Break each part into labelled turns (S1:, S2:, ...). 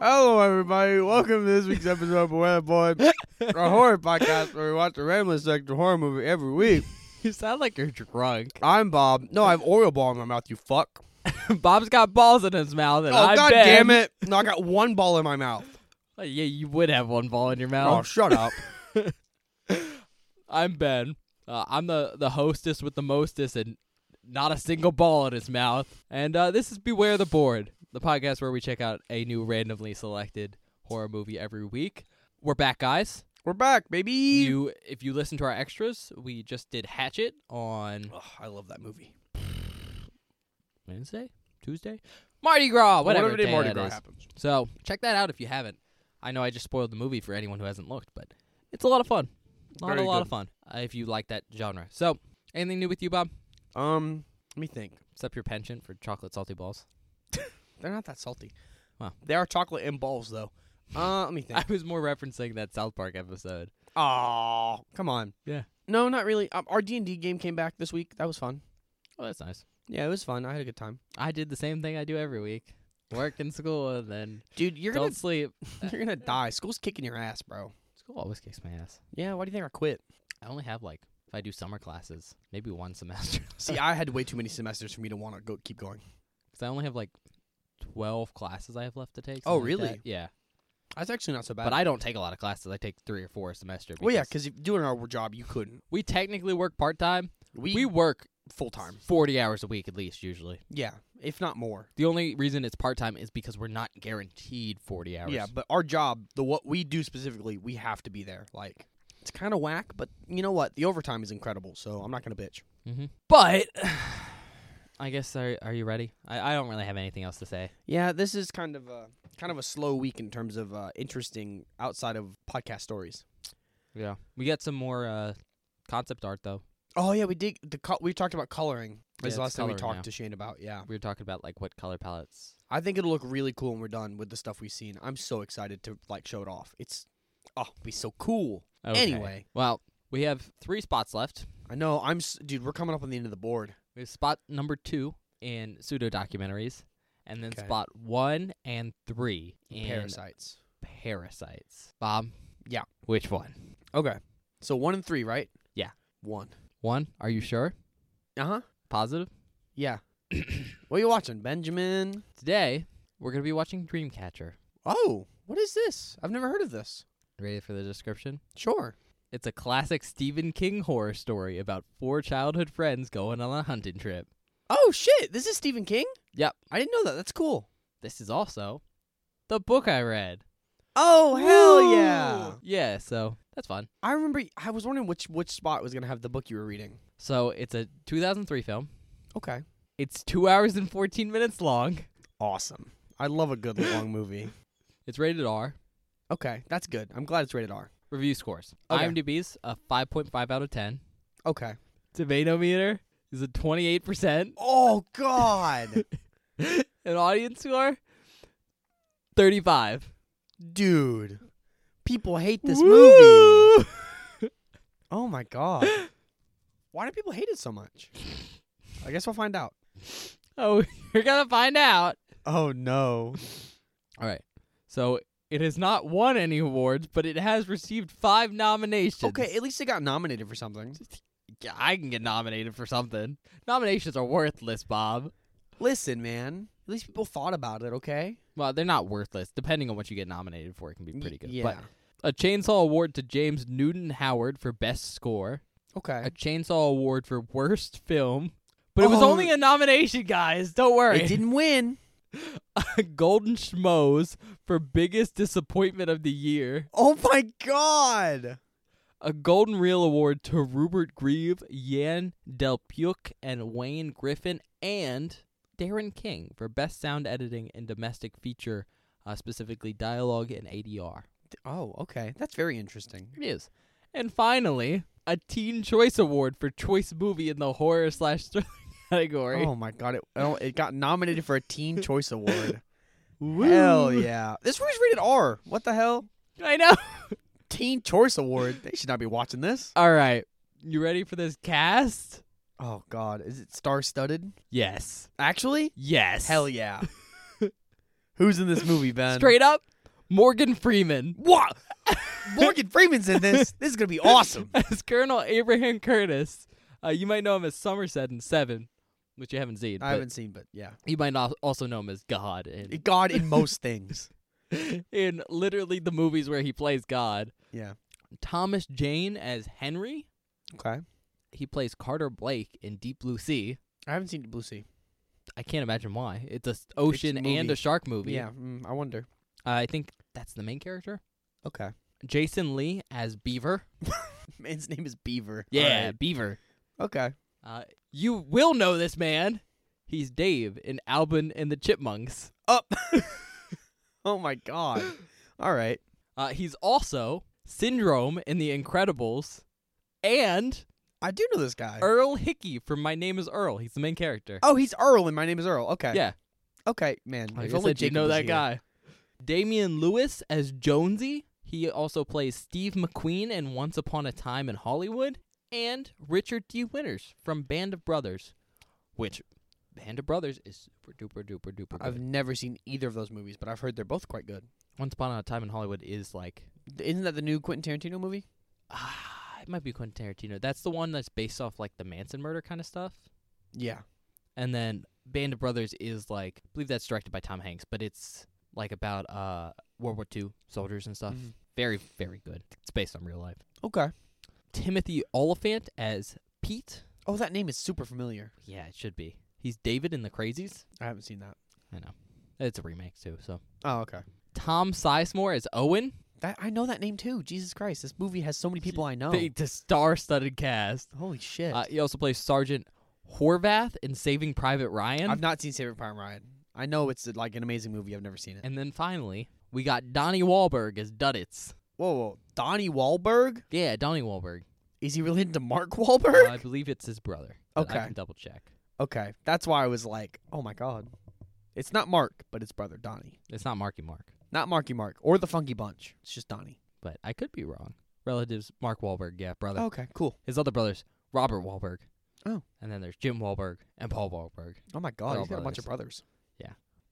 S1: Hello, everybody. Welcome to this week's episode of Weather Board, our horror podcast where we watch a randomly selected horror movie every week.
S2: You sound like you're drunk.
S1: I'm Bob. No, I have Oreo ball in my mouth. You fuck.
S2: Bob's got balls in his mouth, and
S1: oh
S2: I
S1: god
S2: bet-
S1: damn it! No, I got one ball in my mouth.
S2: Oh, Yeah, you would have one ball in your
S1: Oh,
S2: mouth.
S1: shut up.
S2: I'm Ben. Uh, I'm the the hostess with the mostest, and not a single ball in his mouth. And uh, this is Beware the Board, the podcast where we check out a new randomly selected horror movie every week. We're back, guys.
S1: We're back, baby.
S2: You, if you listen to our extras, we just did Hatchet on
S1: Ugh, I love that movie.
S2: Wednesday, Tuesday, Mardi Gras, whatever,
S1: Whatever day Mardi
S2: that
S1: Gras
S2: is.
S1: happens.
S2: So check that out if you haven't. I know I just spoiled the movie for anyone who hasn't looked, but it's a lot of fun. Not
S1: Very
S2: a lot
S1: good.
S2: of fun uh, if you like that genre. So anything new with you, Bob?
S1: Um, let me think.
S2: Except your penchant for chocolate salty balls.
S1: They're not that salty.
S2: Wow.
S1: They are chocolate and balls though. Uh, let me think.
S2: I was more referencing that South Park episode.
S1: Oh, come on.
S2: Yeah.
S1: No, not really. Um, our D and D game came back this week. That was fun.
S2: Oh, that's nice.
S1: Yeah, it was fun. I had a good time.
S2: I did the same thing I do every week: work and school, and then
S1: Dude, you're
S2: don't sleep.
S1: gonna you're gonna die. School's kicking your ass, bro.
S2: School always kicks my ass.
S1: Yeah, why do you think I quit?
S2: I only have like if I do summer classes, maybe one semester.
S1: See, I had way too many semesters for me to want to go keep going.
S2: 'Cause I only have like twelve classes I have left to take.
S1: Oh,
S2: something like
S1: really?
S2: that. Yeah.
S1: That's actually not so bad.
S2: But I don't take a lot of classes. I take three or four a semester.
S1: well, yeah,
S2: because
S1: because doing our job, you couldn't.
S2: we technically work part time.
S1: We,
S2: We, work
S1: full time.
S2: forty hours a week at least. Usually,
S1: Yeah, if not more.
S2: the only reason it's part time is because we're not guaranteed forty hours.
S1: Yeah, but our job, the what we do specifically, we have to be there. Like, it's kind of whack, but you know what? The overtime is incredible, so I'm not gonna bitch.
S2: hmm but I guess are are you ready? I, I don't really have anything else to say.
S1: Yeah, this is kind of a kind of a slow week in terms of uh, interesting outside of podcast stories.
S2: Yeah, we got some more uh, concept art though.
S1: Oh yeah, we did. The co- we talked about coloring.
S2: Yeah,
S1: Is
S2: it's
S1: the last time we
S2: coloring
S1: talked
S2: now.
S1: to Shane about. Yeah,
S2: We were talking about like what color palettes.
S1: I think it'll look really cool when we're done with the stuff we've seen. I'm so excited to like show it off. It's oh, it'll be so cool.
S2: Okay.
S1: Anyway,
S2: well, we have three spots left.
S1: I know I'm s- dude. We're coming up on the end of the board.
S2: We have spot number two in pseudo documentaries, and then
S1: Okay.
S2: spot one and three in
S1: Parasites.
S2: parasites. Bob.
S1: Yeah.
S2: Which one?
S1: Okay, so one and three, right?
S2: Yeah.
S1: one.
S2: One. Are you sure?
S1: Uh huh.
S2: Positive.
S1: Yeah. what are you watching, Benjamin?
S2: Today we're gonna be watching Dreamcatcher.
S1: Oh, what is this? I've never heard of this.
S2: Ready for the description?
S1: Sure.
S2: It's a classic Stephen King horror story about four childhood friends going on a hunting trip.
S1: Oh shit, this is Stephen King.
S2: Yep.
S1: I didn't know that. That's cool.
S2: This is also the book I read.
S1: Oh
S2: Woo! Yeah. So that's fun.
S1: I remember. I was wondering which which spot was gonna have the book you were reading.
S2: So it's a 2003 film.
S1: Okay.
S2: It's two hours and 14 minutes long.
S1: Awesome. I love a good long movie.
S2: It's rated R.
S1: Okay, that's good. I'm glad it's rated R.
S2: Review scores.
S1: Okay.
S2: IMDb's a 5.5 out of 10.
S1: Okay.
S2: Tomato meter is a 28%.
S1: Oh God,
S2: An audience score 35.
S1: dude, people hate this movie.
S2: Woo!
S1: Oh my God, why do people hate it so much? I guess we'll find out.
S2: Oh, you're going to find out.
S1: Oh no.
S2: All right. So it has not won any awards, but it has received 5 nominations.
S1: Okay, at least it got nominated for something.
S2: Yeah, I can get nominated for something. Nominations are worthless, Bob.
S1: Listen, man. At least people thought about it. Okay.
S2: Well, they're not worthless. Depending on what you get nominated for, it can be
S1: Y-
S2: pretty good.
S1: Yeah.
S2: But a chainsaw award to James Newton Howard for best score,
S1: okay.
S2: a chainsaw award for worst film, but it was
S1: Oh.
S2: only a nomination, guys. Don't worry.
S1: It didn't win.
S2: Golden Schmoes for biggest disappointment of the year,
S1: Oh my god.
S2: a Golden Reel award to Rupert Grieve, Yan Del Puch, and Wayne Griffin, and Darren King for best sound editing and domestic feature, uh, specifically dialogue and ADR.
S1: Oh, okay. That's very interesting.
S2: It is. And finally, a Teen Choice Award for Choice Movie in the Horror slash Thriller category.
S1: Oh my god. It oh, it got nominated for a Teen Choice Award.
S2: Woo.
S1: hell yeah. This movie's rated R. What the hell?
S2: I know.
S1: Teen Choice Award. They should not be watching this.
S2: All right. You ready for this cast?
S1: Oh god. Is it star studded?
S2: Yes.
S1: Actually?
S2: Yes.
S1: Hell yeah. Who's in this movie, Ben?
S2: Straight up, Morgan Freeman
S1: What? Morgan Freeman's in this. This is gonna be awesome.
S2: as Colonel Abraham Curtis. Uh, you might know him as Somerset in Seven, which you haven't seen.
S1: I
S2: but
S1: haven't seen, but yeah,
S2: You might not also know him as God in,
S1: God in most things.
S2: in literally the movies where he plays God.
S1: Yeah.
S2: Thomas Jane as Henry.
S1: Okay.
S2: He plays Carter Blake in Deep Blue Sea.
S1: I haven't seen Blue Sea.
S2: I can't imagine why. It's a s- ocean and
S1: movie.
S2: a shark movie. Uh,
S1: Yeah, mm, I wonder.
S2: I think that's the main character.
S1: Okay.
S2: Jason Lee as Beaver.
S1: Man's name is Beaver.
S2: Yeah, Beaver.
S1: Alright. Okay.
S2: Uh, you will know this man. He's Dave in Alvin and the Chipmunks.
S1: Up. oh my God. All right.
S2: Uh, he's also Syndrome in The Incredibles, and
S1: I do know this guy.
S2: Earl Hickey from My Name Is Earl. He's the main character.
S1: Er oh, he's Earl, and my name is Earl. Okay.
S2: Yeah,
S1: Okay, man.
S2: I
S1: if
S2: just
S1: only
S2: said you
S1: Jacob
S2: know
S1: was
S2: that
S1: here.
S2: guy. Damian Lewis as Jonesy. He also plays Steve McQueen in Once Upon a Time in Hollywood, and Richard D. Winters from Band of Brothers, which Band of Brothers is super duper duper duper.
S1: I've
S2: good.
S1: never seen either of those movies, but I've heard they're both quite good.
S2: Once Upon a Time in Hollywood is like
S1: Isn't that the new Quentin Tarantino movie?
S2: ah, it might be Quentin Tarantino. That's the one that's based off like the Manson murder kind of stuff.
S1: Yeah.
S2: And then Band of Brothers is like, I believe that's directed by Tom Hanks, but it's like about uh World War II soldiers and stuff.
S1: Mhm.
S2: Very, very good. It's based on real life.
S1: Okay.
S2: Timothy Oliphant as Pete.
S1: Oh, that name is super familiar.
S2: Yeah, it should be. He's David in The Crazies.
S1: I haven't seen that.
S2: I know. It's a remake too. So
S1: Oh, okay.
S2: Tom Sizemore as Owen.
S1: That I know that name too. Jesus Christ, this movie has so many people I know.
S2: The, the star-studded cast.
S1: Holy Oh. shit!
S2: Uh, he also plays Sergeant Horvath in Saving Private Ryan.
S1: I've not seen Saving Prime Ryan. I know it's like an amazing movie. I've never seen it.
S2: and then finally, we got Donnie Wahlberg as Duddits.
S1: Whoa, whoa, Donnie Wahlberg?
S2: Yeah, Donnie Wahlberg.
S1: Is he related to Mark
S2: Uh,
S1: Wahlberg?
S2: I believe it's his brother. but I
S1: Okay.
S2: can double check.
S1: okay, that's why I was like, oh my god, it's not Mark, but it's brother Donnie.
S2: It's not Marky Mark,
S1: Not Marky Mark or the Funky Bunch. It's just Donnie.
S2: but I could be wrong. Relatives: Mark Wahlberg, yeah, brother.
S1: Okay, cool.
S2: His other brothers: Robert Wahlberg.
S1: Oh.
S2: And then there's Jim Wahlberg and Paul Wahlberg.
S1: Oh my
S2: They're
S1: god,
S2: all
S1: he's got a bunch of brothers.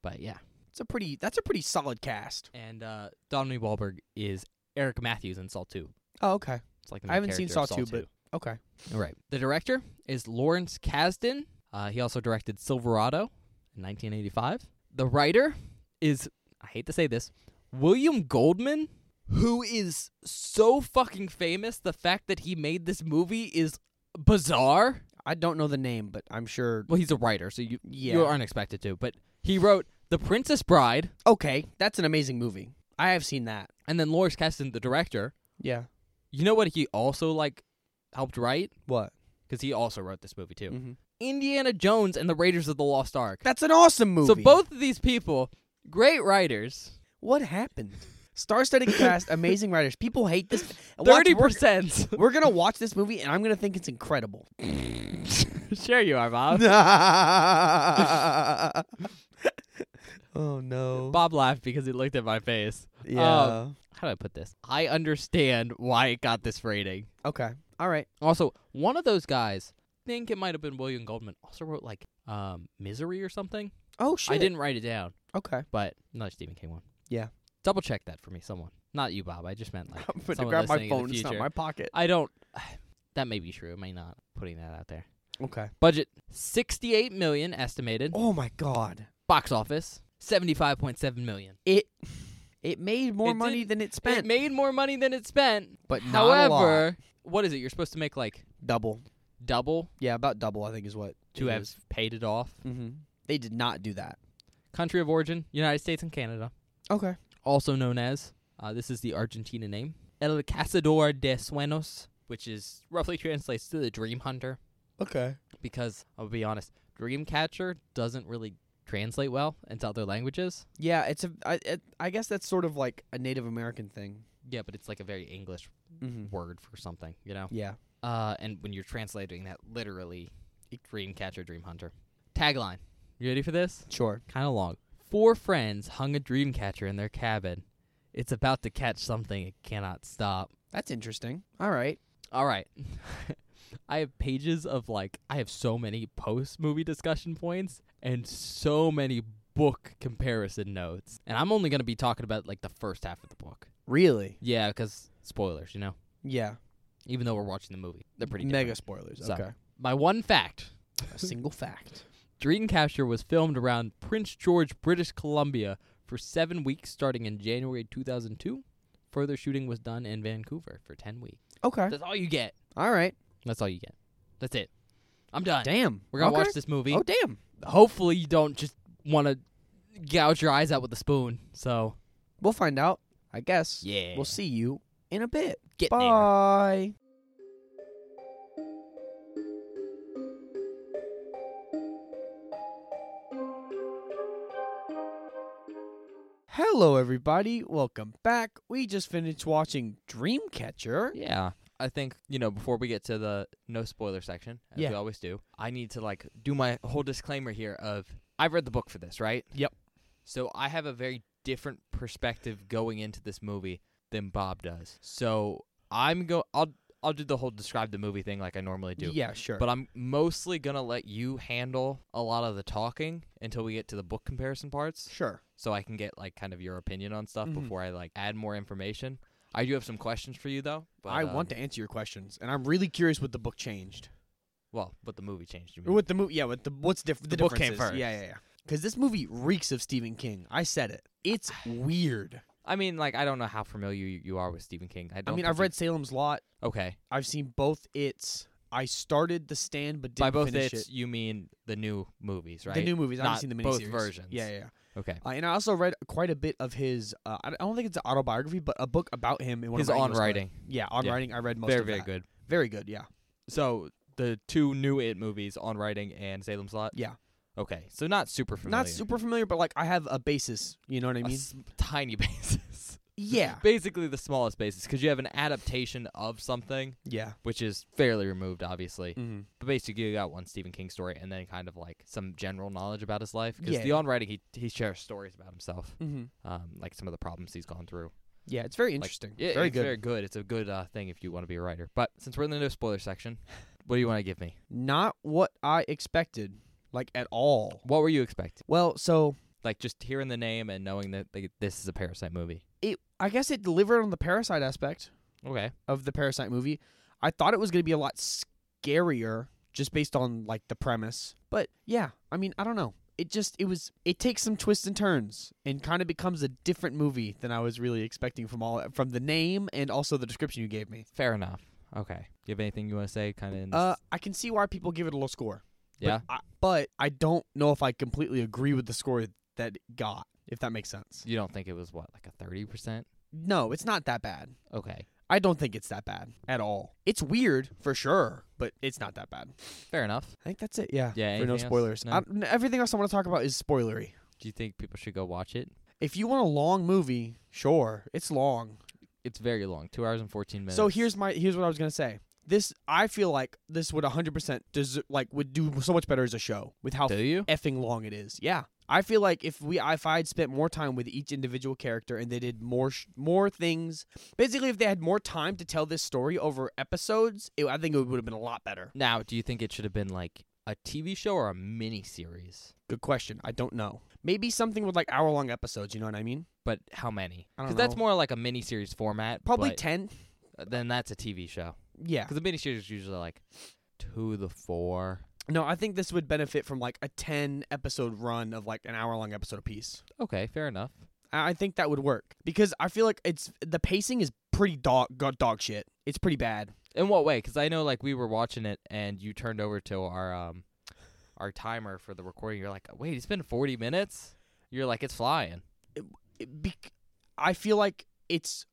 S2: But yeah,
S1: It's a pretty. That's a pretty solid cast.
S2: and uh, Donnie Wahlberg is Eric Matthews in Saw Two.
S1: Oh, okay,
S2: It's like
S1: I
S2: the main
S1: haven't seen
S2: character of
S1: Saw 2, but- okay.
S2: All right. The director is Lawrence Kasdan. Uh, he also directed Silverado in 1985. The writer is, I hate to say this, William Goldman, who is so fucking famous. The fact that he made this movie is bizarre.
S1: I don't know the name, but I'm sure.
S2: Well, he's a writer, so you
S1: Yeah.
S2: you aren't expected to. But he wrote The Princess Bride,
S1: okay, that's an amazing movie. I have seen that.
S2: and then Lawrence Kasdan, the director.
S1: Yeah.
S2: You know what he also like helped write
S1: What?
S2: because he also wrote this movie too.
S1: Mm-hmm.
S2: Indiana Jones and the Raiders of the Lost Ark.
S1: That's an awesome movie.
S2: So both of these people, great writers.
S1: What happened? Star-studded cast, amazing writers. People hate this. Watch-
S2: Thirty
S1: we're-
S2: percent.
S1: We're, gonna watch this movie, and I'm gonna think it's incredible.
S2: sure you are, Bob.
S1: oh no!
S2: Bob laughed because he looked at my face.
S1: Yeah.
S2: How do I put this? I understand why it got this rating.
S1: okay. All right.
S2: Also, one of those guys, I think it might have been William Goldman, also wrote like um Misery or something.
S1: Oh shit.
S2: I didn't write it down,
S1: Okay.
S2: but another Stephen King one.
S1: Yeah.
S2: Double check that for me, someone. Not you, Bob. I just meant like
S1: I'm gonna
S2: someone
S1: grab
S2: listening
S1: my
S2: in the
S1: phone. It's not
S2: future.
S1: my pocket.
S2: I don't. That may be true. It may not. Putting that out there.
S1: Okay.
S2: Budget sixty-eight million estimated.
S1: Oh my god.
S2: Box office seventy-five point seven million.
S1: It. It made more
S2: It
S1: money
S2: did-
S1: than it
S2: It
S1: spent,
S2: made more money than it spent.
S1: but not a lot.
S2: However, what is it? You're supposed to make like
S1: double.
S2: double
S1: Yeah, about double. I think is what
S2: to have paid it off.
S1: Mm-hmm. They did not do that.
S2: Country of origin: United States and Canada.
S1: Okay.
S2: Also known as uh, this is the Argentina name El Cazador de Sueños, which is roughly translates to the Dream Hunter.
S1: Okay.
S2: Because I'll be honest, Dream Catcher doesn't really translate well into other languages.
S1: Yeah, it's a. I, it, I guess that's sort of like a Native American thing.
S2: Yeah, but it's like a very English
S1: Mm-hmm.
S2: word for something, you know?
S1: Yeah.
S2: Uh, and when you're translating that, literally, dream catcher, dream hunter. Tagline. You ready for this?
S1: Sure.
S2: Kind of long. Four friends hung a dream catcher in their cabin. It's about to catch something it cannot stop.
S1: That's interesting. All right.
S2: All right. I have pages of like, I have so many post movie discussion points and so many book comparison notes, and I'm only gonna be talking about like the first half of the book.
S1: Really?
S2: Yeah, 'cause spoilers, you know.
S1: Yeah.
S2: Even though we're watching the movie, they're pretty
S1: Mega
S2: different.
S1: spoilers.
S2: So-
S1: Okay.
S2: My one fact:
S1: A single fact.
S2: Dreamcatcher was filmed around Prince George, British Columbia, for seven weeks, starting in January 2002. Further shooting was done in Vancouver for ten weeks.
S1: Okay.
S2: That's all you get.
S1: All right.
S2: That's all you get. That's it. I'm done.
S1: Damn.
S2: We're gonna
S1: Okay.
S2: watch this movie.
S1: Oh damn.
S2: Hopefully, you don't just want to gouge your eyes out with a spoon. So
S1: We'll find out. I guess.
S2: yeah,
S1: We'll see you in a bit.
S2: get there.
S1: Bye. Hello, everybody. Welcome back. We just finished watching Dreamcatcher.
S2: Yeah. I think, you know, before we get to the no spoiler section, as
S1: Yeah.
S2: we always do, I need to like do my whole disclaimer here of I've read the book for this, right?
S1: Yep.
S2: So I have a very different perspective going into this movie than Bob does. So I'm go I'll I'll do the whole describe the movie thing like I normally do.
S1: Yeah, sure.
S2: But I'm mostly gonna let you handle a lot of the talking until we get to the book comparison parts.
S1: sure.
S2: so I can get like kind of your opinion on stuff
S1: Mhm.
S2: before I like add more information. I do have some questions for you though. But, uh, um,
S1: I want to answer your questions, and I'm really curious what the book changed.
S2: Well, but the movie changed. You
S1: Or
S2: mean.
S1: what the movie? Yeah, what the what's different?
S2: The book came first.
S1: Yeah, yeah, yeah. Because this movie reeks of Stephen King. I said it. It's weird.
S2: I mean, like I don't know how familiar you, you are with Stephen King. I,
S1: I
S2: don't
S1: mean,
S2: think
S1: I've read Salem's Lot.
S2: You, okay,
S1: I've seen both its. I started The Stand, but
S2: by
S1: didn't
S2: both
S1: finish
S2: its
S1: it.
S2: you mean the new movies, right?
S1: The new movies. I haven't
S2: Not
S1: seen the
S2: both
S1: miniseries.
S2: versions.
S1: Yeah, yeah. yeah.
S2: okay.
S1: Uh, and I also read quite a bit of his. Uh, I don't- I don't think it's an autobiography, but a book about him. In one
S2: His
S1: of my
S2: on
S1: English classes.
S2: writing,
S1: Yeah, on
S2: Yeah.
S1: writing. I read most.
S2: very
S1: of
S2: very
S1: that.
S2: good.
S1: Very good. Yeah.
S2: So the two new It movies, on writing and Salem's Lot.
S1: Yeah.
S2: Okay, so not super familiar.
S1: Not super familiar, but like I have a basis. You know what I
S2: A
S1: mean?
S2: s- tiny basis.
S1: yeah.
S2: Basically, the smallest basis because you have an adaptation of something
S1: Yeah.
S2: which is fairly removed, obviously.
S1: Mm-hmm.
S2: But basically, you got one Stephen King story, and then kind of like some general knowledge about his life. Because
S1: Yeah.
S2: the on writing, he he shares stories about himself,
S1: Mm-hmm.
S2: um, like some of the problems he's gone through.
S1: Yeah, it's very interesting.
S2: Yeah,
S1: very
S2: it's
S1: good.
S2: very good. It's a good uh, thing if you want to be a writer. But since we're in the no spoiler section, what do you want to give me?
S1: Not what I expected, like at all.
S2: What were you expecting?
S1: Well, so
S2: Like just hearing the name and knowing that like, this is a Parasite movie.
S1: it I guess it delivered on the parasite aspect
S2: Okay.
S1: of the parasite movie. I thought it was going to be a lot scarier just based on like the premise. But yeah, I mean, I don't know. It just it was it takes some twists and turns and kind of becomes a different movie than I was really expecting from all from the name and also the description you gave me.
S2: Fair enough. Okay. You have anything you want to say? Kind of. in this-
S1: Uh, I can see why people give it a low score. But
S2: yeah.
S1: I, but I don't know if I completely agree with the score that it got, if that makes sense.
S2: You don't think it was what like a thirty percent?
S1: No, it's not that bad.
S2: Okay.
S1: I don't think it's that bad at all. It's weird for sure, but it's not that bad.
S2: Fair enough.
S1: I think that's it. Yeah.
S2: Yeah,
S1: For no
S2: anything else?
S1: spoilers.
S2: No.
S1: I- n- everything else I want to talk about is spoilery.
S2: Do you think people should go watch it?
S1: If you want a long movie, sure, it's long.
S2: It's very long, two hours and fourteen minutes.
S1: So here's my here's what I was gonna say. This I feel like this would 100% deser- like would do so much better as a show with how
S2: do you?
S1: effing long it is. Yeah. I feel like if we if I had spent more time with each individual character and they did more sh- more things, basically if they had more time to tell this story over episodes, it, I think it would have been a lot better.
S2: Now, do you think it should have been like a TV show or a mini series?
S1: Good question. I don't know. Maybe something with like hour long episodes, you know what I mean?
S2: But how many?
S1: I don't
S2: that's
S1: know.
S2: more like a mini series format.
S1: Probably
S2: but uh,
S1: 10.
S2: then that's a TV show
S1: Yeah.
S2: because the mini series is usually like two to four.
S1: No, I think this would benefit from like a 10 episode run of like an hour long episode apiece.
S2: Okay, fair enough.
S1: I I think that would work because I feel like it's the pacing is pretty dog god- dog shit. It's pretty bad.
S2: In what way? Because I know like we were watching it and you turned over to our um our timer for the recording. You're like, wait, it's been forty minutes. You're like, it's flying.
S1: it bec- I feel like it's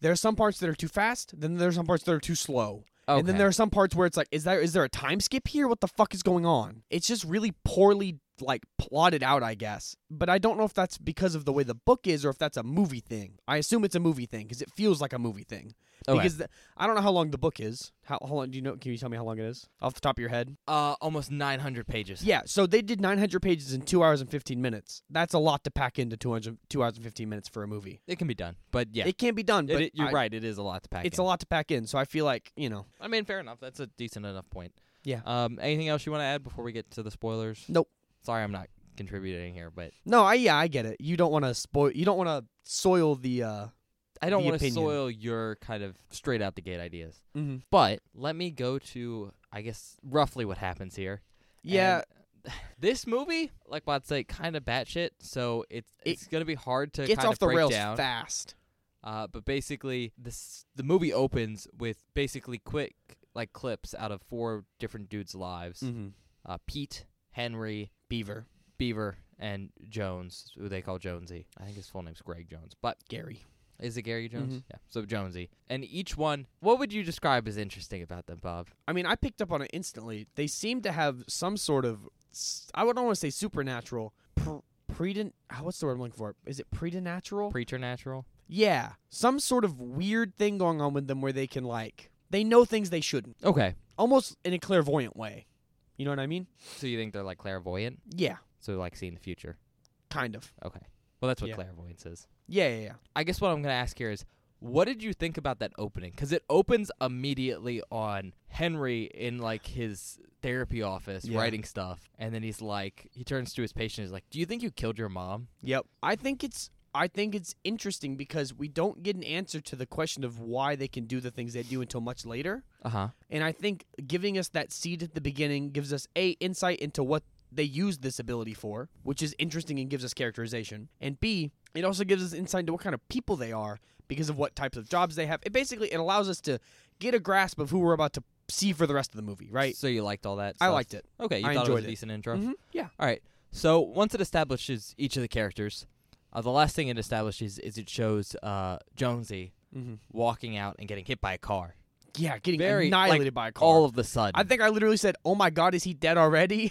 S1: there are some parts that are too fast, then there are some parts that are too slow,
S2: Okay.
S1: and then there are some parts where it's like, is there is there a time skip here? What the fuck is going on? It's just really poorly like plotted out, I guess. But I don't know if that's because of the way the book is or if that's a movie thing. I assume it's a movie thing because it feels like a movie thing.
S2: Okay.
S1: Because the, I don't know how long the book is. How, how long do you know? Can you tell me how long it is off the top of your head?
S2: uh almost nine hundred pages.
S1: Yeah, so they did 900 pages in two hours and 15 minutes. That's a lot to pack into 200, two hours and 15 minutes for a movie.
S2: It can be done, but yeah,
S1: It can't be done.
S2: It-
S1: But
S2: it- you're
S1: I-
S2: right. It is a lot to pack.
S1: It's
S2: in.
S1: a lot to pack in. So I feel like you know.
S2: I mean, fair enough. That's a decent enough point.
S1: Yeah.
S2: Um, anything else you want to add before we get to the spoilers?
S1: Nope.
S2: Sorry, I'm not contributing here, but
S1: No, I yeah, I get it. You don't want to spoil. You don't want to soil the. uh
S2: I don't
S1: The
S2: want to
S1: opinion.
S2: soil your kind of straight out the gate ideas.
S1: Mm-hmm.
S2: But let me go to, I guess, roughly what happens here.
S1: Yeah,
S2: And this movie, like Bot said, kind of batshit, so it's
S1: It
S2: it's gonna be hard to
S1: gets
S2: kind
S1: off
S2: of
S1: the
S2: break
S1: rails
S2: down.
S1: fast.
S2: Uh, but basically, this the movie opens with basically quick like clips out of four different dudes' lives:
S1: Mm-hmm.
S2: uh, Pete, Henry,
S1: Beaver,
S2: Beaver, and Jones, who they call Jonesy. I think his full name's Greg Jones, but
S1: Gary.
S2: is it Gary Jones?
S1: Mhm.
S2: Yeah. So Jonesy, and each one, what would you describe as interesting about them, Bob?
S1: I mean, I picked up on it instantly. They seem to have some sort of. s- I would not want to say supernatural. Pr- Predin. ah, What's the word I'm looking for? Is it preternatural?
S2: Preternatural.
S1: yeah, some sort of weird thing going on with them where they can like they know things they shouldn't,
S2: Okay.
S1: almost in a clairvoyant way. You know what I mean?
S2: So you think they're like clairvoyant?
S1: Yeah,
S2: So like seeing the future.
S1: kind of.
S2: Okay. Well, that's what
S1: Yeah.
S2: clairvoyance is.
S1: Yeah, yeah, yeah.
S2: I guess what I'm going to ask here is what did you think about that opening? Because it opens immediately on Henry in like his therapy office
S1: Yeah.
S2: writing stuff. And then he's like, he turns to his patient and is like, Do you think you killed your mom?
S1: Yep. I think it's I think it's interesting because we don't get an answer to the question of why they can do the things they do until much later.
S2: Uh huh.
S1: And I think giving us that seed at the beginning gives us a insight into what they use this ability for, which is interesting and gives us characterization. And B, it also gives us insight into what kind of people they are because of what types of jobs they have. It basically it allows us to get a grasp of who we're about to see for the rest of the movie, right?
S2: So you liked all that?
S1: I
S2: stuff?
S1: liked it.
S2: Okay. You
S1: I
S2: thought it was
S1: enjoyed
S2: a
S1: it.
S2: decent intro?
S1: Mhm. Yeah.
S2: All right. So once it establishes each of the characters, uh, the last thing it establishes is it shows uh, Jonesy
S1: Mm-hmm.
S2: walking out and getting hit by a car.
S1: Yeah, getting
S2: Very, like,
S1: annihilated by a car.
S2: All of the sudden,
S1: I think I literally said, "Oh my God, is he dead already?"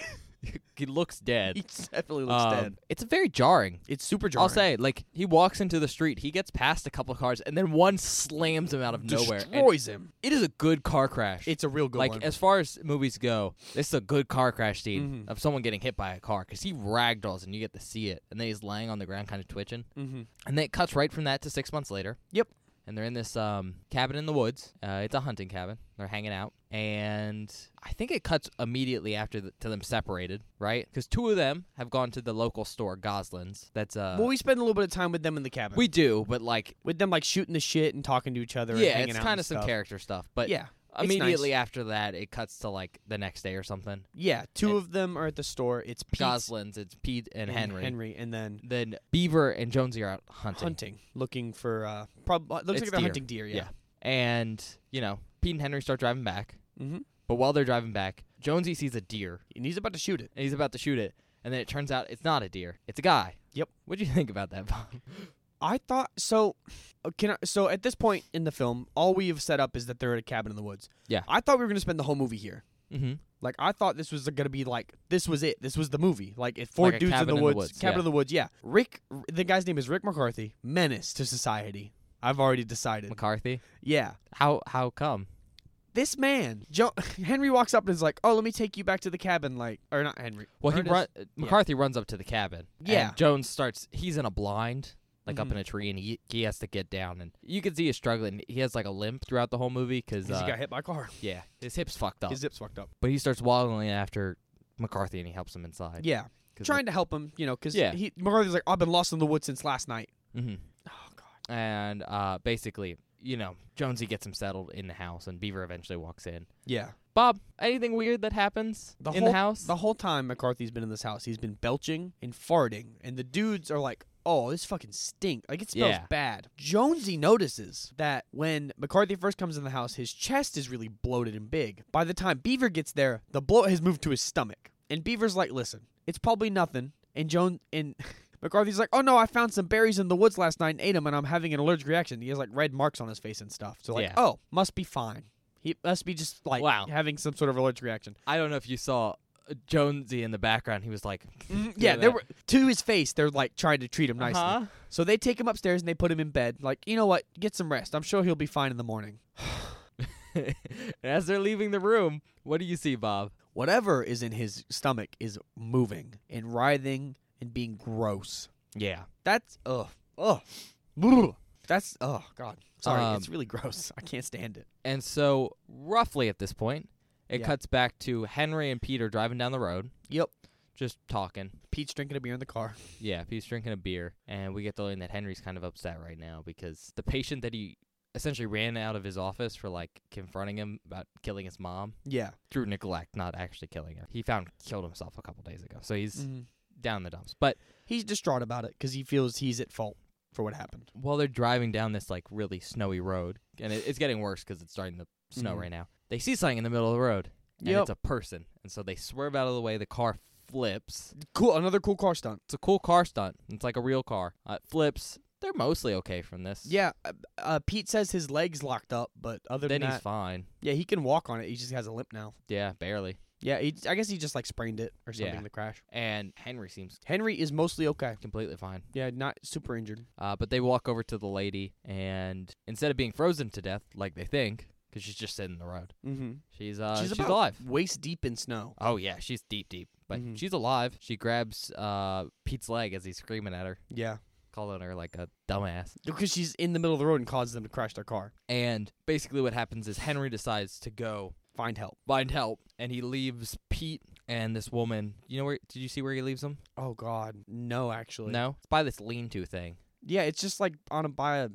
S2: he looks dead.
S1: he definitely looks
S2: Um,
S1: dead.
S2: It's very jarring.
S1: It's super jarring.
S2: I'll say, like, he walks into the street, he gets past a couple cars, and then one slams him out of nowhere. and
S1: destroys him.
S2: it is a good car crash.
S1: It's a real good
S2: like
S1: one.
S2: as far as movies go, this is a good car crash scene
S1: Mhm.
S2: of someone getting hit by a car because he ragdolls and you get to see it, and then he's laying on the ground, kind of twitching,
S1: mm-hmm.
S2: and then it cuts right from that to six months later.
S1: Yep.
S2: And they're in this um, cabin in the woods. Uh, it's a hunting cabin. They're hanging out, and I think it cuts immediately after the, to them separated, right? Because two of them have gone to the local store, Goslin's. That's uh,
S1: well, we spend a little bit of time with them in the cabin.
S2: we do, but like,
S1: with them like shooting the shit and talking to each other. and
S2: yeah,
S1: hanging
S2: it's
S1: out
S2: kind
S1: and
S2: of some
S1: stuff.
S2: character stuff. But
S1: Yeah, it's
S2: immediately
S1: nice.
S2: after that, it cuts to like the next day or something.
S1: yeah. Two
S2: And-
S1: of them are at the store. It's Pete
S2: Goslins, it's Pete and, Henry.
S1: Henry, and then
S2: Then Beaver and Jonesy are out hunting.
S1: hunting, looking for uh, prob- looks like
S2: It's
S1: they're
S2: deer.
S1: hunting deer. Yeah.
S2: And, you know, Pete and Henry start driving back.
S1: Mm-hmm.
S2: But while they're driving back, Jonesy sees a deer
S1: And he's about to shoot it.
S2: and he's about to shoot it. And then it turns out it's not a deer, it's a guy.
S1: Yep.
S2: What do you think about that, Bob?
S1: I thought so. uh, Can I, so at this point in the film, all we have set up is that they're at a cabin in the woods.
S2: Yeah.
S1: I thought we were gonna spend the whole movie here.
S2: Mm-hmm.
S1: Like I thought this was gonna be like this was it. This was the movie. Like it four
S2: Like a
S1: dudes in
S2: cabin
S1: the,
S2: in the
S1: woods,
S2: woods,
S1: cabin
S2: yeah.
S1: in the woods. Yeah, Rick. The guy's name is Rick McCarthy. Menace to society. I've already decided.
S2: McCarthy.
S1: Yeah,
S2: How how come?
S1: this man, jo- Henry walks up and is like, "Oh, let me take you back to the cabin." Like, or not Henry.
S2: Well, he
S1: Ernest-
S2: run, McCarthy runs up to the cabin. and
S1: Yeah.
S2: Jones starts. He's in a blind, like up
S1: Mhm.
S2: in a tree, and he he has to get down. And you can see he's struggling. He has like a limp throughout the whole movie because
S1: 'Cause he
S2: uh,
S1: got hit by a car.
S2: yeah, his hips fucked up.
S1: His zip's fucked up.
S2: but he starts waddling after McCarthy, and he helps him inside.
S1: Yeah,
S2: 'Cause
S1: trying to help him, you know, because
S2: Yeah.
S1: he McCarthy's like, "I've been lost in the woods since last night."
S2: Mc- mhm.
S1: Oh god.
S2: And uh, basically, you know, Jonesy gets him settled in the house, and Beaver eventually walks in.
S1: Yeah.
S2: Bob, anything weird that happens
S1: The
S2: in
S1: whole-
S2: the house?
S1: The whole time McCarthy's been in this house, he's been belching and farting, and the dudes are like, "Oh, this fucking stink! Like it smells
S2: Yeah.
S1: bad." Jonesy notices that when McCarthy first comes in the house, his chest is really bloated and big. By the time Beaver gets there, the bloat has moved to his stomach, and Beaver's like, "Listen, it's probably nothing." And Jones and McCarthy's like, "Oh no, I found some berries in the woods last night and ate them, and I'm having an allergic reaction." He has like red marks on his face and stuff. So like,
S2: Yeah.
S1: "Oh, must be fine." He must be just like
S2: Wow.
S1: having some sort of allergic reaction.
S2: I don't know if you saw uh, Jonesy in the background. He was like,
S1: Mm,
S2: Yeah,
S1: yeah, they
S2: that- Uh-huh.
S1: were to his face. They're like trying to treat him nicely.
S2: huh
S1: So they take him upstairs and they put him in bed. Like, you know what? Get some rest. I'm sure he'll be fine in the morning.
S2: And As they're leaving the room, what do you see, Bob?
S1: Whatever is in his stomach is moving and writhing and being gross.
S2: Yeah.
S1: That's ugh ugh. Brr. That's oh god. Sorry,
S2: Um,
S1: it's really gross. I can't stand it.
S2: And so, roughly at this point, it
S1: Yeah.
S2: cuts back to Henry and Peter driving down the road.
S1: Yep.
S2: just talking.
S1: Pete's drinking a beer in the car.
S2: Yeah, he's drinking a beer, and we get to learn that Henry's kind of upset right now because the patient that he essentially ran out of his office for like confronting him about killing his mom
S1: Yeah.
S2: through neglect, not actually killing her. He found killed himself a couple days ago, so he's
S1: Mhm.
S2: down in the dumps. But
S1: He's distraught about it because he feels he's at fault for what happened.
S2: while they're driving down this like really snowy road, and it, it's getting worse 'cause it's starting to snow
S1: Mhm.
S2: right now, they see something in the middle of the road, and
S1: Yep.
S2: it's a person, and so they swerve out of the way. The car flips.
S1: Cool. Another cool car stunt.
S2: It's a cool car stunt. It's like a real car. Uh, it flips. They're mostly okay from this.
S1: Yeah. uh, Uh, Pete says his legs locked up, but other
S2: Then
S1: than
S2: he's
S1: that,
S2: fine.
S1: yeah, he can walk on it. He just has a limp now.
S2: Yeah, barely.
S1: Yeah. He, I guess he just like sprained it or something
S2: Yeah.
S1: in the crash.
S2: And Henry seems
S1: Henry is mostly okay.
S2: completely fine.
S1: Yeah, not super injured.
S2: Uh, but they walk over to the lady, and instead of being frozen to death, like they think, 'cause she's just sitting in the road,
S1: Mm-hmm.
S2: she's uh, she's,
S1: She's about-
S2: alive.
S1: Waist deep in snow.
S2: Oh yeah, she's deep, deep, but
S1: Mhm.
S2: she's alive. She grabs uh, Pete's leg as he's screaming at her,
S1: Yeah.
S2: calling her like a dumbass.
S1: Because she's in the middle of the road and causes them to crash their car.
S2: And basically, what happens is Henry decides to go
S1: Find help.
S2: find help, and he leaves Pete and this woman. You know where? Did you see where he leaves them?
S1: Oh God, no, actually.
S2: No, it's by this lean-to thing,
S1: Yeah, it's just like on a by a.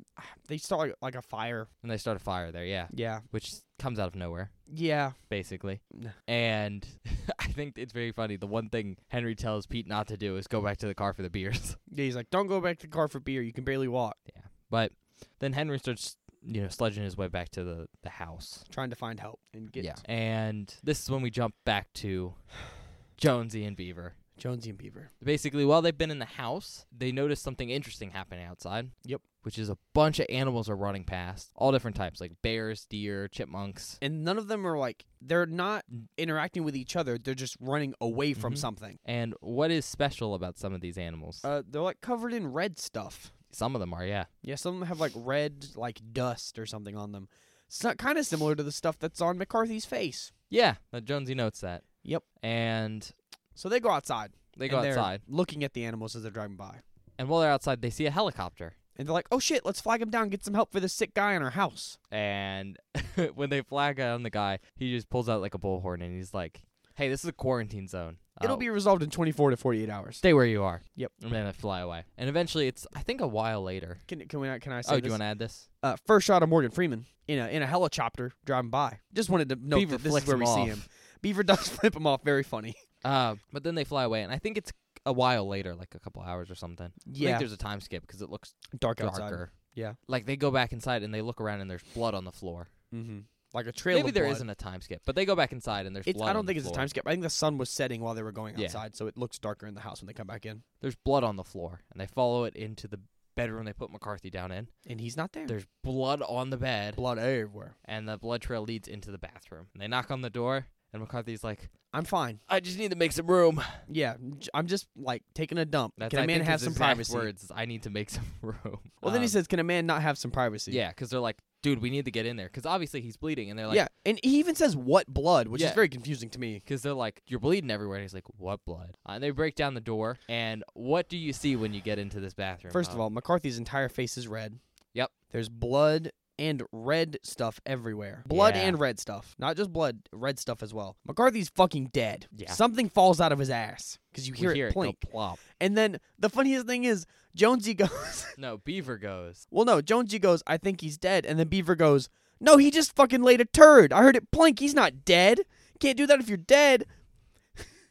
S1: They start like, like a fire.
S2: and they start a fire there. Yeah,
S1: Yeah.
S2: which comes out of nowhere.
S1: Yeah.
S2: basically.
S1: No.
S2: And I think it's very funny. The one thing Henry tells Pete not to do is go back to the car for the beers.
S1: Yeah. He's like, don't go back to the car for beer. You can barely walk.
S2: yeah. But then Henry starts, you know, sledging his way back to the, the house.
S1: Trying to find help and get
S2: yeah. And this is when we jump back to Jonesy and Beaver.
S1: Jonesy and Beaver.
S2: Basically, while they've been in the house, they notice something interesting happening outside.
S1: Yep.
S2: Which is a bunch of animals are running past, all different types, like bears, deer, chipmunks.
S1: And none of them are like they're not
S2: Mm.
S1: interacting with each other. They're just running away from
S2: Mhm.
S1: something.
S2: And what is special about some of these animals?
S1: Uh, they're like covered in red stuff.
S2: some of them are, yeah.
S1: Yeah, some of them have like red like dust or something on them. It's not kind of similar to the stuff that's on McCarthy's face.
S2: Yeah, uh, Jonesy notes that.
S1: Yep.
S2: And
S1: So they go outside.
S2: they go
S1: and they're
S2: outside.
S1: looking at the animals as they're driving by.
S2: And while they're outside, they see a helicopter.
S1: And they're like, oh shit, let's flag him down, get some help for this sick guy in our house.
S2: And when they flag down the guy, he just pulls out like a bullhorn and he's like, hey, this is a quarantine zone.
S1: It'll
S2: Uh,
S1: be resolved in 24 to 48 hours.
S2: Stay where you are.
S1: Yep.
S2: And then they fly away. And eventually, it's, I think, a while later.
S1: Can, can, we, can I say
S2: oh,
S1: this?
S2: do you want to add this?
S1: uh, first shot of Morgan Freeman in a, in a helicopter driving by. Just wanted to note
S2: Beaver
S1: that this
S2: flicks
S1: is where
S2: him
S1: we see
S2: off.
S1: him. Beaver does flip him off. Very funny.
S2: Uh, but then they fly away. And I think it's a while later, like a couple hours or something. I
S1: Yeah.
S2: think there's a time skip because it looks
S1: Dark
S2: darker.
S1: outside. Yeah.
S2: Like they go back inside and they look around and there's blood on the floor.
S1: Mm-hmm. Like a trail
S2: Maybe
S1: of
S2: there
S1: blood.
S2: not a time skip, but they go back inside and there's
S1: It's,
S2: blood.
S1: I don't
S2: on the
S1: think it's a
S2: floor.
S1: time skip. I think the sun was setting while they were going
S2: Yeah.
S1: outside, so it looks darker in the house when they come back in.
S2: There's blood on the floor, and they follow it into the bedroom they put McCarthy down in.
S1: And he's not there.
S2: There's blood on the bed,
S1: blood everywhere.
S2: and the blood trail leads into the bathroom. And they knock on the door, and McCarthy's like,
S1: I'm fine.
S2: "I just need to make some room."
S1: Yeah, j- I'm just like taking a dump.
S2: That's
S1: Can
S2: I
S1: a man
S2: think,
S1: have
S2: his
S1: some
S2: exact
S1: privacy?
S2: Words: is, "I need to make some room."
S1: Well, then he
S2: Um,
S1: says, "Can a man not have some privacy?"
S2: "Yeah," because they're like, "Dude, we need to get in there," because obviously he's bleeding, and they're like,
S1: yeah, and he even says what blood, which
S2: Yeah.
S1: is very confusing to me.
S2: Because they're like, you're bleeding everywhere. And he's like, what blood? Uh, and they break down the door. And what do you see when you get into this bathroom?
S1: First of
S2: Bob?
S1: all, McCarthy's entire face is red.
S2: Yep.
S1: There's blood and red stuff everywhere. Blood
S2: Yeah.
S1: and red stuff. Not just blood, red stuff as well. McCarthy's fucking dead.
S2: Yeah.
S1: Something falls out of his ass because you
S2: We
S1: hear,
S2: hear
S1: it
S2: go
S1: plink.
S2: plop.
S1: and then the funniest thing is Jonesy goes,
S2: No, Beaver goes.
S1: "Well, no." Jonesy goes, "I think he's dead," and then Beaver goes, "No, he just fucking laid a turd. I heard it plink. He's not dead. Can't do that if you're dead."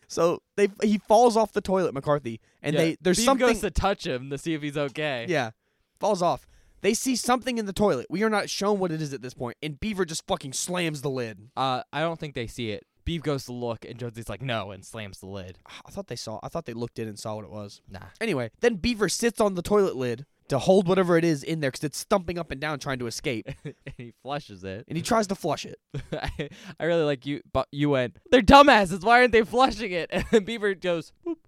S1: So they he falls off the toilet, McCarthy, and
S2: Yeah,
S1: they there's
S2: Beaver
S1: something
S2: goes to touch him to see if he's okay.
S1: Yeah. Falls off. They see something in the toilet. We are not shown what it is at this point, and Beaver just fucking slams the lid.
S2: Uh, I don't think they see it. Beaver goes to look, and Jonesy's like, no, and slams the lid.
S1: I thought they saw I thought they looked in and saw what it was.
S2: Nah.
S1: Anyway, then Beaver sits on the toilet lid to hold whatever it is in there because it's thumping up and down trying to escape.
S2: and he flushes it.
S1: And he tries to flush it.
S2: I, I really like you, but you went, they're dumbasses. Why aren't they flushing it? And then Beaver goes, whoop.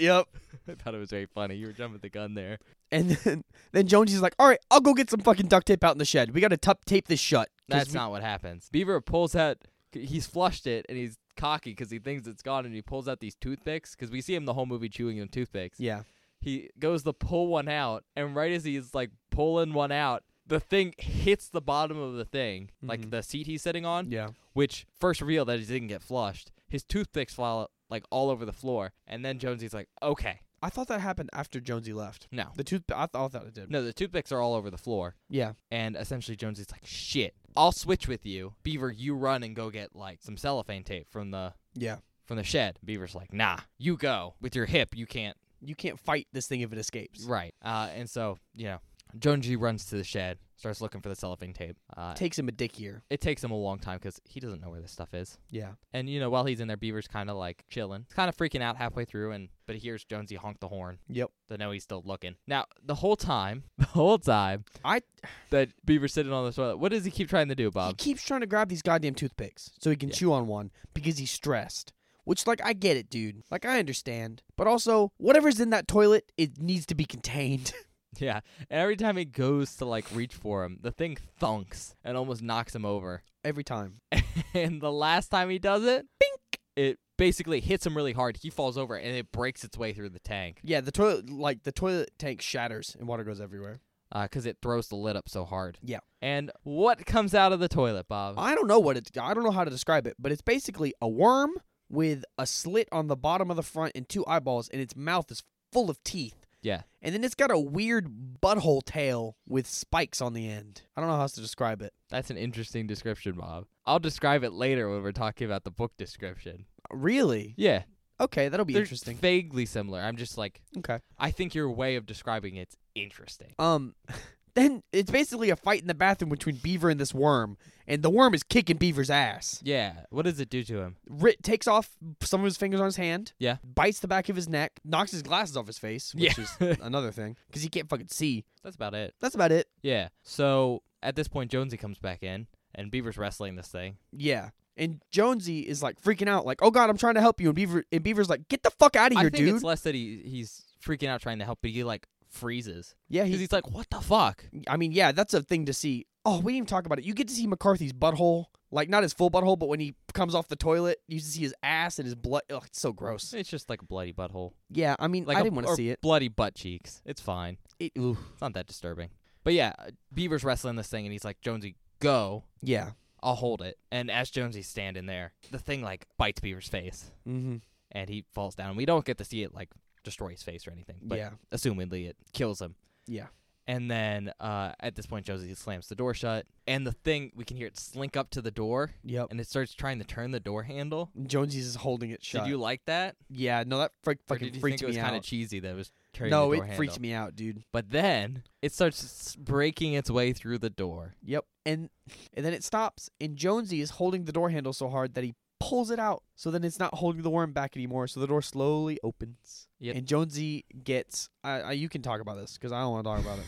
S1: yep.
S2: I thought it was very funny. You were jumping the gun there.
S1: And then then Jonesy's like, all right, I'll go get some fucking duct tape out in the shed. We gotta tup tape this shut. 'cause
S2: That's
S1: we-
S2: not what happens. Beaver pulls out. He's flushed it, and he's cocky because he thinks it's gone, and he pulls out these toothpicks because we see him the whole movie chewing on toothpicks.
S1: Yeah.
S2: He goes to pull one out, and right as he's like pulling one out, the thing hits the bottom of the thing, like
S1: Mhm.
S2: the seat he's sitting on,
S1: Yeah.
S2: which first reveal that he didn't get flushed. His toothpicks fall like all over the floor. And then Jonesy's like, okay,
S1: I thought that happened after Jonesy left.
S2: no,
S1: The tooth. I, th- I thought it did.
S2: no, the toothpicks are all over the floor.
S1: Yeah.
S2: And essentially, Jonesy's like, shit, I'll switch with you, Beaver. You run and go get like some cellophane tape from the
S1: Yeah.
S2: from the shed. Beaver's like, nah, you go with your hip. You can't.
S1: You can't fight this thing if it escapes.
S2: Right. Uh, and so you know, Jonesy runs to the shed, starts looking for the cellophane tape. Uh,
S1: Takes him a dick year.
S2: it takes him a long time 'cause he doesn't know where this stuff is.
S1: Yeah.
S2: And you know, while he's in there, Beaver's kind of like chilling, kind of freaking out halfway through, and but he hears Jonesy honk the horn.
S1: Yep.
S2: So now he's still looking. Now the whole time, the whole time
S1: I
S2: that Beaver's sitting on the toilet, what does he keep trying to do,
S1: he
S2: Bob?
S1: keeps trying to grab these goddamn toothpicks so he can
S2: Yeah.
S1: chew on one because he's stressed. Which, like, I get it, dude. Like, I understand. But also, whatever's in that toilet, it needs to be contained.
S2: Yeah. And every time he goes to like reach for him, the thing thunks and almost knocks him over.
S1: Every time.
S2: And the last time he does it, bink, it basically hits him really hard. He falls over and it breaks its way through the tank
S1: Yeah, the toilet, like, the toilet tank shatters and water goes everywhere.
S2: because uh, it throws the lid up so hard.
S1: Yeah.
S2: And what comes out of the toilet, Bob?
S1: I don't know what it, I don't know how to describe it, but it's basically a worm with a slit on the bottom of the front and two eyeballs, and its mouth is full of teeth.
S2: Yeah.
S1: And then it's got a weird butthole tail with spikes on the end. I don't know how else to describe it.
S2: That's an interesting description, Bob. I'll describe it later when we're talking about the book description.
S1: Really?
S2: Yeah,
S1: Okay, that'll be
S2: they're
S1: interesting.
S2: Vaguely similar. I'm just like,
S1: Okay.
S2: I think your way of describing it's interesting.
S1: Um, then it's basically a fight in the bathroom between Beaver and this worm, and the worm is kicking Beaver's ass.
S2: Yeah. What does it do to him?
S1: Rit takes off some of his fingers on his hand.
S2: Yeah.
S1: Bites the back of his neck, knocks his glasses off his face, which
S2: Yeah.
S1: is another thing because he can't fucking see.
S2: That's about it.
S1: That's about it.
S2: Yeah. So at this point, Jonesy comes back in, and Beaver's wrestling this thing.
S1: Yeah. And Jonesy is like freaking out, like, "Oh God, I'm trying to help you." And Beaver and Beaver's like, "Get the fuck out of
S2: I
S1: here,
S2: think
S1: dude!"
S2: it's less that he he's freaking out trying to help, but he like freezes
S1: yeah,
S2: because
S1: he's.
S2: he's like, "What the fuck?"
S1: I mean, yeah, that's a thing to see. Oh, we didn't even talk about it. You get to see McCarthy's butthole, like not his full butthole, but when he comes off the toilet, you just see his ass and his blood. Ugh, it's so gross.
S2: It's just like a bloody butthole.
S1: Yeah, I mean,
S2: Like
S1: I
S2: a-
S1: didn't want to
S2: or
S1: see it.
S2: Bloody butt cheeks. It's fine.
S1: It- ooh.
S2: It's not that disturbing. But yeah, Beaver's wrestling this thing, and he's like, "Jonesy, go."
S1: Yeah.
S2: I'll hold it. And as Jonesy's standing there, the thing like bites Beaver's face
S1: Mm-hmm.
S2: and he falls down. We don't get to see it like destroy his face or anything, but
S1: yeah.
S2: assumedly it kills him.
S1: Yeah.
S2: And then uh, at this point, Jonesy slams the door shut and the thing, we can hear it slink up to the door
S1: Yep.
S2: and it starts trying to turn the door handle.
S1: Jonesy's is holding it shut.
S2: Did you like that?
S1: yeah. No, that freak
S2: Or
S1: fucking
S2: did you
S1: freaked
S2: think it was
S1: me
S2: kind
S1: out.
S2: of cheesy that it was turning
S1: no,
S2: the
S1: it
S2: door handle?
S1: freaked me out, dude.
S2: But then it starts s- breaking its way through the door.
S1: Yep. And and then it stops, and Jonesy is holding the door handle so hard that he pulls it out. So then it's not holding the worm back anymore. So the door slowly opens.
S2: Yep.
S1: And Jonesy gets. I I you can talk about this because I don't want to talk about it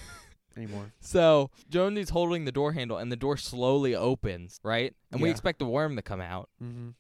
S1: anymore.
S2: So Jonesy's holding the door handle, and the door slowly opens, right? And we
S1: Yeah.
S2: expect the worm to come out,
S1: Mm-hmm.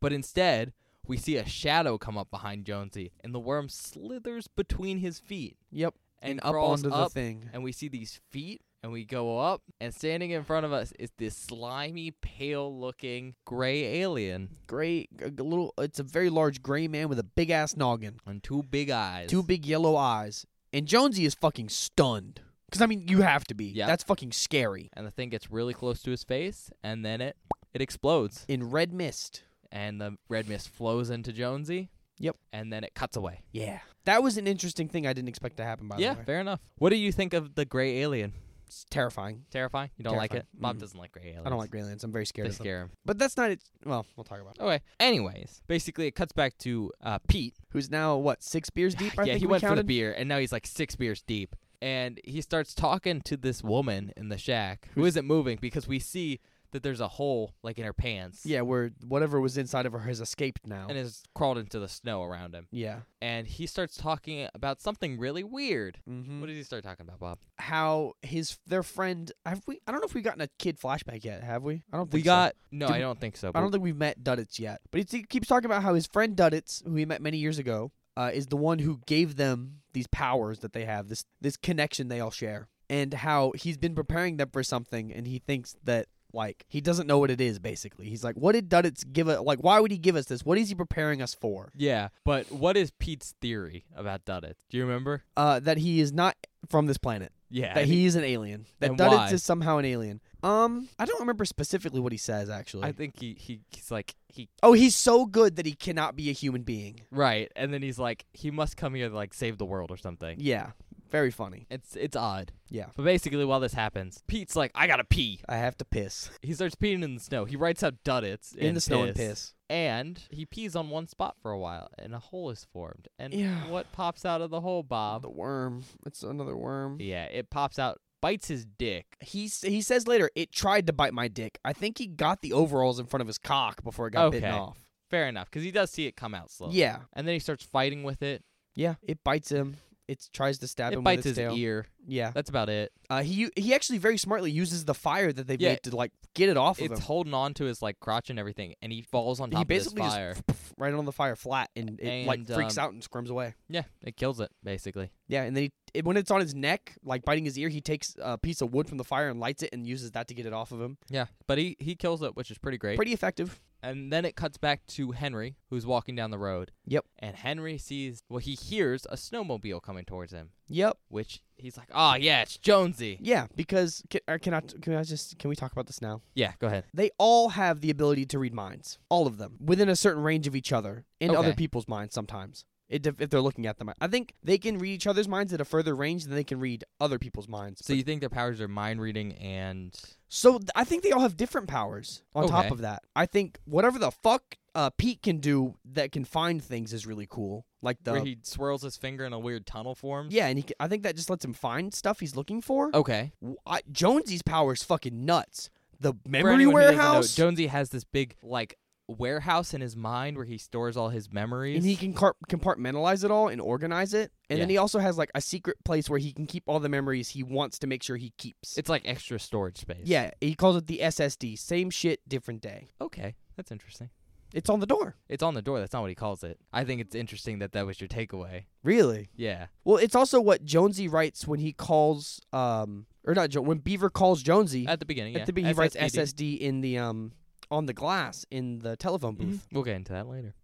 S2: but instead we see a shadow come up behind Jonesy, and the worm slithers between his feet
S1: Yep.
S2: and,
S1: up
S2: crawls
S1: onto
S2: up.
S1: the thing.
S2: And we see these feet, and we go up, and standing in front of us is this slimy, pale-looking gray alien
S1: Gray, a little. It's a very large gray man with a big ass noggin.
S2: and two big eyes.
S1: two big yellow eyes, and Jonesy is fucking stunned. Cause I mean, you have to be.
S2: Yeah.
S1: That's fucking scary.
S2: and the thing gets really close to his face, and then it it explodes,
S1: In red mist.
S2: and the red mist flows into Jonesy.
S1: Yep.
S2: And then it cuts away.
S1: Yeah, that was an interesting thing I didn't expect to happen. By
S2: yeah,
S1: the way,
S2: fair enough. What do you think of the gray alien?
S1: it's terrifying.
S2: Terrifying? You don't like it?
S1: Terrifying.
S2: Bob
S1: Mm.
S2: doesn't like gray aliens.
S1: I don't like aliens. I'm very scared
S2: They
S1: of them.
S2: scare him.
S1: But that's not it. Well, we'll talk about it.
S2: Okay. Anyways, basically it cuts back to uh, Pete.
S1: Who's now what six beers deep? I
S2: yeah,
S1: think
S2: he
S1: we
S2: went for
S1: counted.
S2: the beer, and now he's like six beers deep. And he starts talking to this woman in the shack who isn't moving because we see that there's a hole like in her pants.
S1: yeah, where whatever was inside of her has escaped now.
S2: And has crawled into the snow around him.
S1: yeah.
S2: And he starts talking about something really weird.
S1: Mm-hmm.
S2: What does he start talking about, Bob?
S1: How his their friend? Have we? I don't know if we've gotten a kid flashback yet. Have we? I don't think
S2: We
S1: so.
S2: got no,
S1: Did
S2: I
S1: we-
S2: don't think so.
S1: I
S2: but
S1: don't think we've met Duddits yet, but it's- he keeps talking about how his friend Duddits, who he met many years ago, uh, is the one who gave them these powers that they have, this this connection they all share, and how he's been preparing them for something, and he thinks that like he doesn't know what it is. Basically, he's like, "What did Duddits give us? Like, why would he give us this? What is he preparing us for?
S2: Yeah, but what is Pete's theory about Duddits? Do you remember?
S1: Uh, that he is not from this planet."
S2: Yeah.
S1: that
S2: and-
S1: he's an alien. That
S2: and
S1: Duddits
S2: why?
S1: is somehow an alien. Um, I don't remember specifically what he says actually.
S2: I think he, he he's like he
S1: oh, he's so good that he cannot be a human being.
S2: right, and then he's like he must come here to like save the world or something.
S1: Yeah, very funny.
S2: It's it's odd.
S1: Yeah.
S2: But basically, while this happens, Pete's like, I gotta pee.
S1: I have to piss
S2: He starts peeing in the snow. He writes out Duddits
S1: in the snow and piss.
S2: and he pees on one spot for a while, and a hole is formed. And
S1: Yeah.
S2: what pops out of Ah, the hole, Bob?
S1: The worm. It's another worm.
S2: Yeah, it pops out, bites his dick.
S1: He s- he says later it tried to bite my dick. I think he got the overalls in front of his cock before it got bitten
S2: Okay.
S1: off.
S2: Fair enough, because he does see it come out slowly.
S1: Yeah,
S2: And then he starts fighting with it.
S1: yeah. It bites him. It tries to stab
S2: it
S1: him
S2: bites
S1: with its
S2: his
S1: tail.
S2: ear.
S1: Yeah.
S2: That's about it.
S1: Uh, he u- he actually very smartly uses the fire that they've
S2: Yeah.
S1: made to like get it off of
S2: It's
S1: him.
S2: holding on to his like crotch and everything, and he falls on top
S1: he
S2: of this
S1: basically just
S2: fire.
S1: pff, right on the fire flat and it like
S2: And,
S1: freaks
S2: um,
S1: out and squirms away.
S2: Yeah, it kills it basically.
S1: Yeah, and then he, it, when it's on his neck, like biting his ear, he takes a piece of wood from the fire and lights it and uses that to get it off of him.
S2: Yeah, but he he kills it, which is pretty great.
S1: Pretty effective.
S2: And then it cuts back to Henry, who's walking down the road.
S1: Yep.
S2: And Henry sees, well, he hears a snowmobile coming towards him,
S1: Yep.
S2: which he's like, oh, yeah, it's Jonesy.
S1: Yeah, because can, uh, can I can I just can we talk about this now?
S2: Yeah, go ahead.
S1: They all have the ability to read minds, all of them, within a certain range of each other and other
S2: Okay.
S1: people's minds sometimes. It, def- if they're looking at them, I think they can read each other's minds at a further range than they can read other people's minds.
S2: So you think their powers are mind reading and.
S1: So th- I think they all have different powers on top
S2: Okay.
S1: of that. I think whatever the fuck uh, Pete can do that can find things is really cool. Like the
S2: where he swirls his finger in a weird tunnel form?
S1: yeah, and he can, I think that just lets him find stuff he's looking for.
S2: Okay.
S1: W- I, Jonesy's power is fucking nuts. The
S2: For
S1: memory
S2: anyone who doesn't know,
S1: warehouse,
S2: Jonesy has this big, like, warehouse in his mind where he stores all his memories.
S1: and he can car- compartmentalize it all and organize it. And then
S2: Yeah.
S1: he also has like a secret place where he can keep all the memories he wants to make sure he keeps.
S2: It's like extra storage space.
S1: yeah, he calls it the SSD. Same shit, different day.
S2: Okay. That's interesting.
S1: It's on the door.
S2: It's on the door. That's not what he calls it. I think it's interesting that that was your takeaway.
S1: Really.
S2: Yeah.
S1: Well, it's also what Jonesy writes when he calls, um, or not jo- when Beaver calls Jonesy
S2: At the beginning, yeah.
S1: at the beginning. He writes
S2: SSPD.
S1: SSD in the um on the glass in the telephone booth.
S2: Mm-hmm. We'll get into that later.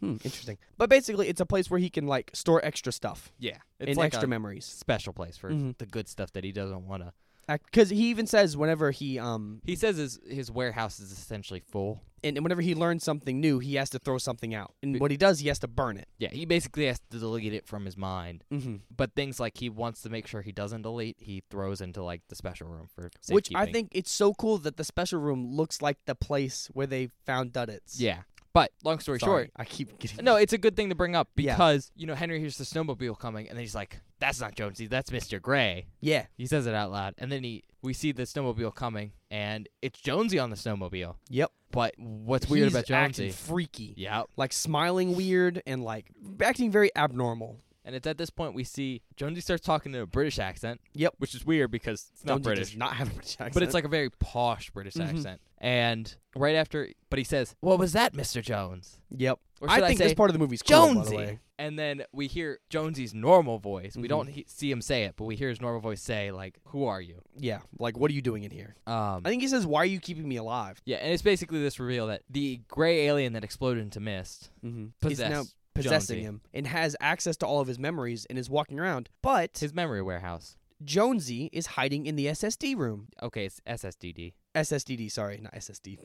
S1: Hmm, interesting. But basically, it's a place where he can like store extra stuff
S2: Yeah,
S1: and extra
S2: a
S1: memories.
S2: special place for
S1: Mhm.
S2: the good stuff that he doesn't want to.
S1: Because he even says whenever he um
S2: He says his his warehouse is essentially full.
S1: and and whenever he learns something new, he has to throw something out. And
S2: Be-
S1: what he does, he has to burn it.
S2: Yeah, he basically has to delete it from his mind.
S1: Mm-hmm.
S2: But things like he wants to make sure he doesn't delete, he throws into like the special room for
S1: Which I
S2: safekeeping.
S1: think it's so cool that the special room looks like the place where they found Duddits.
S2: Yeah, but long story
S1: Sorry, I keep
S2: short,
S1: getting
S2: no, it's a good thing to bring up
S1: Yeah.
S2: because you know Henry hears the snowmobile coming, and then he's like, "That's not Jonesy, that's Mister Gray."
S1: Yeah,
S2: He says it out loud, and then he we see the snowmobile coming, and it's Jonesy on the snowmobile.
S1: Yep.
S2: But what's weird
S1: He's
S2: about Jonesy?
S1: acting freaky.
S2: Yep.
S1: like smiling weird and like acting very abnormal.
S2: And it's at this point we see Jonesy starts talking in a British accent.
S1: Yep.
S2: Which is weird because it's not
S1: Jonesy does
S2: British.
S1: not have a British accent.
S2: But it's like a very posh British
S1: Mhm.
S2: accent. And right after but he says, Mm-hmm. What was that, Mr. Jones?
S1: yep.
S2: Or
S1: I
S2: should I,
S1: think
S2: say
S1: this part of the movie's cool, by the
S2: Jonesy? Mm-hmm.
S1: way.
S2: and then we hear Jonesy's normal voice. We
S1: Mhm.
S2: don't he- see him say it, but we hear his normal voice say, like, who are you?
S1: Yeah, like what are you doing in here?
S2: Um
S1: I think he says, "Why are you keeping me alive?"
S2: Yeah, and it's basically this reveal that the gray alien that exploded into mist
S1: Mm-hmm. Is
S2: possessed
S1: now possessing
S2: Jonesy.
S1: him and has access to all of his memories and is walking around. But
S2: his memory warehouse.
S1: Jonesy is hiding in the SSD room.
S2: Okay, it's SSDD.
S1: SSDD, sorry, not SSD.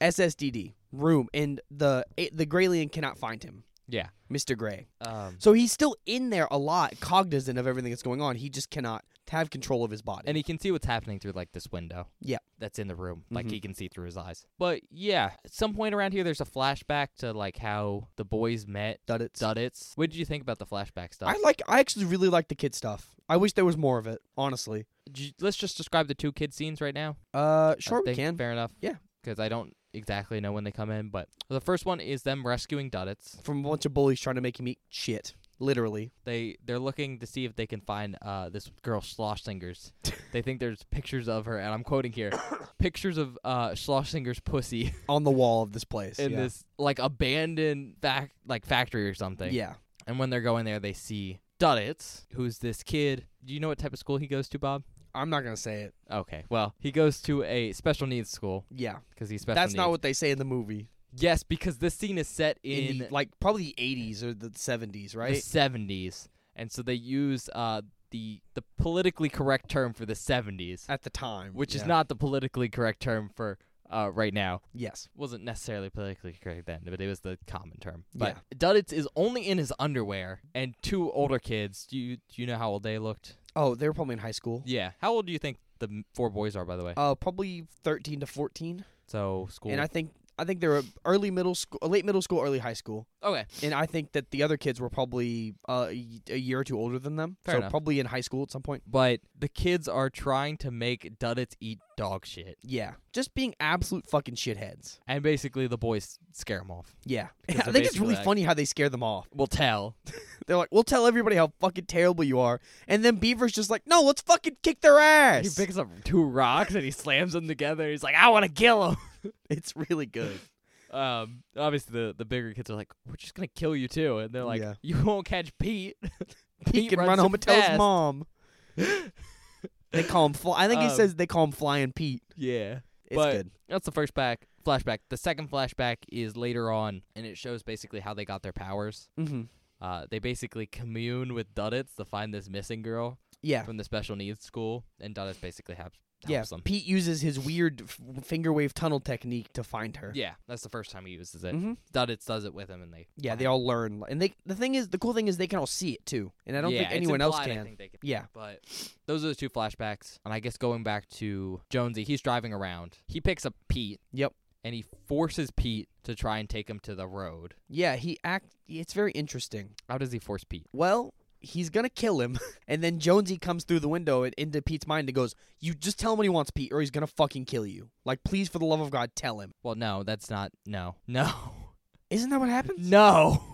S1: SSDD room, and the the Graylien cannot find him,
S2: Yeah.
S1: Mister Gray.
S2: Um
S1: So he's still in there a lot, cognizant of everything that's going on. He just cannot have control of his body.
S2: and he can see what's happening through like this window.
S1: Yeah.
S2: that's in the room. Like
S1: Mhm.
S2: he can see through his eyes. But yeah, at some point around here, there's a flashback to like how the boys met
S1: Duddits.
S2: Duddits. What did you think about the flashback stuff?
S1: I like. I actually really like the kid stuff. I wish there was more of it, honestly.
S2: J- let's just describe the two kid scenes right now.
S1: Uh,
S2: I
S1: sure we
S2: think.
S1: can.
S2: Fair enough.
S1: Yeah.
S2: because I don't exactly know when they come in, but the first one is them rescuing Duddits.
S1: From a bunch of bullies trying to make him eat shit, literally.
S2: They they're looking to see if they can find uh this girl Schlossingers. they think there's pictures of her, and I'm quoting here, pictures of uh Schlossinger's pussy.
S1: On the wall of this place.
S2: in
S1: yeah.
S2: this like abandoned fac- like factory or something.
S1: Yeah.
S2: And when they're going there, they see Duddits, who's this kid. Do you know what type of school he goes to, Bob?
S1: I'm not gonna say it.
S2: Okay. Well, he goes to a special needs school
S1: Yeah.
S2: because he's special.
S1: That's
S2: needs.
S1: not what they say in the movie.
S2: Yes, because this scene is set in,
S1: the, like probably the 80s or the 70s,
S2: the
S1: right?
S2: seventies, and so they use uh the the politically correct term for the 70s,
S1: at the time,
S2: which is
S1: Uh, yeah.
S2: not the politically correct term for uh, right now.
S1: Yes,
S2: Wasn't necessarily politically correct then, but it was the common term. But
S1: Yeah.
S2: Duddits is only in his underwear, and two older kids. Do you do you know how old they looked?
S1: Oh, they were probably in high school.
S2: Yeah. How old do you think the m- four boys are, by the way?
S1: Uh, probably thirteen to fourteen,
S2: so school.
S1: and I think I think they were early middle school, late middle school, early high school,
S2: okay.
S1: and I think that the other kids were probably uh, a y- a year or two older than them,
S2: Fair
S1: so
S2: enough.
S1: probably in high school at some point.
S2: But the kids are trying to make Duddits eat dog shit,
S1: Yeah, just being absolute fucking shitheads.
S2: and basically the boys scare them off.
S1: Yeah,
S2: Because
S1: I
S2: they're
S1: think it's
S2: basically
S1: really
S2: like-
S1: funny how they scare them off.
S2: We'll tell.
S1: They're like, "We'll tell everybody how fucking terrible you are," and then Beaver's just like, "No, let's fucking kick their
S2: He
S1: ass."
S2: picks up two rocks and he slams them together. He's like, "I want to kill him."
S1: it's really good.
S2: Um, obviously the the bigger kids are like, "We're just gonna kill you too," and they're like,
S1: Yeah.
S2: "You won't catch Pete."
S1: he
S2: Pete
S1: can
S2: runs
S1: run
S2: so
S1: home and tell his
S2: fast.
S1: mom. they call him. Fly- I think he
S2: Um,
S1: says they call him Flying Pete.
S2: Yeah,
S1: It's
S2: but-
S1: good.
S2: that's the first back flashback. The second flashback is later on, and it shows basically how they got their powers.
S1: Mm-hmm.
S2: Uh, they basically commune with Duddits to find this missing girl
S1: Yeah,
S2: from the special needs school, and Duddits basically helps
S1: Ah.
S2: helps
S1: yeah.
S2: them.
S1: Pete uses his weird f- finger wave tunnel technique to find her.
S2: Yeah, that's the first time he uses it.
S1: hmm
S2: Duddits does it with him, and they
S1: Yeah, they all learn, and they. The thing is, the cool thing is they can all see it too, and I don't
S2: Yeah,
S1: think
S2: it's
S1: anyone else
S2: implied, I
S1: can.
S2: think they can.
S1: Yeah,
S2: But those are the two flashbacks. And I guess going back to Jonesy, he's driving around. He picks up Pete.
S1: Yep.
S2: And he forces Pete to try and take him to the road.
S1: yeah. He act. It's very interesting.
S2: How does he force Pete?
S1: Well. He's gonna kill him, and then Jonesy comes through the window and into Pete's mind and goes, "You just tell him what he wants, Pete, or he's gonna fucking kill you. Like, please, for the love of God, tell him."
S2: Well, no, that's not. No. No.
S1: Isn't that what happens?
S2: No.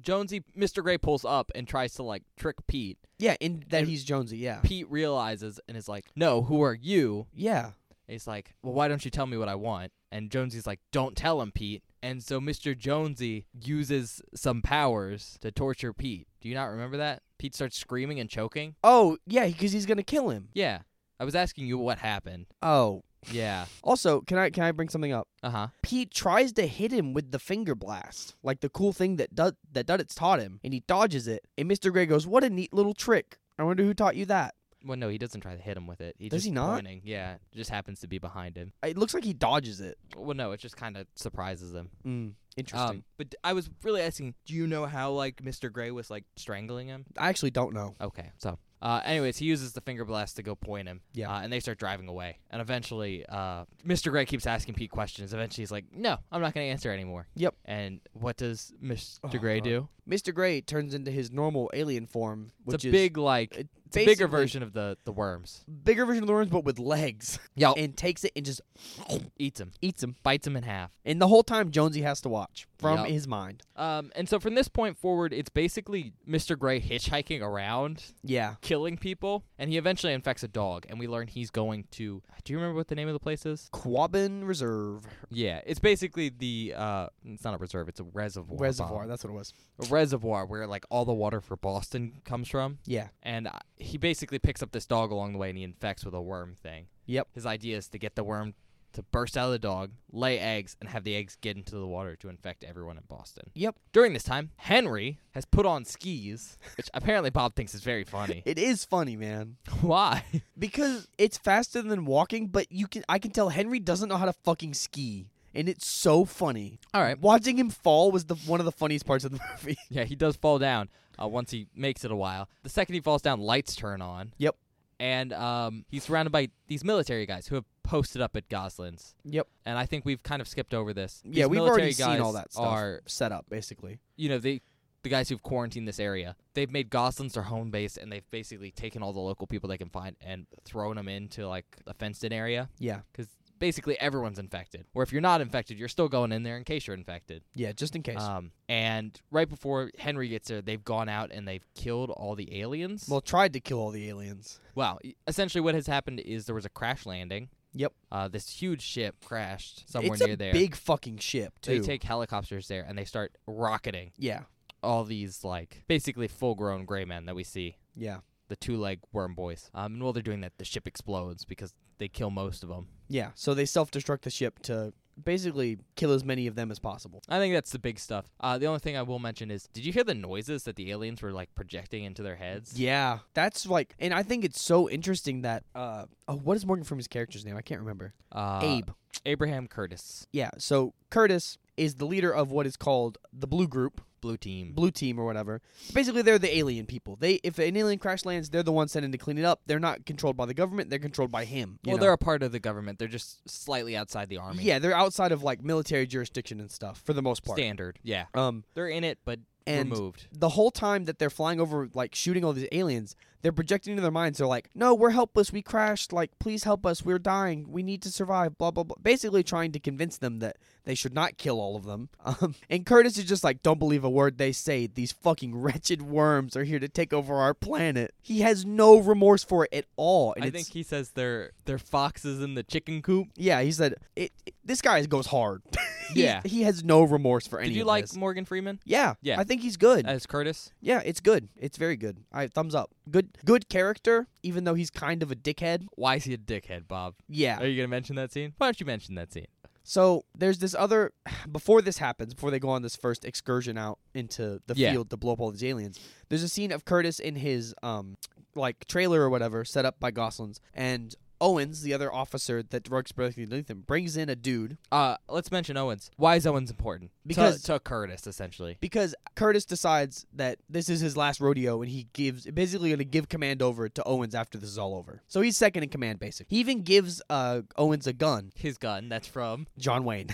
S2: Jonesy, Mr. Gray pulls up and tries to like trick Pete.
S1: Yeah, and that
S2: Mm-hmm. And-
S1: he's Jonesy. Yeah,
S2: Pete realizes and is like, No, who are you?
S1: yeah.
S2: And he's like, Well, why don't you tell me what I want? And Jonesy's like, Don't tell him, Pete. And so Mr. Jonesy uses some powers to torture Pete. Do you not remember that? Pete starts screaming and choking.
S1: Oh, yeah, because he's gonna kill him.
S2: Yeah. I was asking you what happened.
S1: Oh,
S2: Yeah.
S1: also, can I can I bring something up?
S2: Uh huh.
S1: Pete tries to hit him with the finger blast, like the cool thing that Dud- that Duddits taught him, and he dodges it. And Mr. Gray goes, "What a neat little trick! I wonder who taught you that."
S2: Well, no, he doesn't try to hit him with it. He's
S1: Does
S2: just
S1: he not?
S2: Pointing. Yeah. It just happens to be behind him.
S1: It looks like he dodges it.
S2: Well, no, it just kind of surprises him.
S1: Mm, interesting.
S2: Um, but I was really asking, do you know how like Mr. Gray was like strangling him?
S1: I actually don't know.
S2: Okay, so. Uh, anyways, he uses the finger blast to go point him.
S1: Yeah.
S2: Uh, and they start driving away. And eventually, uh, Mr. Gray keeps asking Pete questions. Eventually, he's like, no, I'm not going to answer anymore.
S1: Yep.
S2: And what does Mr.
S1: Oh,
S2: Gray
S1: God.
S2: do?
S1: Mr. Gray turns into his normal alien form, which
S2: it's a
S1: is
S2: big, like,
S1: it
S2: it's a
S1: basically-
S2: bigger version of the, the worms.
S1: bigger version of the worms, but with legs,
S2: Yeah.
S1: and takes it and just
S2: eats him,
S1: eats him.
S2: bites him in half.
S1: And the whole time, Jonesy has to watch from
S2: Yep.
S1: his mind.
S2: Um, and so from this point forward, it's basically Mr. Gray hitchhiking around,
S1: Yeah,
S2: killing people. And he eventually infects a dog. And we learn he's going to. Do you remember what the name of the place is?
S1: Quabbin Reserve
S2: Yeah, it's basically the uh, it's not a reserve, it's a reservoir. Bob.
S1: Reservoir. That's what it was.
S2: a reservoir where like all the water for Boston comes from.
S1: Yeah.
S2: And uh, he basically picks up this dog along the way and he infects with a worm thing.
S1: Yep.
S2: His idea is to get the worm to burst out of the dog, lay eggs, and have the eggs get into the water to infect everyone in Boston.
S1: Yep.
S2: During this time, Henry has put on skis, which apparently Bob thinks is very funny.
S1: It is funny, man,
S2: Why?
S1: because it's faster than walking, but you can I can tell Henry doesn't know how to fucking ski, and it's so funny.
S2: All right.
S1: Watching him fall was the one of the funniest parts of the movie.
S2: Yeah, he does fall down uh, once he makes it a while. The second he falls down, lights turn on.
S1: Yep.
S2: And um, he's surrounded by these military guys who have posted up at Goslin's.
S1: Yep.
S2: And I think we've kind of skipped over this.
S1: yeah,
S2: These
S1: we've
S2: military
S1: already
S2: guys
S1: seen all that stuff
S2: Are
S1: set up basically.
S2: you know they, the guys who've quarantined this area, they've made Goslin's their home base, and they've basically taken all the local people they can find and thrown them into like a fenced-in area
S1: Yeah,
S2: because basically everyone's infected. Or if you're not infected, you're still going in there in case you're infected.
S1: yeah, just in case.
S2: Um, and right before Henry gets there, they've gone out and they've killed all the aliens.
S1: well, tried to kill all the aliens.
S2: wow. Essentially, what has happened is there was a crash landing.
S1: Yep.
S2: Uh, this huge ship crashed somewhere
S1: it's
S2: near
S1: a
S2: there.
S1: big fucking ship too.
S2: they take helicopters there and they start rocketing
S1: yeah,
S2: all these like basically full-grown gray men that we see,
S1: yeah,
S2: the two-legged worm boys. Um, and while they're doing that, the ship explodes because they kill most of them.
S1: yeah. So they self-destruct the ship to basically kill as many of them as possible.
S2: I think that's the big stuff. Uh, the only thing I will mention is, did you hear the noises that the aliens were like projecting into their heads?
S1: Yeah, that's like, and I think it's so interesting that uh, oh, what is Morgan Freeman's character's name? I can't remember.
S2: Uh,
S1: Abe.
S2: Abraham Curtis,
S1: Yeah, so Curtis is the leader of what is called the Blue Group,
S2: Blue Team.
S1: Blue Team or whatever. Basically, they're the alien people. They, if an alien crash lands, they're the ones sent in to clean it up. They're not controlled by the government. They're controlled by him. you
S2: well,
S1: know?
S2: they're a part of the government. They're just slightly outside the army.
S1: yeah, they're outside of like military jurisdiction and stuff for the most part.
S2: Standard. Yeah.
S1: Um,
S2: They're in it, but
S1: and
S2: removed.
S1: the whole time that they're flying over, like shooting all these aliens, they're projecting into their minds. They're like, "No, we're helpless. We crashed. Like, please help us. We're dying. We need to survive." Blah blah blah. Basically, trying to convince them that they should not kill all of them. Um, and Curtis is just like, "Don't believe a word they say. These fucking wretched worms are here to take over our planet." He has no remorse for it at all. And
S2: I
S1: it's-
S2: think he says they're they're foxes in the chicken coop.
S1: yeah, he said, it, it- "This guy goes hard." He-
S2: Yeah.
S1: he has no remorse for any.
S2: Did you
S1: of
S2: like
S1: this.
S2: Morgan Freeman
S1: Yeah,
S2: Yeah.
S1: I think he's good.
S2: as Curtis?
S1: Yeah, it's good. It's very good. I thumbs up. Good good character, even though he's kind of a dickhead.
S2: Why is he a dickhead, Bob? Are
S1: Yeah.
S2: you gonna mention that scene? Why don't you mention that scene?
S1: So there's this other before this happens, before they go on this first excursion out into the
S2: Yeah.
S1: field to blow up all these aliens, there's a scene of Curtis in his um like trailer or whatever set up by Gosling's and Owens, the other officer that works beneath him, brings in a dude
S2: Uh, let's mention Owens. Why is Owens important? To-
S1: Because-
S2: to, Curtis, essentially.
S1: because Curtis decides that this is his last rodeo and he gives basically going to give command over to Owens after this is all over. So he's second in command basically. He even gives uh, Owens a gun,
S2: His gun. That's from.
S1: John Wayne,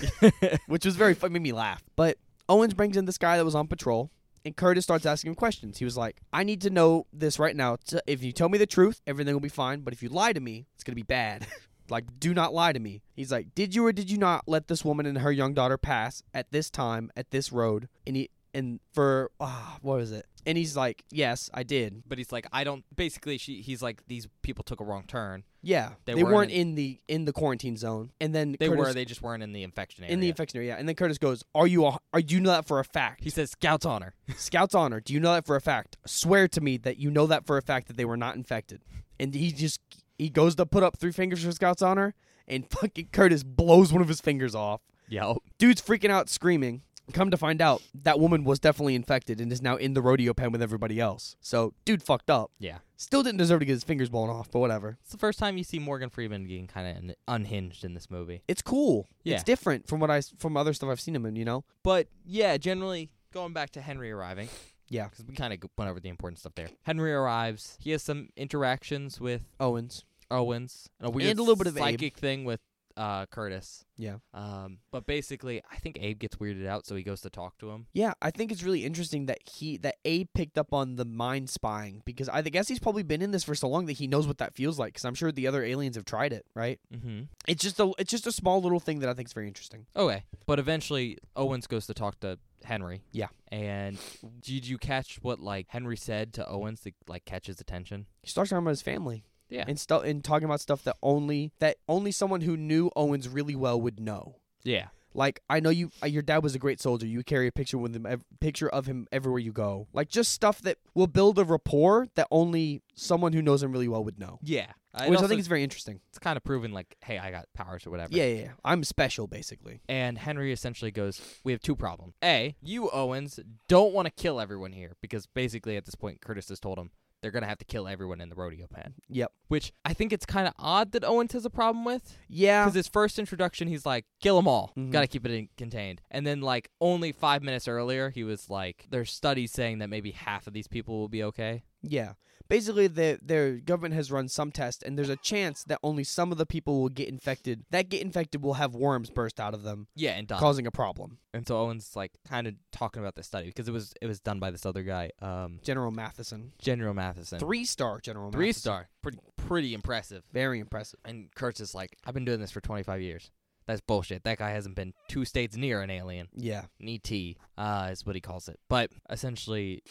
S1: which was very fun, made me laugh. But Owens brings in this guy that was on patrol. And Curtis starts asking him questions. He was like, "I need to know this right now. T- If you tell me the truth, everything will be fine. But if you lie to me, it's gonna be bad. like, do not lie to me." He's like, "Did you or did you not let this woman and her young daughter pass at this time at this road?" And he and for ah, what was it? And he's like, "Yes, I did.
S2: But he's like, I don't. Basically, she. He's like, these people took a wrong turn.
S1: Yeah,
S2: They
S1: they,
S2: weren't
S1: weren't, in the in the quarantine zone." And then
S2: They
S1: Curtis,
S2: were. They just weren't in the infection area.
S1: in the infection area. And then Curtis goes, "Are you a, are you know that for a fact?"
S2: he says, "Scouts honor."
S1: Scout's honor. Do you know that for a fact? Swear to me that you know that for a fact that they were not infected. And he just he goes to put up three fingers for Scout's honor, and fucking Curtis blows one of his fingers off.
S2: Yep.
S1: Dude's freaking out, screaming. Come to find out, that woman was definitely infected and is now in the rodeo pen with everybody else. So, dude fucked up.
S2: Yeah.
S1: Still didn't deserve to get his fingers blown off, but whatever.
S2: It's the first time you see Morgan Freeman getting kind of unhinged in this movie.
S1: It's cool.
S2: Yeah.
S1: It's different from what I s- from other stuff I've seen him in. You know.
S2: But yeah, generally going back to Henry arriving.
S1: Yeah.
S2: because we kind of went over the important stuff there. Henry arrives. He has some interactions with
S1: Owens.
S2: Owens and a weird
S1: And a little bit of Abe.
S2: psychic thing with uh, Curtis.
S1: Yeah.
S2: Um, but basically, I think Abe gets weirded out, so he goes to talk to him.
S1: Yeah, I think it's really interesting that he that Abe picked up on the mind spying because I guess he's probably been in this for so long that he knows what that feels like. Because I'm sure the other aliens have tried it, right?
S2: Mm-hmm.
S1: It's just a it's just a small little thing that I think is very interesting.
S2: Okay, but eventually Owens goes to talk to Henry.
S1: Yeah.
S2: And did you catch what like Henry said to Owens to like catch his attention?
S1: He starts talking about his family,
S2: Yeah.
S1: and stuff and talking about stuff that only that only someone who knew Owens really well would know.
S2: Yeah.
S1: Like I know you, uh, your dad was a great soldier. You carry a picture with him, ev- picture of him everywhere you go. Like just stuff that will build a rapport that only someone who knows him really well would know,
S2: Yeah.
S1: which I think is very interesting.
S2: it's kind of proven like, hey, I got powers or whatever.
S1: Yeah, yeah, yeah. I'm special, basically.
S2: And Henry essentially goes, We have two problems. A, you, Owens, don't want to kill everyone here because basically at this point, Curtis has told him they're going to have to kill everyone in the rodeo pen.
S1: Yep.
S2: Which I think it's kind of odd that Owens has a problem with
S1: Yeah.
S2: because his first introduction, he's like, Kill them all.
S1: Mhm.
S2: Got to keep it in- contained. And then, like, only five minutes earlier, he was like, There's studies saying that maybe half of these people will be okay.
S1: Yeah. Basically, the, their government has run some tests, and there's a chance that only some of the people will get infected. That get infected will have worms burst out of them,
S2: Yeah, and done.
S1: causing a problem.
S2: and so Owens like kind of talking about this study because it was it was done by this other guy, um,
S1: General Matheson.
S2: General Matheson.
S1: Three star General
S2: Three
S1: Matheson.
S2: star. Pretty pretty impressive.
S1: Very impressive.
S2: And Kurtz is like, I've been doing this for 25 years. That's bullshit. That guy hasn't been two states near an alien.
S1: Yeah.
S2: An ET uh, is what he calls it. But essentially,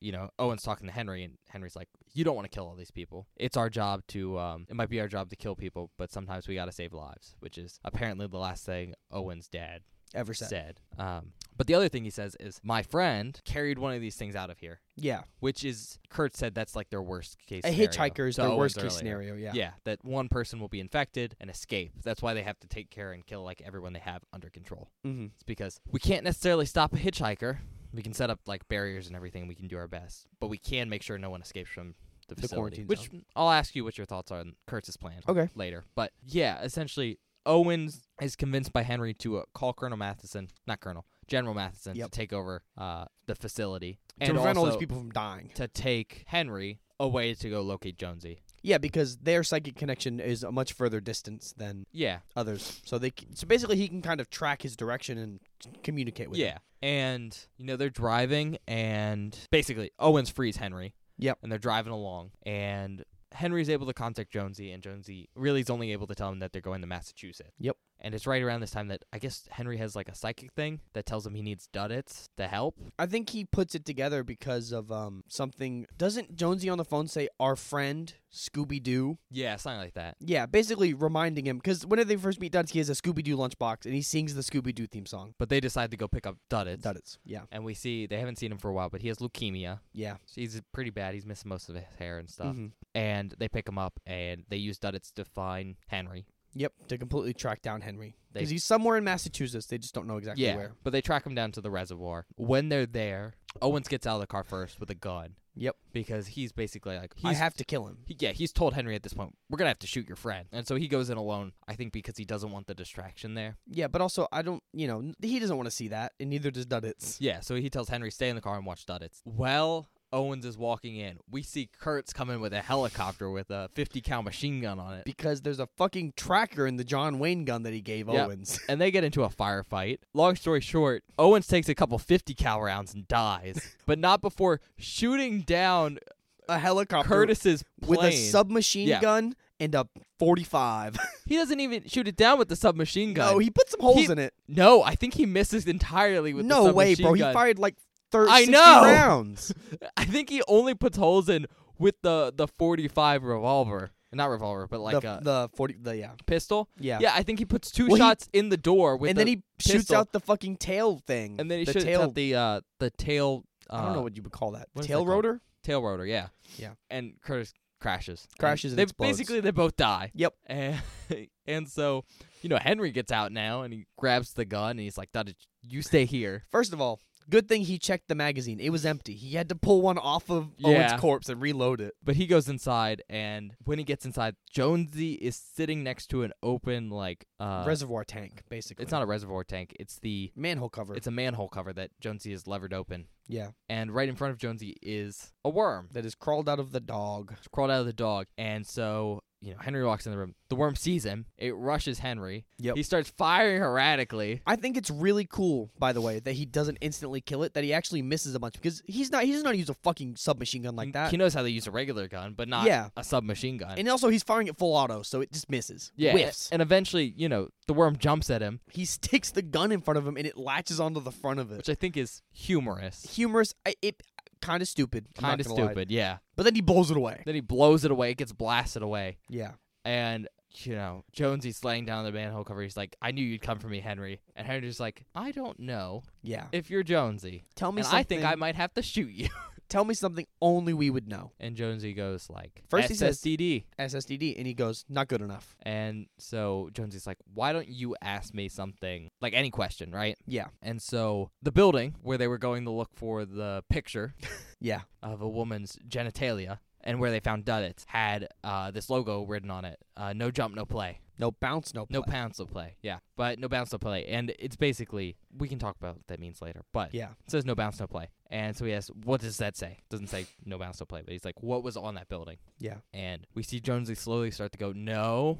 S2: you know, Owen's talking to Henry, and Henry's like, You don't want to kill all these people. It's our job to, um, it might be our job to kill people, but sometimes we got to save lives, which is apparently the last thing Owen's dad
S1: ever said.
S2: said. Um, but the other thing he says is, my friend carried one of these things out of here,
S1: Yeah,
S2: which is Kurt said that's like their worst case.
S1: a
S2: scenario.
S1: hitchhiker is
S2: The
S1: the
S2: Owens
S1: worst case
S2: earlier.
S1: scenario. Yeah.
S2: Yeah. that one person will be infected and escape. That's why they have to take care and kill like everyone they have under control.
S1: Mm-hmm.
S2: It's because we can't necessarily stop a hitchhiker. We can set up like barriers and everything. We can do our best, but we can make sure no one escapes from the,
S1: The
S2: facility.
S1: quarantine
S2: which I'll ask you what your thoughts are on Kurtz's plan.
S1: Okay.
S2: Later, but yeah, essentially Owens is convinced by Henry to uh, call Colonel Matheson, not Colonel General Matheson,
S1: Yep.
S2: to take over uh, the facility
S1: To
S2: and
S1: prevent all
S2: also
S1: these people from dying.
S2: to take Henry away to go locate Jonesy.
S1: Yeah, because their psychic connection is a much further distance than
S2: Yeah,
S1: others. So they c- so basically he can kind of track his direction and c- communicate with
S2: yeah.
S1: them.
S2: And you know, they're driving and basically Owens frees Henry.
S1: Yep.
S2: And they're driving along and Henry's able to contact Jonesy and Jonesy really is only able to tell him that they're going to Massachusetts.
S1: Yep.
S2: And it's right around this time that I guess Henry has like a psychic thing that tells him he needs Duddits to help.
S1: I think he puts it together because of um something doesn't Jonesy on the phone say our friend Scooby Doo?
S2: Yeah, something like that.
S1: Yeah, basically reminding him cuz whenever they first meet Duds he has a Scooby Doo lunchbox and he sings the Scooby Doo theme song.
S2: But they decide to go pick up Duddits.
S1: Duds. Yeah.
S2: And we see they haven't seen him for a while, but he has leukemia.
S1: Yeah.
S2: So he's pretty bad. He's missing most of his hair and stuff.
S1: Mhm.
S2: And they pick him up and they use Duddits to find Henry.
S1: Yep, to completely track down Henry.
S2: They-
S1: Cuz he's somewhere in Massachusetts. They just don't know exactly
S2: yeah,
S1: where.
S2: but they track him down to the reservoir. When they're there, Owens gets out of the car first with a gun.
S1: Yep.
S2: Because he's basically like,
S1: I
S2: he's,
S1: have to kill him.
S2: he- yeah, he's told Henry at this point, we're gonna have to shoot your friend, and so he goes in alone. I think because he doesn't want the distraction there.
S1: Yeah, but also I don't, you know, n- he doesn't want to see that and neither does Duddits.
S2: Yeah, so he tells Henry stay in the car and watch Duddits. Well. Owens is walking in. We see Kurtz come in with a helicopter with a 50 cal machine gun on it.
S1: because there's a fucking tracker in the John Wayne gun that he gave
S2: Yep.
S1: Owens.
S2: and they get into a firefight. Long story short, Owens takes a couple 50 cal rounds and dies, but not before shooting down
S1: a helicopter
S2: Curtis's plane.
S1: with a submachine
S2: Yeah.
S1: gun and a 45.
S2: he doesn't even shoot it down with the submachine gun.
S1: no, he put some holes
S2: He-
S1: in it.
S2: No, I think he misses entirely with the
S1: No way,
S2: submachine
S1: bro.
S2: gun.
S1: He fired like 30
S2: I know.
S1: rounds.
S2: I think he only puts holes in with the the 45 revolver, not revolver, but like
S1: the,
S2: a
S1: the 40 the yeah.
S2: pistol.
S1: Yeah.
S2: Yeah, I think he puts two
S1: Well, he-
S2: shots in the door with
S1: and then
S2: the-
S1: he shoots
S2: pistol.
S1: out the fucking tail thing.
S2: and then he
S1: the
S2: shoots
S1: tail
S2: out the uh the tail uh,
S1: I don't know what you would call that.
S2: what is that
S1: Tail
S2: called?
S1: rotor?
S2: tail rotor, yeah.
S1: Yeah.
S2: And Curtis crashes.
S1: Crashes and
S2: they
S1: explodes.
S2: basically they both die.
S1: Yep.
S2: And and so, you know, Henry gets out now and he grabs the gun and he's like, "Dada, you stay here."
S1: First of all, good thing he checked the magazine. It was empty. He had to pull one off of
S2: Yeah.
S1: Owen's corpse and reload it.
S2: But he goes inside and when he gets inside, Jonesy is sitting next to an open like uh
S1: Reservoir tank, basically.
S2: it's not a reservoir tank. It's the
S1: manhole cover.
S2: it's a manhole cover that Jonesy is levered open.
S1: yeah.
S2: And right in front of Jonesy is a worm.
S1: that has crawled out of the dog.
S2: It's crawled out of the dog. And so, you know, Henry walks in the room. The worm sees him. It rushes Henry.
S1: Yep.
S2: He starts firing erratically.
S1: I think it's really cool, by the way, that he doesn't instantly kill it, that he actually misses a bunch because he's not he doesn't know how to use a fucking submachine gun like
S2: N-
S1: that.
S2: He knows how to use a regular gun, but not
S1: Yeah.
S2: a submachine gun.
S1: And also he's firing at full auto, so it just misses.
S2: yeah, a-
S1: Whiffs.
S2: And eventually, you know, the worm jumps at him,
S1: he sticks the gun in front of him and it latches onto the front of it.
S2: which I think is humorous.
S1: Humorous I, it kind of stupid. I'm not
S2: Kind of
S1: gonna lie.
S2: stupid, yeah.
S1: But then he blows it away.
S2: Then he blows it away, it gets blasted away.
S1: Yeah.
S2: And, you know, Jonesy's laying down on the manhole cover. He's like, I knew you'd come for me, Henry. And Henry's like, I don't know
S1: Yeah.
S2: if you're Jonesy.
S1: Tell me
S2: And
S1: something
S2: I think I might have to shoot you.
S1: tell me something only we would know.
S2: And Jonesy goes like,
S1: First he says-
S2: SSDD.
S1: SSDD and he goes, "Not good enough."
S2: And so Jonesy's like, why don't you ask me something, like any question, right?
S1: Yeah.
S2: And so the building where they were going to look for the picture
S1: Yeah.
S2: of a woman's genitalia and where they found Duddits had uh, this logo written on it uh, no jump, no play.
S1: No bounce, no
S2: No
S1: play.
S2: pounce, no play. Yeah. But no bounce, no play. And it's basically, we can talk about what that means later, but
S1: Yeah.
S2: it says no bounce, no play. And so he asks, what does that say? Doesn't say no bounce, no play, but he's like, what was on that building?
S1: Yeah.
S2: and we see Jonesy slowly start to go no,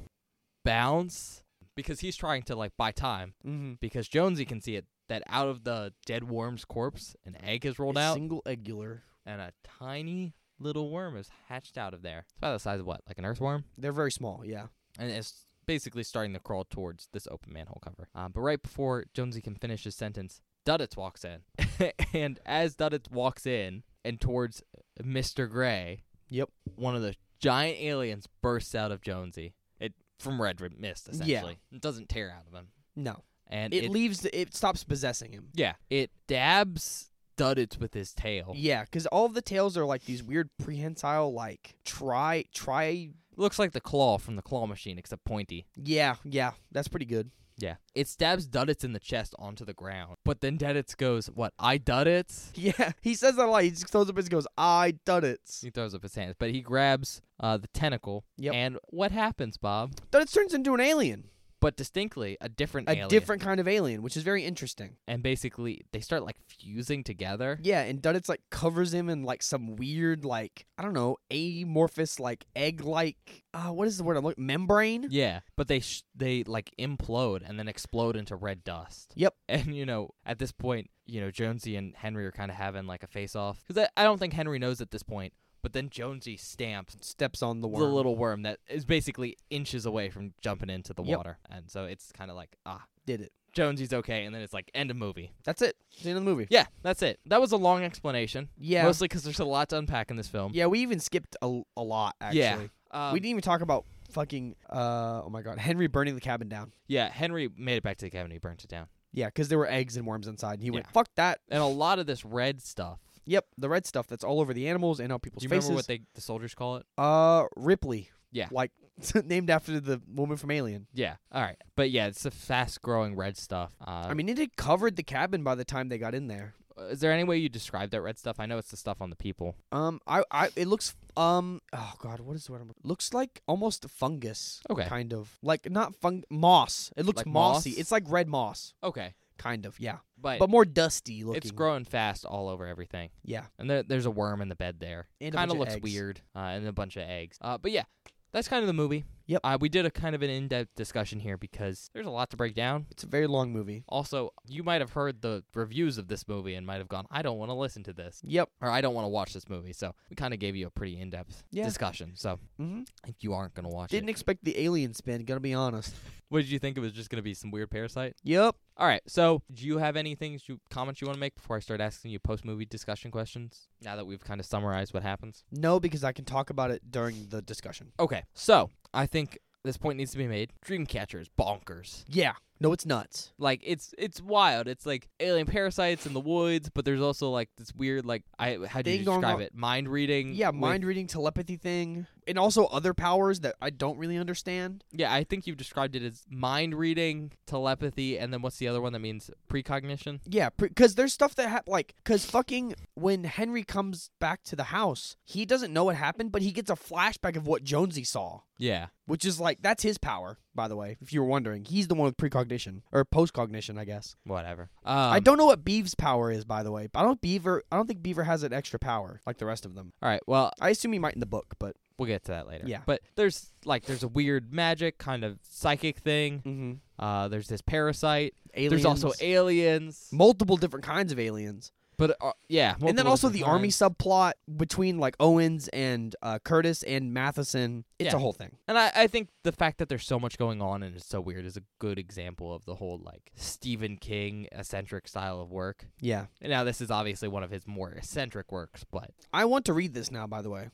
S2: bounce because he's trying to like buy time
S1: Mhm.
S2: because Jonesy can see it that out of the dead worm's corpse an egg is rolled
S1: A
S2: out
S1: Single eggular.
S2: and a tiny little worm is hatched out of there. It's about the size of what like an earthworm,
S1: They're very small, yeah.
S2: and it's basically starting to crawl towards this open manhole cover. Um, but right before Jonesy can finish his sentence, Duddits walks in, and as Duddits walks in and towards uh, Mister Gray,
S1: Yep.
S2: one of the giant aliens bursts out of Jonesy. It from red mist
S1: Yeah.
S2: essentially. It doesn't tear out of him.
S1: No.
S2: and
S1: It,
S2: it,
S1: leaves. The, it stops possessing him.
S2: yeah, it dabs Duddits with his tail.
S1: Yeah, because all of the tails are like these weird prehensile, like try try.
S2: Looks like the claw from the claw machine, except pointy.
S1: Yeah, yeah, that's pretty good.
S2: Yeah. It stabs Duddits in the chest onto the ground. But then Duddits goes, What, I Duddits?
S1: Yeah, he says that a lot. He just throws up his goes. I done it.
S2: He throws up his hands, but he grabs uh, the tentacle.
S1: Yep.
S2: And what happens, Bob?
S1: Done it turns into an alien,
S2: But distinctly, a different
S1: a
S2: alien.
S1: different kind of alien, which is very interesting.
S2: And basically, they start like fusing together.
S1: Yeah, and Duddits like covers him in like some weird like I don't know amorphous like egg like uh, what is the word I'm looking membrane.
S2: Yeah, but they sh- they like implode and then explode into red dust.
S1: Yep.
S2: And you know, at this point, you know Jonesy and Henry are kind of having like a face off because I, I don't think Henry knows at this point. But then Jonesy stamps
S1: Steps on the worm.
S2: the little worm that is basically inches away from jumping into the
S1: Yep.
S2: water, and so it's kind of like ah,
S1: Did it.
S2: Jonesy's okay, and then it's like end of movie.
S1: That's it. It's the end of the movie.
S2: Yeah, that's it. That was a long explanation,
S1: Yeah.
S2: mostly because there's a lot to unpack in this film.
S1: yeah, we even skipped a, a lot actually.
S2: Yeah. Um,
S1: we didn't even talk about fucking uh oh my god henry burning the cabin down
S2: yeah, Henry made it back to the cabin. He burnt it down.
S1: yeah because there were eggs and worms inside and he went
S2: Yeah.
S1: fuck that
S2: And a lot of this red stuff.
S1: yep the red stuff that's all over the animals and on
S2: Do
S1: people's
S2: you
S1: faces
S2: remember what they, the soldiers call it?
S1: uh ripley
S2: Yeah.
S1: like named after the woman from alien
S2: Yeah. All right. But yeah, it's the fast growing red stuff. Uh,
S1: i mean it had covered the cabin by the time they got in there
S2: is there any way you describe that red stuff? I know it's the stuff on the people.
S1: um i i it looks um oh god what is the word I'm, looks like almost fungus
S2: Okay.
S1: kind of like not fung moss it looks
S2: Like
S1: mossy
S2: moss?
S1: it's like red moss
S2: Okay.
S1: kind of yeah
S2: But,
S1: but more dusty looking
S2: it's growing fast all over everything.
S1: yeah
S2: And there, there's a worm in the bed there.
S1: And a bunch
S2: Kind of
S1: of
S2: looks
S1: eggs.
S2: weird. Uh, and a bunch of eggs. Uh, but yeah, that's kind of the movie.
S1: Yep.
S2: Uh, we did a kind of an in depth discussion here because there's a lot to break down.
S1: it's a very long movie
S2: Also, you might have heard the reviews of this movie and might have gone, I don't want to listen to this.
S1: yep
S2: Or I don't want to watch this movie. So we kind of gave you a pretty in depth
S1: Yeah.
S2: discussion. So
S1: mm-hmm.
S2: if you aren't going to watch it.
S1: Didn't expect the alien spin, gonna be honest.
S2: What did you think it was just gonna be some weird parasite?
S1: Yep.
S2: All right. So, do you have any things you comments you want to make before I start asking you post movie discussion questions? Now that we've kind of summarized what happens.
S1: No, because I can talk about it during the discussion.
S2: Okay. So, I think this point needs to be made. Dreamcatcher is bonkers.
S1: Yeah. No, it's nuts.
S2: Like it's it's wild. It's like alien parasites in the woods, but there's also like this weird like I how do you
S1: Thing going
S2: describe
S1: on-
S2: it? Mind reading.
S1: Yeah,
S2: with-
S1: mind reading telepathy thing. And also other powers that I don't really understand.
S2: Yeah, I think you've described it as mind reading, telepathy, and then what's the other one that means precognition?
S1: Yeah, because there's stuff that hap like, because fucking when Henry comes back to the house, he doesn't know what happened, but he gets a flashback of what Jonesy saw,
S2: Yeah.
S1: which is like, that's his power, by the way, if you were wondering. He's the one with precognition, or postcognition, I guess.
S2: Whatever.
S1: I
S2: Um,
S1: don't know what Beave's power is, by the way. I don't Beaver. I don't think Beaver has an extra power like the rest of them.
S2: All right. Well,
S1: I assume he might in the book, but
S2: we'll get to that later.
S1: Yeah.
S2: But there's like there's a weird magic kind of psychic thing.
S1: mm-hmm.
S2: Uh, there's this parasite.
S1: aliens.
S2: There's also aliens.
S1: multiple different kinds of aliens,
S2: But uh, yeah,
S1: and then
S2: multiple
S1: also the
S2: different
S1: army
S2: kinds.
S1: subplot between like Owens and uh, Curtis and Matheson. It's
S2: Yeah.
S1: a whole thing.
S2: And I, I think the fact that there's so much going on and it's so weird is a good example of the whole like Stephen King eccentric style of work.
S1: Yeah,
S2: And now this is obviously one of his more eccentric works, but
S1: I want to read this now. By the way,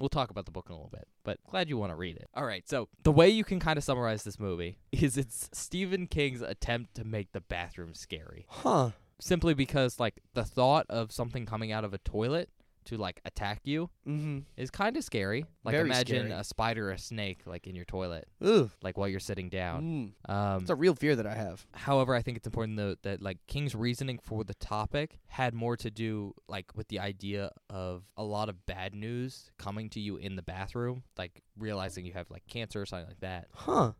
S2: We'll talk about the book in a little bit, but glad you want to read it. All right, so the way you can kind of summarize this movie is it's Stephen King's attempt to make the bathroom scary.
S1: huh?
S2: Simply because, like, the thought of something coming out of a toilet to, like, attack you
S1: Mm-hmm.
S2: is kind of scary. Like,
S1: Very
S2: imagine
S1: scary.
S2: a spider or a snake, like, in your toilet,
S1: Ooh,
S2: like, while you're sitting down.
S1: mm.
S2: Um,
S1: it's a real fear that I have.
S2: however, I think it's important, though, that, like, King's reasoning for the topic had more to do, like, with the idea of a lot of bad news coming to you in the bathroom, like, realizing you have, like, cancer or something like that.
S1: Huh?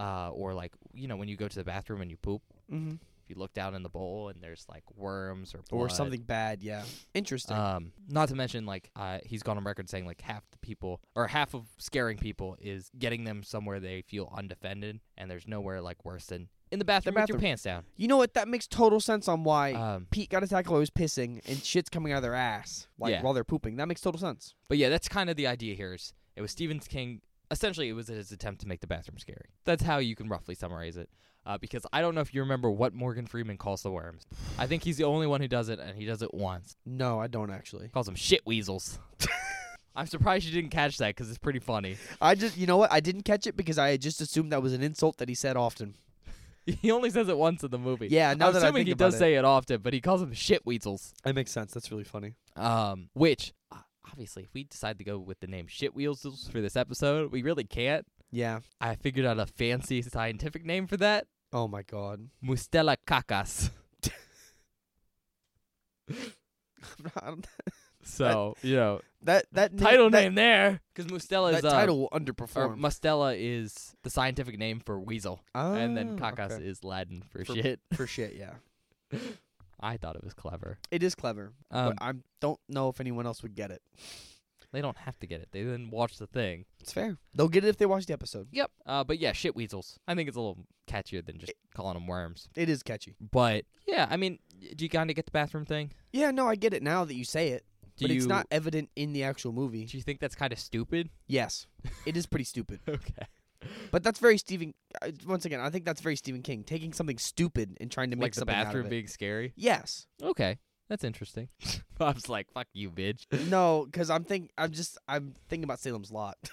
S2: Uh, or, like, you know, when you go to the bathroom and you poop,
S1: Mm-hmm.
S2: if you look down in the bowl and there's, like, worms or
S1: Or
S2: blood.
S1: something bad? Yeah. Interesting.
S2: Um, not to mention, like, uh, he's gone on record saying, like, half the people, or half of scaring people is getting them somewhere they feel undefended, and there's nowhere, like, worse than in the bathroom, with your
S1: bathroom.
S2: pants down.
S1: you know what? That makes total sense on why.
S2: Um,
S1: Pete got attacked while he was pissing, and shit's coming out of their ass, like
S2: Yeah.
S1: while they're pooping. That makes total sense.
S2: but yeah, that's kind of the idea here. Is it was Stephen King, essentially, it was his attempt to make the bathroom scary. That's how you can roughly summarize it. Uh, because I don't know if you remember what Morgan Freeman calls the worms. I think he's the only one who does it, and he does it once.
S1: No, I don't actually.
S2: Calls them shit weasels. I'm surprised you didn't catch that because it's pretty funny.
S1: I just, you know what? I didn't catch it because I had just assumed that was an insult that he said often.
S2: He only says it once in the movie.
S3: Yeah, now
S2: I'm
S3: that I
S2: assuming
S3: think
S2: he
S3: about
S2: does
S3: it.
S2: say it often, but he calls them shit weasels.
S1: That makes sense. That's really funny.
S2: Um, which uh, obviously, if we decide to go with the name shit weasels for this episode, we really can't.
S1: Yeah.
S2: I figured out a fancy scientific name for that:
S1: Oh my god.
S2: mustela cacas. So you know,
S1: that that na-
S2: title
S1: that-
S2: name there because mustela
S1: That
S2: is uh,
S1: title will
S2: or
S1: underperform.
S2: mustela is the scientific name for weasel, and then
S1: Ah,
S2: cacas
S1: okay.
S2: is Latin for,
S1: For-
S2: shit.
S1: for shit. Yeah,
S2: I thought it was clever.
S1: it is clever,
S2: Um,
S1: but I don't know if anyone else would get it.
S2: they don't have to get it. They didn't watch the thing.
S1: It's fair. They'll get it if they watch the episode.
S2: Yep. Uh, but yeah, shit weasels. I think it's a little catchier than just calling them worms.
S1: It is catchy.
S2: But yeah, I mean, y- do you kind of get the bathroom thing?
S1: Yeah, no, I get it now that you say it,
S2: Do
S1: but
S2: you
S1: it's not evident in the actual movie.
S2: do you think that's kind of stupid?
S1: Yes, it is pretty stupid.
S2: okay.
S1: But that's very Stephen. uh, Once again, I think that's very Stephen King taking something stupid and trying to make
S2: Like the
S1: something out of
S2: bathroom
S1: it.
S2: being scary.
S1: Yes.
S2: Okay. That's interesting. I was like, "Fuck you, bitch."
S1: No, because I'm think I'm just I'm thinking about Salem's Lot.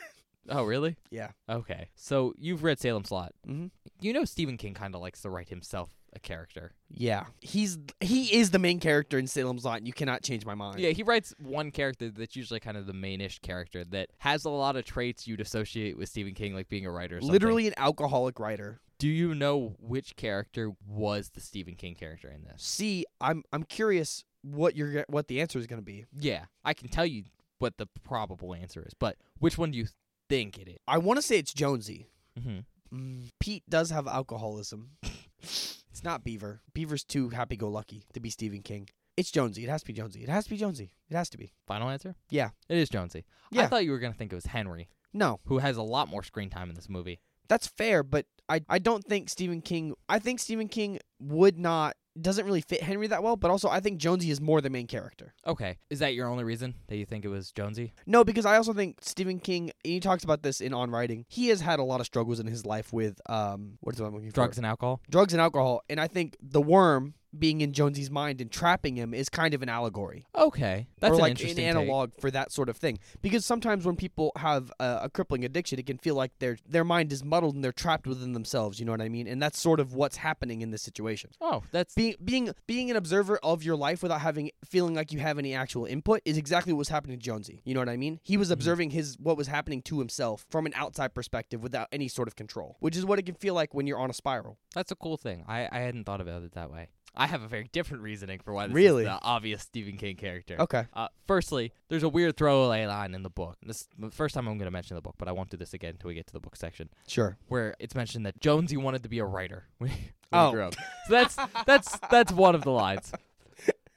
S2: Oh, really?
S1: Yeah.
S2: Okay. So you've read Salem's Lot.
S1: mm-hmm.
S2: You know Stephen King kind of likes to write himself a character.
S1: Yeah, he's he is the main character in Salem's Lot. And you cannot change my mind.
S2: Yeah, he writes one character that's usually kind of the mainish character that has a lot of traits you'd associate with Stephen King, like being a writer. Or something.
S1: literally an alcoholic writer.
S2: do you know which character was the Stephen King character in this?
S1: See, I'm I'm curious what you're ge- what the answer is going to be.
S2: Yeah, I can tell you what the probable answer is, but which one do you think it
S1: I want to say it's Jonesy.
S2: Mm-hmm.
S1: Mm, Pete does have alcoholism. it's not Beaver. Beaver's too happy-go-lucky to be Stephen King. It's Jonesy. It has to be Jonesy. It has to be Jonesy. It has to be.
S2: Final answer?
S1: Yeah.
S2: it is Jonesy. I
S1: Yeah.
S2: thought you were gonna think it was Henry,
S1: No,
S2: who has a lot more screen time in this movie.
S1: that's fair, but I I don't think Stephen King. I think Stephen King would not doesn't really fit Henry that well. But also, I think Jonesy is more the main character.
S2: Okay, is that your only reason that you think it was Jonesy?
S1: No, because I also think Stephen King. And he talks about this in On Writing. He has had a lot of struggles in his life with um what is what I'm looking
S2: Drugs
S1: for
S2: and alcohol.
S1: drugs and alcohol, and I think the worm being in Jonesy's mind and trapping him is kind of an allegory.
S2: Okay, that's
S1: or
S2: an
S1: like
S2: interesting take.
S1: analog for that sort of thing. Because sometimes when people have a, a crippling addiction, it can feel like their their mind is muddled and they're trapped within themselves. You know what I mean? And that's sort of what's happening in this situation.
S2: Oh, that's
S1: Being being being an observer of your life without having feeling like you have any actual input is exactly what was happening to Jonesy. You know what I mean? He
S2: Mm-hmm.
S1: was observing his what was happening to himself from an outside perspective without any sort of control, which is what it can feel like when you're on a spiral.
S2: That's a cool thing. I, I hadn't thought about it that way. I have a very different reasoning for why this
S1: Really?
S2: is the obvious Stephen King character.
S1: Okay.
S2: Uh, firstly, there's a weird throwaway line in the book. This is the first time I'm going to mention the book, but I won't do this again until we get to the book section,
S1: Sure.
S2: where it's mentioned that Jonesy wanted to be a writer when he when he
S1: Oh.
S2: grew up. So that's that's that's one of the lines.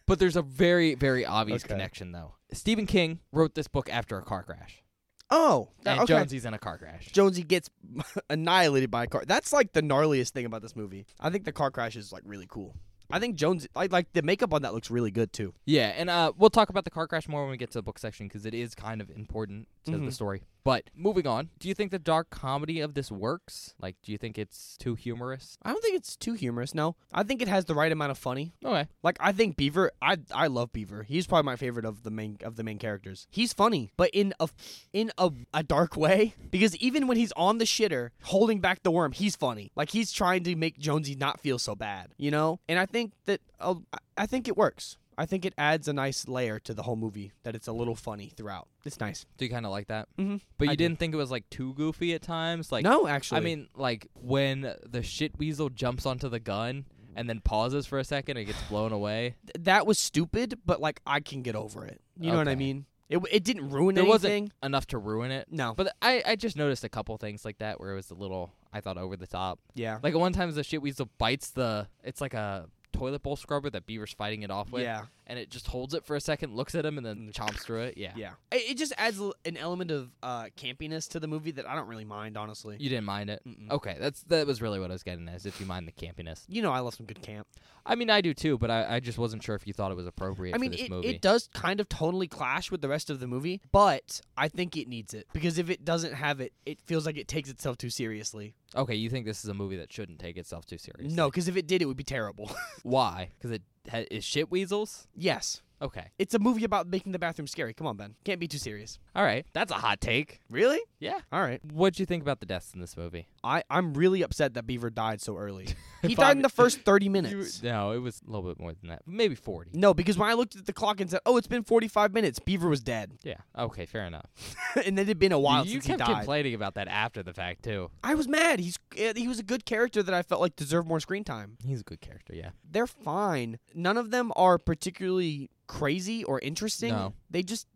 S2: But there's a very very obvious
S1: Okay.
S2: connection though. Stephen King wrote this book after a car crash,
S1: Oh,
S2: and
S1: okay.
S2: Jonesy's in a car crash.
S1: Jonesy gets annihilated by a car. That's like the gnarliest thing about this movie. I think the car crash is like really cool. I think Jones, I like the makeup on that looks really good too.
S2: Yeah, and uh, we'll talk about the car crash more when we get to the book section because it is kind of important to the
S1: Mhm.
S2: story. But moving on, do you think the dark comedy of this works? Like, do you think it's too humorous?
S1: I don't think it's too humorous. No, I think it has the right amount of funny.
S2: Okay,
S1: Like I think Beaver, I I love Beaver. He's probably my favorite of the main of the main characters. He's funny, but in a in a, a dark way because even when he's on the shitter holding back the worm, he's funny. Like he's trying to make Jonesy not feel so bad, you know. And I think that uh, I think it works. I think it adds a nice layer to the whole movie that it's a little funny throughout. It's nice.
S2: do you kind of like that?
S1: Mm-hmm.
S2: But you
S1: I do.
S2: didn't think it was like too goofy at times? Like,
S1: no, actually,
S2: I mean, like when the shit weasel jumps onto the gun and then pauses for a second and gets blown away.
S1: th- that was stupid, but like I can get over it. You know what I
S2: Okay.
S1: mean? It w- it didn't ruin
S2: There wasn't-
S1: anything.
S2: Enough to ruin it.
S1: No.
S2: But I, I just noticed a couple things like that where it was a little, I thought, over the top.
S1: Yeah.
S2: Like at one time, the shit weasel bites the. It's like a toilet bowl scrubber that Beaver's fighting it off with.
S1: Yeah. Mm.
S2: And it just holds it for a second, looks at him, and then chomps through it. Yeah.
S1: Yeah. It, it just adds l- an element of uh, campiness to the movie that I don't really mind, honestly.
S2: You Oh. didn't mind it.
S1: Mm-mm.
S2: Okay, that's that was really what I was getting at. Is if you mind the campiness.
S1: You know, I love some good camp.
S2: I mean, I do too, but I, I just wasn't sure if you thought it was appropriate
S1: I mean,
S2: for this
S1: it,
S2: movie.
S1: it does kind of totally clash with the rest of the movie, but I think it needs it because if it doesn't have it, it feels like it takes itself too seriously.
S2: okay, you think this is a movie that shouldn't take itself too seriously?
S1: No, because if it did, it would be terrible.
S2: Why? Because it ha- is shit weasels.
S1: yes.
S2: Okay.
S1: It's a movie about making the bathroom scary. Come on, Ben. Can't be too serious.
S2: All right. That's a hot take.
S1: Really?
S2: Yeah.
S1: All right.
S2: What'd you think about the deaths in this movie?
S1: I I'm really upset that Beaver died so early. He
S2: If
S1: died
S2: I'm-
S1: in the first 30
S2: You-
S1: minutes.
S2: no, it was a little bit more than that. Maybe 40.
S1: No, because when I looked at the clock and said, "Oh, it's been 45 minutes," Beaver was dead,
S2: Yeah. Okay, fair enough.
S1: and it had been a while
S2: you
S1: since
S2: kept
S1: he died.
S2: complaining about that after the fact too.
S1: I was mad. He's eh, he was a good character that I felt like deserved more screen time.
S2: He's a good character, yeah.
S1: They're fine. None of them are particularly crazy or interesting.
S2: No.
S1: They just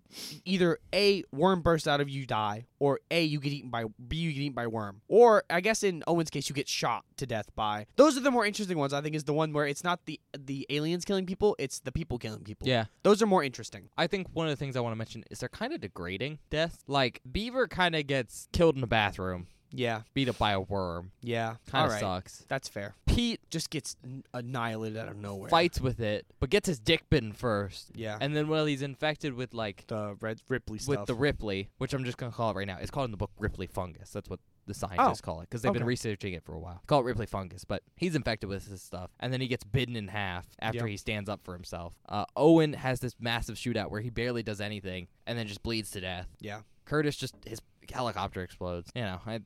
S1: either a worm bursts out of you, die, or a you get eaten by b you get eaten by a worm, or I guess in Owen's case you get shot to death by. Those are the more interesting ones. I think is the one where it's not the the aliens killing people, it's the people killing people.
S2: Yeah.
S1: Those are more interesting.
S2: I think one of the things I want to mention is they're kind of degrading death. Like Beaver kind of gets killed in a bathroom,
S1: Yeah,
S2: beat up by a worm.
S1: yeah.
S2: Kind
S1: All
S2: of
S1: right.
S2: sucks.
S1: That's fair.
S2: Pete
S1: Just gets n- annihilated out of nowhere.
S2: fights with it, but gets his dick bitten first.
S1: Yeah.
S2: And then while he's infected with like
S1: the Red Ripley stuff.
S2: with the Ripley, which I'm just gonna call it right now. It's called in the book Ripley fungus. That's what the scientists call it because they've been
S1: Oh, okay.
S2: researching it for a while. Call it Ripley fungus, but he's infected with this stuff, and then he gets bitten in half after
S1: Yep.
S2: he stands up for himself. Uh, Owen has this massive shootout where he barely does anything, and then just bleeds to death.
S1: Yeah.
S2: Curtis just his helicopter explodes. You know, I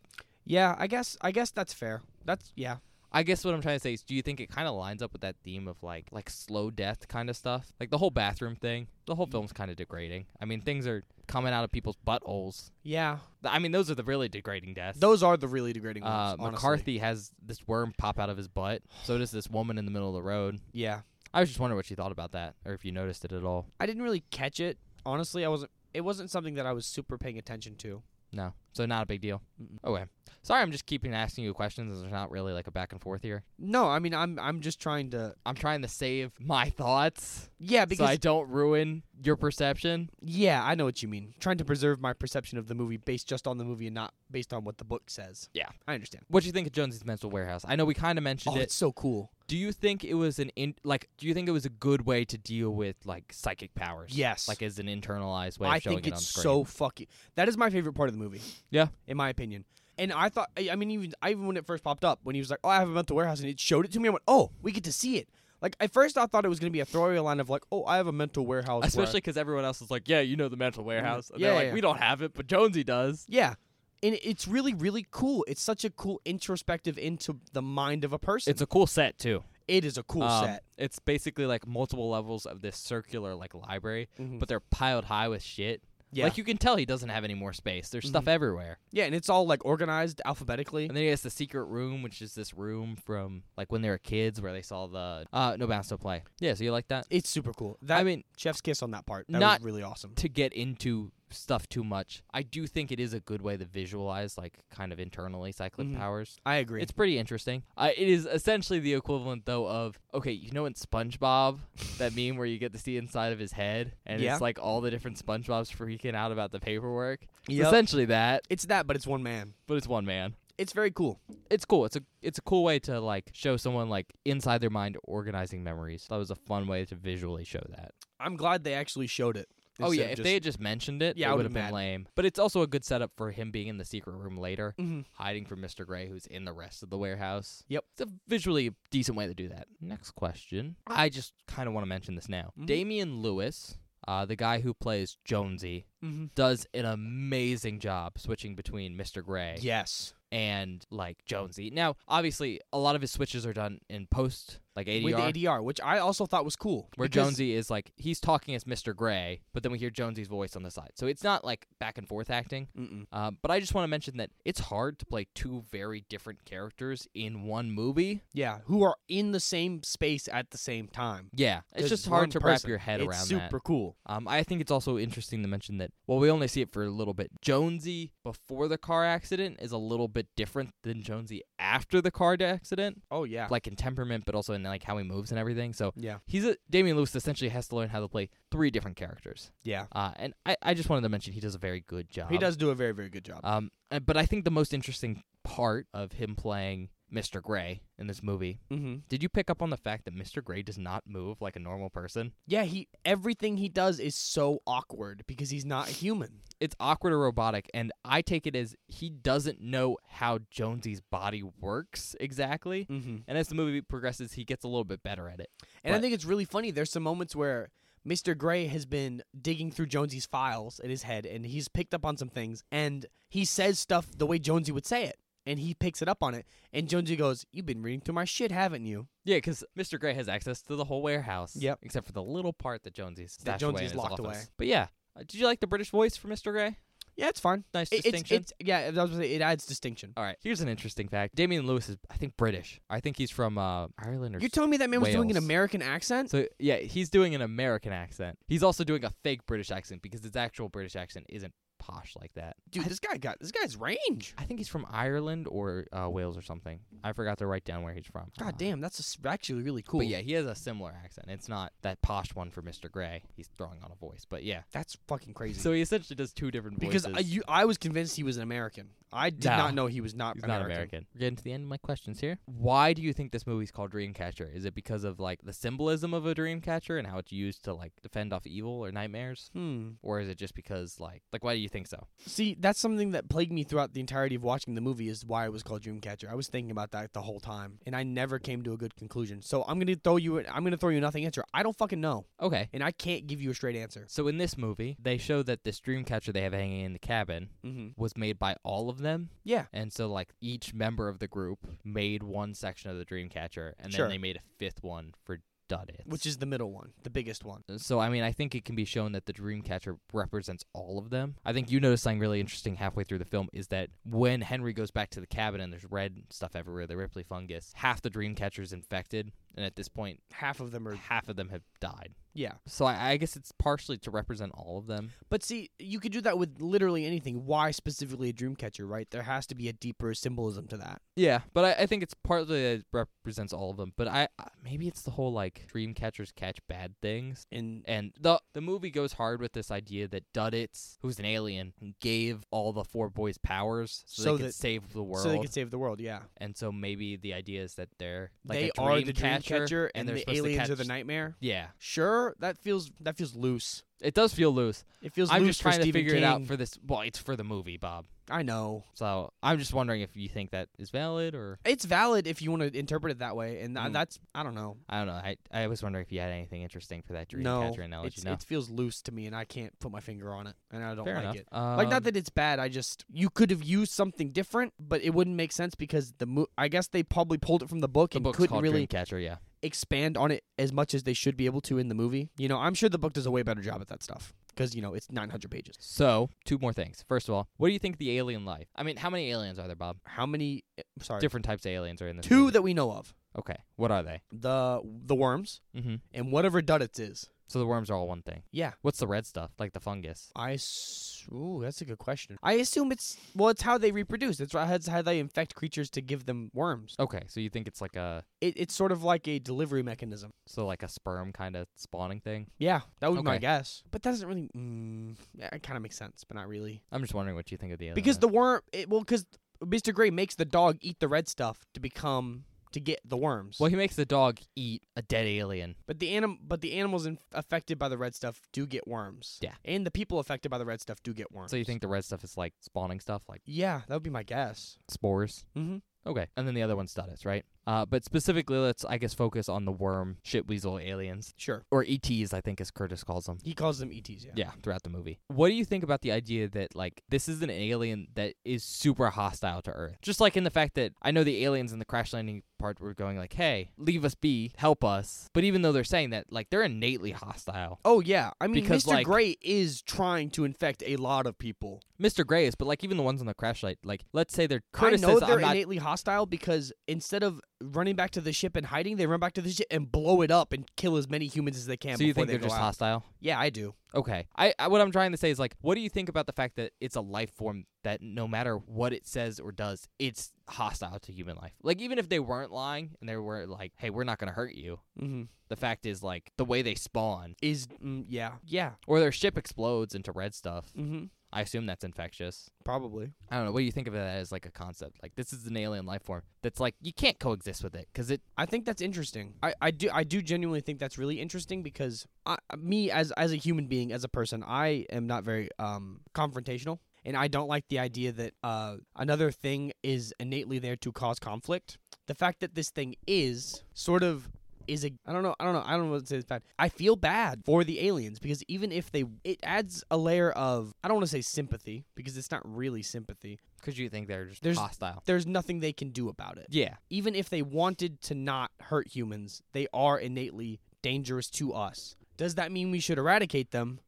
S1: yeah, I guess I guess that's fair. That's yeah.
S2: I guess what I'm trying to say is, do you think it kind of lines up with that theme of like like slow death kind of stuff? Like the whole bathroom thing. The whole film's kind of degrading. I mean, things are coming out of people's buttholes.
S1: Yeah.
S2: Th- I mean, those are the really degrading deaths.
S1: Those are the really degrading
S2: uh,
S1: ones. honestly.
S2: McCarthy has this worm pop out of his butt. So does this woman in the middle of the road.
S1: Yeah.
S2: I was just wondering what she thought about that, or if you noticed it at all.
S1: I didn't really catch it. Honestly, I wasn't it wasn't something that I was super paying attention to.
S2: No, so not a big deal. Okay, sorry, I'm just keeping asking you questions. and There's not really like a back and forth here.
S1: No, I mean I'm I'm just trying to
S2: I'm trying to save my thoughts
S1: Yeah,
S2: so
S1: because
S2: I don't ruin your perception.
S1: yeah, I know what you mean. Trying to preserve my perception of the movie based just on the movie and not based on what the book says.
S2: Yeah.
S1: I understand.
S2: What do you think of Jonesy's Mental Warehouse? I know we kind of mentioned
S1: oh,
S2: it.
S1: it's so cool.
S2: Do you think it was an in like? Do you think it was a good way to deal with like psychic powers?
S1: Yes.
S2: like as an internalized way. Of
S1: I
S2: showing
S1: think
S2: it on
S1: it's
S2: screen?
S1: so fucking. That is my favorite part of the movie.
S2: Yeah.
S1: in my opinion. And I thought, I I mean, even I even when it first popped up, when he was like, "Oh, I have a mental warehouse," and it showed it to me, I went, "Oh, we get to see it." Like at first, I thought it was gonna be a throwaway line of like, "Oh, I have a mental warehouse." where-"
S2: Especially because everyone else is like, yeah, you know the mental warehouse. And
S1: Mm-hmm. Yeah,
S2: they're like,
S1: yeah.
S2: we don't have it, but Jonesy does.
S1: yeah, and it's really, really cool. It's such a cool introspective into the mind of a person.
S2: It's a cool set too.
S1: it is a cool
S2: Um,
S1: set.
S2: It's basically like multiple levels of this circular like library,
S1: Mhm.
S2: but they're piled high with shit.
S1: Yeah, Mm-hmm.
S2: Like you can tell he doesn't have any more space. There's stuff everywhere.
S1: yeah, and it's all like organized alphabetically.
S2: And then he has the secret room, which is this room from like when they were kids where they saw the uh no bounce no play. Yeah, so you like that?
S1: It's super cool. That
S2: I mean,
S1: Chef's kiss on that part. That
S2: not-
S1: was really awesome.
S2: to get into stuff too much, I do think it is a good way to visualize like kind of internally cyclic
S1: Mhm.
S2: powers.
S1: I agree.
S2: It's pretty interesting. Uh, it is essentially the equivalent, though, of okay, you know, in SpongeBob, that meme where you get to see inside of his head, and
S1: Yeah.
S2: it's like all the different SpongeBob's freaking out about the paperwork. It's
S1: Yep.
S2: essentially that,
S1: it's that, but it's one man.
S2: but it's one man.
S1: It's very cool.
S2: It's cool. It's a it's a cool way to like show someone like inside their mind organizing memories. That was a fun way to visually show that.
S1: I'm glad they actually showed it.
S2: oh yeah,
S1: instead
S2: if
S1: of
S2: they
S1: just-
S2: had just mentioned it,
S1: Yeah,
S2: it
S1: I
S2: would
S1: would've
S2: have
S1: been mad.
S2: been lame. But it's also a good setup for him being in the secret room later,
S1: Mhm.
S2: hiding from Mr. Gray, who's in the rest of the warehouse.
S1: Yep.
S2: it's a visually decent way to do that. Next question. I just kind of want to mention this now.
S1: Mhm.
S2: Damian Lewis, uh, the guy who plays Jonesy,
S1: Mhm.
S2: does an amazing job switching between Mr. Gray
S1: Yes.
S2: and like Jonesy. Now, obviously, a lot of his switches are done in post, like ADR.
S1: With ADR, which I also thought was cool.
S2: where
S1: because-
S2: Jonesy is like he's talking as Mr. Gray, but then we hear Jonesy's voice on the side. So it's not like back and forth acting.
S1: Mm-mm.
S2: Um, but I just want to mention that it's hard to play two very different characters in one movie.
S1: Yeah, who are in the same space at the same time.
S2: Yeah, it's
S1: 'Cause
S2: just
S1: one
S2: hard to
S1: person.
S2: wrap your head
S1: it's
S2: around
S1: super
S2: that.
S1: cool.
S2: Um, I think it's also interesting to mention that well, we only see it for a little bit. Jonesy before the car accident is a little bit different than Jonesy after the car accident,
S1: Oh yeah.
S2: like in temperament, but also in like how he moves and everything. So
S1: yeah.
S2: he's a Damian Lewis essentially has to learn how to play three different characters.
S1: Yeah.
S2: Uh, and I, I just wanted to mention he does a very good job.
S1: He does do a very very good job.
S2: Um, uh, but I think the most interesting part of him playing Mr. Gray in this movie,
S1: mm-hmm.
S2: did you pick up on the fact that Mr. Gray does not move like a normal person?
S1: Yeah, he everything he does is so awkward because he's not human.
S2: It's awkward or robotic, and I take it as he doesn't know how Jonesy's body works exactly.
S1: Mm-hmm.
S2: And as the movie progresses, he gets a little bit better at it.
S1: And I
S2: But-
S1: think it's really funny. There's some moments where Mr. Gray has been digging through Jonesy's files in his head and he's picked up on some things and he says stuff the way Jonesy would say it. and he picks it up on it. And Jonesy goes, "You've been reading through my shit, haven't you?"
S2: Yeah, because Mr. Gray has access to the whole warehouse.
S1: Yep.
S2: Except for the little part that Jonesy's stashed away in
S1: Jonesy's
S2: his
S1: locked
S2: office.
S1: away.
S2: But yeah, Uh, did you like the British voice for Mr. Gray?
S1: Yeah, it's fine.
S2: Nice
S1: It, it's,
S2: distinction.
S1: it's yeah. I was gonna say, it adds distinction.
S2: All right, here's an interesting fact. Damian Lewis is, I think, British. I think he's from uh, Ireland or
S1: You're telling me that man was doing an
S2: Wales.
S1: American accent?
S2: So yeah, he's doing an American accent. He's also doing a fake British accent because his actual British accent isn't posh like that.
S1: Dude, this guy got this guy's range.
S2: I think he's from Ireland or uh, Wales or something. I forgot to write down where he's from.
S1: God
S2: Uh,
S1: damn, that's s- actually really cool.
S2: But yeah, he has a similar accent. It's not that posh one for Mr. Gray. He's throwing on a voice, but yeah.
S1: that's fucking crazy.
S2: So he essentially does two different voices.
S1: because uh, I, you, I was convinced he was an American. I did
S2: No.
S1: not know he was not
S2: He's
S1: American.
S2: not American. We're getting to the end of my questions here. Why do you think this movie's called Dreamcatcher? Is it because of like the symbolism of a dreamcatcher and how it's used to like defend off evil or nightmares,
S1: Hmm.
S2: or is it just because like like why do you think so?
S1: See, that's something that plagued me throughout the entirety of watching the movie is why it was called Dreamcatcher. I was thinking about that the whole time, and I never came to a good conclusion. So I'm gonna throw you. I'm gonna throw you nothing answer. I don't fucking know,
S2: Okay.
S1: and I can't give you a straight answer.
S2: So in this movie, they show that this dreamcatcher they have hanging in the cabin
S1: Mm-hmm.
S2: was made by all of them.
S1: Yeah.
S2: And so like each member of the group made one section of the dreamcatcher and
S1: Sure.
S2: then they made a fifth one for Duddits.
S1: Which is the middle one, the biggest one.
S2: so I mean I think it can be shown that the dreamcatcher represents all of them. I think you noticed something really interesting halfway through the film is that when Henry goes back to the cabin and there's red stuff everywhere, the Ripley fungus, half the dreamcatcher is infected and at this point
S1: Half of them are.
S2: half of them have died.
S1: Yeah.
S2: So I, I guess it's partially to represent all of them.
S1: But see, you could do that with literally anything. Why specifically a Dreamcatcher? Right? There has to be a deeper symbolism to that.
S2: Yeah, but I, I think it's partly that it represents all of them. But I I- maybe it's the whole like dream catchers catch bad things.
S1: And
S2: And the the movie goes hard with this idea that Duddits, who's an alien, gave all the four boys powers so,
S1: So
S2: they
S1: that-
S2: could save the world.
S1: so they could save the world. Yeah.
S2: and so maybe the idea is that they're like
S1: they
S2: a dream
S1: are the
S2: catcher,
S1: Dreamcatcher,
S2: and,
S1: and,
S2: they're
S1: the
S2: supposed to
S1: aliens
S2: catch,
S1: are the nightmare.
S2: Yeah,
S1: Sure, that feels that feels loose.
S2: it does feel loose.
S1: It feels
S2: I'm
S1: loose
S2: just
S1: for
S2: trying to
S1: Stephen
S2: figure it out
S1: King.
S2: for this. Well, it's for the movie, Bob.
S1: I know.
S2: So I'm just wondering if you think that is valid or
S1: It's valid if you want to interpret it that way, and tha-
S2: Mm.
S1: that's I don't know.
S2: I don't know. I I was wondering if you had anything interesting for that dream
S1: no,
S2: catcher analogy.
S1: it's-
S2: no.
S1: it feels loose to me, and I can't put my finger on it, and I don't
S2: Fair
S1: like
S2: enough.
S1: it. Like
S2: Um,
S1: not that it's bad. I just you could have used something different, but it wouldn't make sense because the mo- I guess they probably pulled it from the book
S2: the
S1: and
S2: book's
S1: couldn't
S2: called
S1: really
S2: Dreamcatcher. Yeah,
S1: expand on it as much as they should be able to in the movie. You know, I'm sure the book does a way better job at that stuff because you know it's 900 pages.
S2: So, two more things. First of all, what do you think the alien life? I mean, how many aliens are there, Bob?
S1: How many? eh, Sorry,
S2: Different types of aliens are in this.
S1: two
S2: movie.
S1: that we know of
S2: okay, what are they?
S1: the the worms
S2: Mm-hmm.
S1: and whatever Duddits is.
S2: So the worms are all one thing.
S1: Yeah.
S2: What's the red stuff? Like the fungus.
S1: I s- ooh, that's a good question. I assume it's well, it's how they reproduce. That's why that's how they infect creatures to give them worms.
S2: Okay, so you think it's like a
S1: It, it's sort of like a delivery mechanism.
S2: so like a sperm kind of spawning thing?
S1: Yeah, that would be my
S2: Okay.
S1: guess. But that doesn't really. Mm, yeah, it kind of makes sense, but not really.
S2: I'm just wondering what you think of the alien.
S1: Because
S2: life.
S1: the worm, it, well, because Mr. Gray makes the dog eat the red stuff to become to get the worms.
S2: well, he makes the dog eat a dead alien.
S1: But the anim, but the animals in- affected by the red stuff do get worms.
S2: Yeah.
S1: and the people affected by the red stuff do get worms.
S2: So you think the red stuff is like spawning stuff, like
S1: Yeah, that would be my guess.
S2: spores?
S1: Mm-hmm.
S2: Okay, and then the other one's Duddits, right? Uh, but specifically, let's I guess focus on the worm shit weasel aliens
S1: Sure.
S2: or ETs, I think, as Curtis calls them.
S1: He calls them ETs. Yeah.
S2: yeah throughout the movie what do you think about the idea that like this is an alien that is super hostile to earth just like in the fact that i know the aliens in the crash landing part were going like hey leave us be help us but even though they're saying that like they're innately hostile
S1: Oh yeah, I mean,
S2: Because,
S1: Mr.
S2: like-
S1: Gray is trying to infect a lot of people.
S2: mr gray is but like even the ones on the crash light like let's say they're curtis
S1: I know
S2: says,
S1: they're
S2: i'm not
S1: innately hostile because instead of running back to the ship and hiding, they run back to the ship and blow it up and kill as many humans as they can.
S2: so you
S1: before
S2: think
S1: they
S2: they're
S1: go
S2: just
S1: out.
S2: hostile
S1: Yeah, I do.
S2: okay I, I what i'm trying to say is like what do you think about the fact that it's a life form that no matter what it says or does it's hostile to human life like even if they weren't lying and they were like hey we're not going to hurt you
S1: Mm-hmm.
S2: The fact is, like, the way they spawn,
S1: Is mm, yeah, yeah,
S2: or their ship explodes into red stuff.
S1: mm-hmm.
S2: I assume that's infectious.
S1: probably.
S2: I don't know. What do you think of that as, like, a concept? Like, this is an alien life form that's, like, you can't coexist with it because it.
S1: I think that's interesting. I, I do I do genuinely think that's really interesting because I, me as as a human being as a person I am not very um confrontational and I don't like the idea that uh another thing is innately there to cause conflict. The fact that this thing is sort of is a I don't know I don't know I don't know what to say it's bad. I feel bad for the aliens because even if they it adds a layer of I don't want to say sympathy because it's not really sympathy.
S2: Because you think they're just
S1: There's-
S2: hostile.
S1: There's nothing they can do about it.
S2: Yeah.
S1: Even if they wanted to not hurt humans, they are innately dangerous to us. Does that mean we should eradicate them?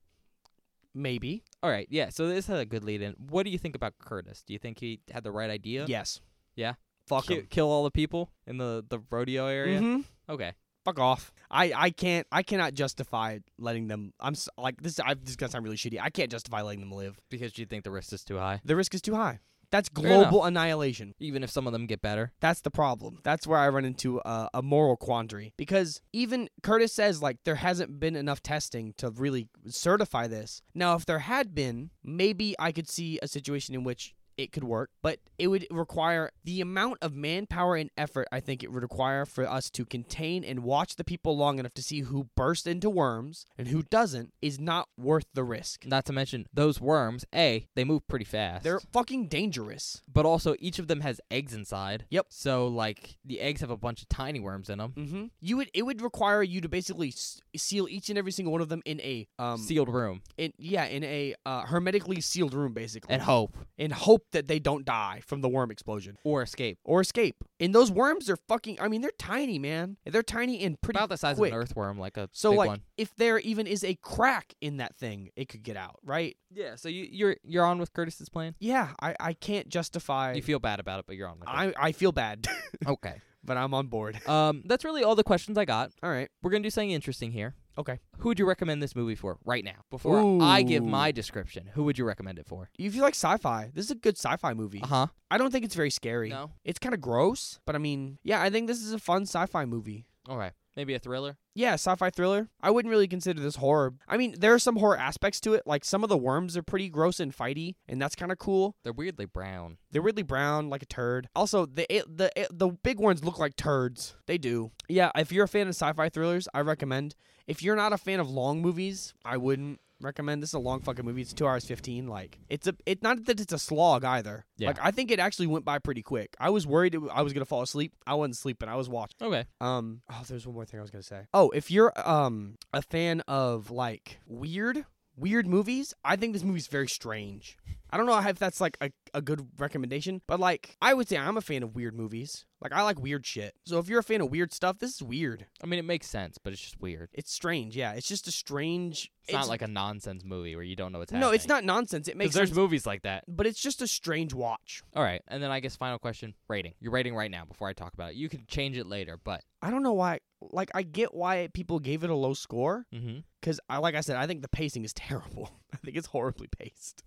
S1: Maybe.
S2: All right. Yeah. So this had a good lead in. What do you think about Curtis? Do you think he had the right idea?
S1: Yes.
S2: Yeah.
S1: Fuck
S2: Ki-
S1: 'em.
S2: kill all the people in the, the rodeo area?
S1: Mhm.
S2: Okay.
S1: fuck off. I, I can't I cannot justify letting them. I'm s- like this. I, this is gonna sound really shitty. I can't justify letting them live.
S2: Because you think the risk is too high.
S1: The risk is too high. That's
S2: Fair enough.
S1: global annihilation.
S2: Even if some of them get better.
S1: That's the problem. That's where I run into a, a moral quandary because even Curtis says like there hasn't been enough testing to really certify this. Now, if there had been, maybe I could see a situation in which it could work, but it would require the amount of manpower and effort I think it would require for us to contain and watch the people long enough to see who bursts into worms and who doesn't is not worth the risk.
S2: Not to mention those worms, A, they move pretty fast.
S1: They're fucking dangerous.
S2: but also each of them has eggs inside.
S1: Yep.
S2: So like the eggs have a bunch of tiny worms in them.
S1: Mm-hmm. You would it would require you to basically s- seal each and every single one of them in a um
S2: Sealed room
S1: in yeah in a uh, hermetically sealed room basically
S2: and hope
S1: and hope that they don't die from the worm explosion
S2: or escape.
S1: or escape. And those worms are fucking. I mean they're tiny man. They're tiny and pretty
S2: About the size
S1: quick.
S2: of an earthworm, like a
S1: So
S2: big
S1: like
S2: one.
S1: if there even is a crack in that thing, it could get out right.
S2: Yeah. So you, you're you're on with Curtis's plan.
S1: Yeah, I I can't justify.
S2: You feel bad about it, but you're on with
S1: I I feel bad,
S2: it. Okay.
S1: but I'm on board.
S2: Um, that's really all the questions I got.
S1: All right.
S2: We're gonna do something interesting here.
S1: Okay.
S2: Who would you recommend this movie for right now? Before I give
S1: Ooh.
S2: my description, who would you recommend it for?
S1: If you like sci-fi, this is a good sci-fi movie.
S2: Uh huh.
S1: I don't think it's very scary.
S2: No.
S1: It's kind of gross, but I mean, yeah, I think this is a fun sci-fi movie.
S2: All right. Maybe a thriller.
S1: Yeah, sci-fi thriller. I wouldn't really consider this horror. I mean, there are some horror aspects to it. Like some of the worms are pretty gross and fighty, and that's kind of cool.
S2: They're weirdly brown.
S1: They're weirdly brown, like a turd. Also, the the the big ones look like turds. They do. Yeah, if you're a fan of sci-fi thrillers, I recommend. If you're not a fan of long movies, I wouldn't recommend. This is a long fucking movie. It's two hours fifteen. Like it's a it's not that it's a slog either.
S2: Yeah.
S1: Like I think it actually went by pretty quick. I was worried it, w- I was gonna fall asleep. I wasn't sleeping. I was watching.
S2: Okay.
S1: Um. Oh, there's one more thing I was gonna say. Oh, if you're um a fan of like weird weird movies, I think this movie's very strange. I don't know if that's like a, a good recommendation, but like I would say I'm a fan of weird movies. Like I like weird shit. So if you're a fan of weird stuff, this is weird.
S2: I mean, it makes sense, but it's just weird.
S1: It's strange. Yeah, it's just a strange.
S2: It's, not like a nonsense movie where you don't know what's happening.
S1: no, it's not nonsense. It
S2: Because
S1: makes
S2: there's
S1: sense,
S2: movies like that.
S1: but it's just a strange watch.
S2: All right, and then I guess final question: rating. Your rating right now before I talk about it. You can change it later, but
S1: I don't know why. Like I get why people gave it a low score
S2: mm-hmm.
S1: because I like I said I think the pacing is terrible. I think it's horribly paced.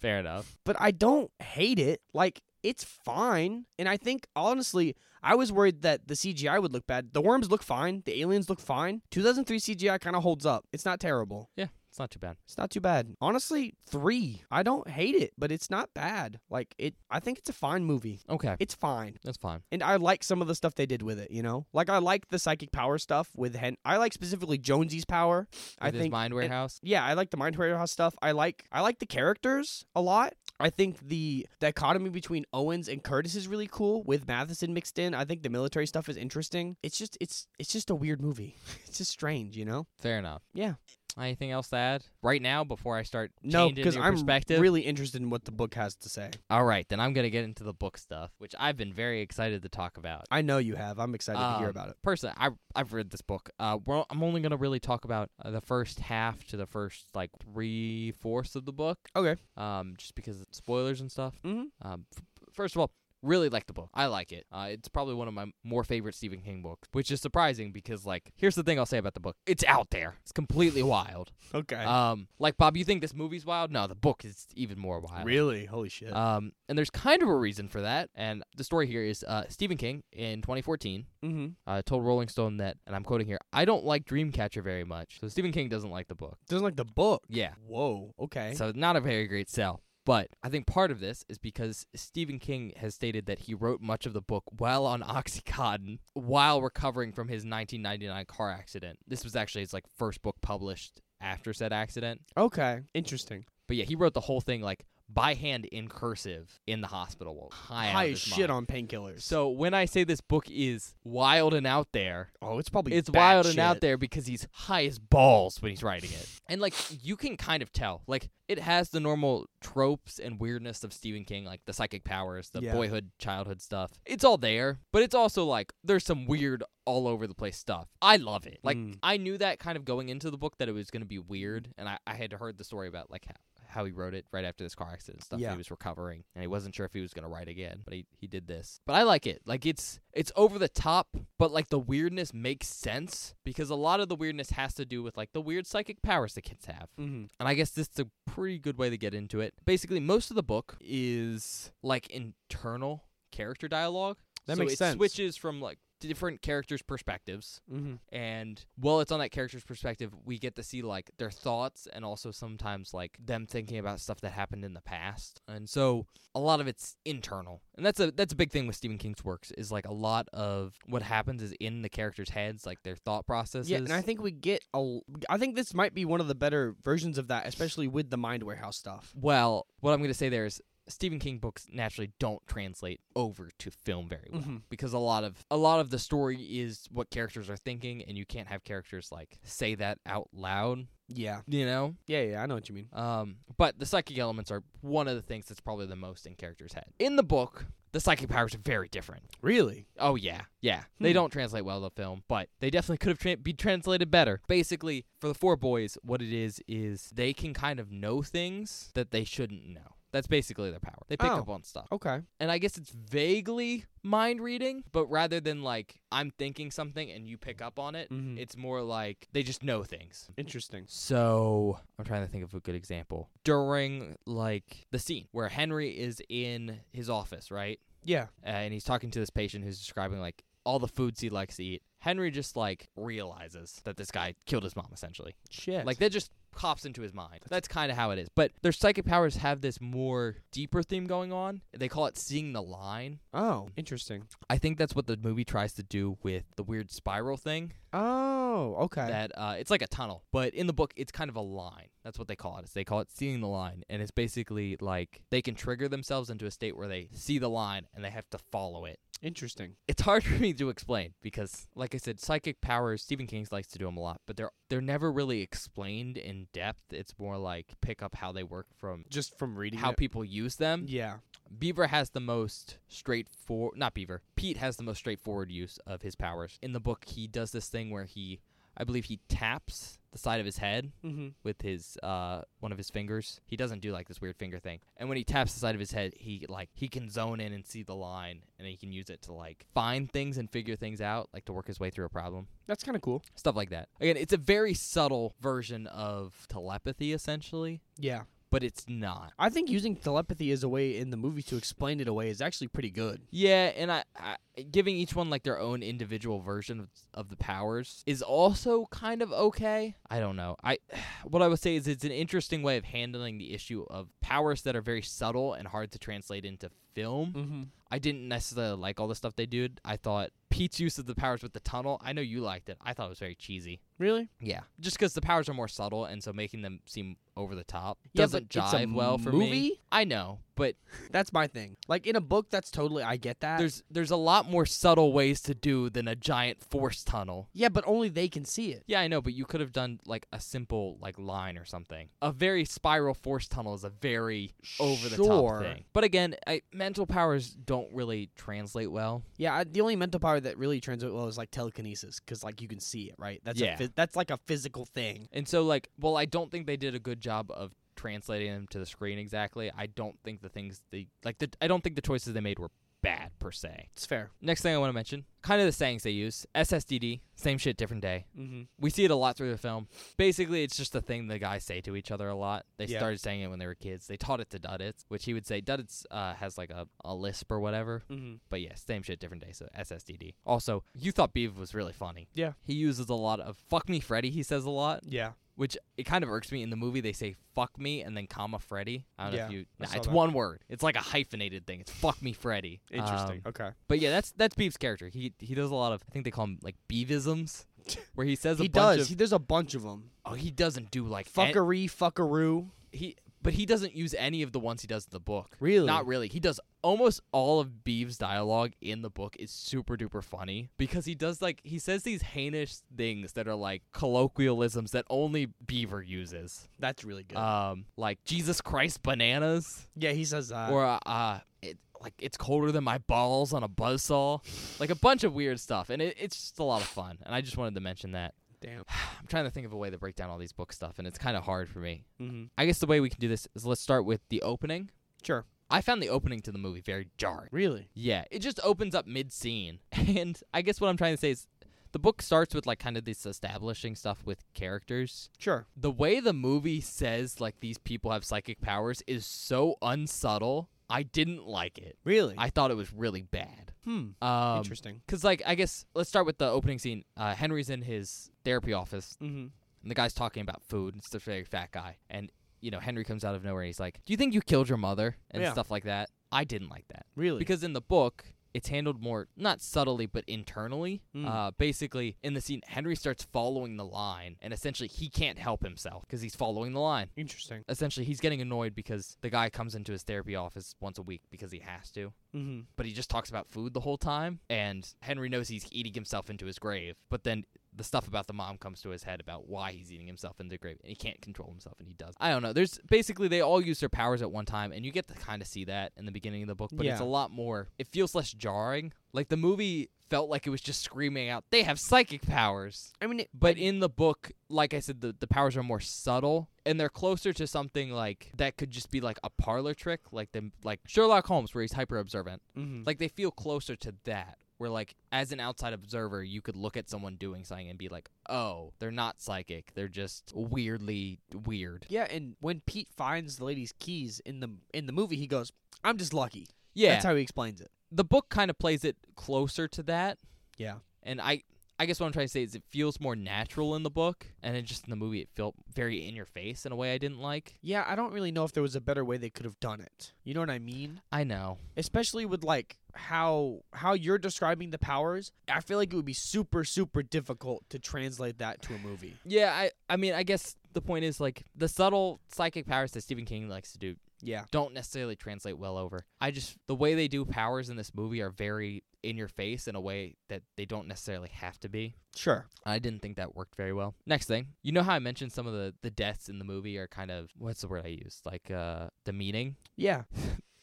S2: fair enough.
S1: but I don't hate it. Like it's fine. And I think honestly, I was worried that the CGI would look bad. The worms look fine. The aliens look fine. 2003 CGI kind of holds up. It's not terrible.
S2: Yeah, it's not too bad.
S1: It's not too bad. Honestly, 3. I don't hate it, but it's not bad. Like it I think it's a fine movie.
S2: Okay,
S1: It's fine.
S2: that's fine.
S1: And I like some of the stuff they did with it, you know? Like I like the psychic power stuff with Hen I like specifically Jonesy's power. I
S2: With his
S1: think
S2: mind warehouse.
S1: yeah, I like the Mind Warehouse stuff. I like I like the characters a lot. I think the dichotomy between Owens and Curtis is really cool with Matheson mixed in. I think the military stuff is interesting. It's just it's it's just a weird movie. It's just strange, you know?
S2: fair enough.
S1: Yeah.
S2: Anything else to add right now before I start?
S1: No,
S2: changing
S1: because
S2: your
S1: I'm
S2: perspective.
S1: really interested in what the book has to say.
S2: All right, then I'm gonna get into the book stuff, which I've been very excited to talk about.
S1: I know you have. I'm excited to hear
S2: Um,
S1: about it.
S2: Personally, I I've read this book. Uh, well, I'm only gonna really talk about uh, the first half to the first like three fourths of the book.
S1: Okay.
S2: Um, just because of spoilers and stuff.
S1: Mhm.
S2: Um, f- first of all, really like the book. I like it. Uh, it's probably one of my more favorite Stephen King books, which is surprising because like here's the thing I'll say about the book. It's out there. It's completely wild.
S1: Okay.
S2: Um, like Bob, you think this movie's wild? No, the book is even more wild.
S1: really? Holy shit.
S2: Um, and there's kind of a reason for that. And the story here is uh, Stephen King in 2014
S1: mm-hmm.
S2: uh, told Rolling Stone that, and I'm quoting here, I don't like Dreamcatcher very much. So Stephen King doesn't like the book.
S1: Doesn't like the book.
S2: Yeah.
S1: Whoa. Okay.
S2: So not a very great sell. But I think part of this is because Stephen King has stated that he wrote much of the book while on Oxycontin while recovering from his 1999 car accident. This was actually his like first book published after said accident.
S1: okay. Interesting.
S2: But yeah, he wrote the whole thing like by hand in cursive in the hospital. while High, out
S1: high
S2: of
S1: as
S2: his
S1: shit
S2: mind.
S1: on painkillers.
S2: So when I say this book is wild and out there,
S1: oh, it's probably
S2: it's wild and
S1: batshit.
S2: out there because he's high as balls when he's writing it. And like you can kind of tell. Like it has the normal tropes and weirdness of Stephen King, like the psychic powers, the
S1: Yeah.
S2: boyhood, childhood stuff. It's all there, but it's also like there's some weird all over the place stuff. I love it. Like
S1: Mm.
S2: I knew that kind of going into the book that it was gonna be weird and I, I had heard the story about like how how he wrote it right after this car accident and stuff.
S1: Yeah.
S2: He was recovering and he wasn't sure if he was gonna write again, but he, he did this. But I like it. Like it's it's over the top, but like the weirdness makes sense because a lot of the weirdness has to do with like the weird psychic powers the kids have.
S1: Mhm.
S2: And I guess this is a pretty good way to get into it. Basically, most of the book is like internal character dialogue.
S1: That
S2: so
S1: makes
S2: it
S1: sense.
S2: switches from like different characters' perspectives
S1: Mhm.
S2: and while it's on that character's perspective we get to see like their thoughts and also sometimes like them thinking about stuff that happened in the past and so a lot of it's internal and that's a that's a big thing with stephen king's works is like a lot of what happens is in the characters heads like their thought processes
S1: Yeah, and I think we get a. l- I think this might be one of the better versions of that, especially with the Mind Warehouse stuff.
S2: well what i'm going to say there is stephen king books naturally don't translate over to film very well
S1: Mhm.
S2: because a lot of a lot of the story is what characters are thinking and you can't have characters like say that out loud
S1: Yeah,
S2: you know
S1: yeah, yeah. I know what you mean.
S2: Um, but the psychic elements are one of the things that's probably the most in character's head. In the book, the psychic powers are very different.
S1: Really?
S2: Oh yeah, yeah. They
S1: Hmm.
S2: don't translate well to film, but they definitely could have tra- be translated better. Basically, for the four boys, what it is is they can kind of know things that they shouldn't know. That's basically their power. They pick
S1: Oh.
S2: up on stuff
S1: Okay.
S2: and I guess it's vaguely mind reading, but rather than like I'm thinking something and you pick up on it,
S1: Mhm.
S2: it's more like they just know things.
S1: Interesting.
S2: So I'm trying to think of a good example. During like the scene where Henry is in his office, right?
S1: Yeah.
S2: Uh, and he's talking to this patient who's describing like all the foods he likes to eat. Henry just like realizes that this guy killed his mom essentially.
S1: Shit.
S2: Like that just pops into his mind. That's kind of how it is. But their psychic powers have this more deeper theme going on. They call it seeing the line.
S1: Oh, interesting.
S2: I think that's what the movie tries to do with the weird spiral thing.
S1: Oh, okay.
S2: That uh, it's like a tunnel, but in the book, it's kind of a line. That's what they call it. Is they call it seeing the line, and it's basically like they can trigger themselves into a state where they see the line and they have to follow it.
S1: interesting.
S2: It's hard for me to explain because, like I said, psychic powers. Stephen King likes to do them a lot, but they're they're never really explained in depth. It's more like pick up how they work from
S1: Just from reading
S2: how
S1: it.
S2: people use them.
S1: Yeah.
S2: Beaver has the most straightforward, not Beaver, Pete has the most straightforward use of his powers. In the book, he does this thing where he, I believe he taps the side of his head
S1: Mm-hmm.
S2: with his, uh, one of his fingers. He doesn't do like this weird finger thing. And when he taps the side of his head, he like, he can zone in and see the line and he can use it to like find things and figure things out, like to work his way through a problem.
S1: That's kind of cool.
S2: Stuff like that. Again, it's a very subtle version of telepathy essentially,
S1: Yeah.
S2: but it's not.
S1: I think using telepathy as a way in the movie to explain it away is actually pretty good.
S2: Yeah, and I, I giving each one like their own individual version of, of the powers is also kind of okay. I don't know. I what I would say is it's an interesting way of handling the issue of powers that are very subtle and hard to translate into film.
S1: Mm-hmm.
S2: I didn't necessarily like all the stuff they did. I thought Pete's use of the powers with the tunnel. I know you liked it. I thought it was very cheesy.
S1: Really?
S2: Yeah, just because the powers are more subtle, and so making them seem over the top
S1: Yeah,
S2: doesn't
S1: but it's a
S2: jive well for me.
S1: movie?
S2: I know, but
S1: That's my thing. Like in a book, that's totally I get that.
S2: there's there's a lot more subtle ways to do than a giant force tunnel.
S1: yeah, but only they can see it.
S2: Yeah, I know, but you could have done like a simple like line or something. A very spiral force tunnel is a very over the top
S1: Sure.
S2: thing. But again, I, mental powers don't really translate well.
S1: Yeah, I, the only mental power that really translates well is like telekinesis, because like you can see it, right? That's
S2: Yeah.
S1: a phys- that's like a physical thing.
S2: And so like, well, I don't think they did a good job of translating them to the screen exactly. I don't think the things they like the I don't think the choices they made were bad per se.
S1: It's fair.
S2: Next thing I want to mention, kind of the sayings they use. SSDD, same shit different day.
S1: Mm-hmm.
S2: we see it a lot through the film. Basically, it's just a thing the guys say to each other a lot. They
S1: Yeah.
S2: started saying it when they were kids. They taught it to Duddits, which he would say Duddits uh, has like a, a lisp or whatever.
S1: Mm-hmm.
S2: But yeah, same shit, different day. So SSDD. Also, you thought Beav was really funny.
S1: Yeah.
S2: He uses a lot of "fuck me, Freddy." He says a lot,
S1: Yeah.
S2: which it kind of irks me. In the movie, they say "fuck me" and then comma Freddy. I don't know
S1: Yeah,
S2: if you.
S1: I
S2: Nah,
S1: saw
S2: it's
S1: that.
S2: one word. It's like a hyphenated thing. It's "fuck me, Freddy." Um,
S1: okay.
S2: but yeah, that's that's Beav's character. He he does a lot of I think they call him like Beavisms, where he says a
S1: He
S2: bunch
S1: does.
S2: of
S1: He, there's a bunch of them.
S2: Oh, he doesn't do like fucker.
S1: Fuckery, fuckaroo.
S2: he, but he doesn't use any of the ones he does in the book.
S4: Really?
S2: Not really. He does almost all of Beeves' dialogue in the book is super duper funny because he does like he says these heinous things that are like colloquialisms that only Beaver uses.
S1: That's really good.
S2: Um, like Jesus Christ bananas
S1: yeah, he says that.
S2: or uh, uh it, like it's colder than my balls on a buzzsaw. like a bunch of weird stuff, and it, it's just a lot of fun. And I just wanted to mention that.
S1: Damn.
S2: I'm trying to think of a way to break down all these book stuff, and it's kind of hard for me.
S1: hmm
S2: I guess the way we can do this is let's start with the opening.
S1: Sure.
S2: I found the opening to the movie very jarring.
S1: Really?
S2: Yeah, it just opens up mid scene. And I guess what I'm trying to say is the book starts with like kind of this establishing stuff with characters.
S1: Sure.
S2: The way the movie says like these people have psychic powers is so unsubtle. I didn't like it.
S1: Really?
S2: I thought it was really bad.
S1: hmm.
S2: Um,
S1: Interesting.
S2: Cause like I guess let's start with the opening scene. Uh, Henry's in his therapy office
S1: Mm-hmm.
S2: and the guy's talking about food. And it's this very fat guy. And, you know, Henry comes out of nowhere. And he's like, Do you think you killed your mother? And
S1: Yeah.
S2: stuff like that. I didn't like that.
S1: Really?
S2: Because in the book, it's handled more, not subtly, but internally.
S1: Mm.
S2: Uh, basically, in the scene, Henry starts following the line. And essentially, he can't help himself because he's following the line.
S1: Interesting.
S2: Essentially, he's getting annoyed because the guy comes into his therapy office once a week because he has to
S1: Mm-hmm.
S2: but he just talks about food the whole time and henry knows he's eating himself into his grave but then the stuff about the mom comes to his head about why he's eating himself into the grave and he can't control himself and he does i don't know there's basically they all use their powers at one time and you get to kind of see that in the beginning of the book but it's a
S1: Yeah.
S2: lot more it feels less jarring like the movie felt like it was just screaming out they have psychic powers
S1: I mean, it,
S2: but in the book, like I said, the, the powers are more subtle and they're closer to something like that could just be like a parlor trick, like the like Sherlock Holmes, where he's hyper observant.
S1: mm-hmm.
S2: Like they feel closer to that, where like as an outside observer, you could look at someone doing something and be like, oh, they're not psychic, they're just weirdly weird.
S1: yeah, and when Pete finds the lady's keys in the in the movie, he goes, "I'm just lucky."
S2: Yeah,
S1: That's how he explains it.
S2: the book kind of plays it closer to that.
S1: Yeah.
S2: and I. I guess what I'm trying to say is it feels more natural in the book, and it just in the movie it felt very in your face in a way I didn't like.
S1: Yeah, I don't really know if there was a better way they could have done it. You know what I mean?
S2: I know.
S1: Especially with like how how you're describing the powers, I feel like it would be super super difficult to translate that to a movie.
S2: Yeah, I I mean, I guess the point is like the subtle psychic powers that Stephen King likes to do
S1: Yeah.
S2: don't necessarily translate well over. I just the way they do powers in this movie are very in your face in a way that they don't necessarily have to be.
S1: Sure.
S2: I didn't think that worked very well. Next thing, you know how I mentioned some of the the deaths in the movie are kind of what's the word I used? Like uh the meaning.
S1: Yeah.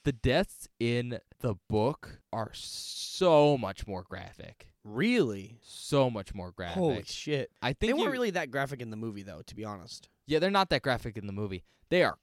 S2: The deaths in the book are so much more graphic.
S1: Really?
S2: So much more graphic.
S1: Holy shit.
S2: I think
S1: They
S2: you-
S1: weren't really that graphic in the movie though, to be honest.
S2: Yeah, they're not that graphic in the movie. They are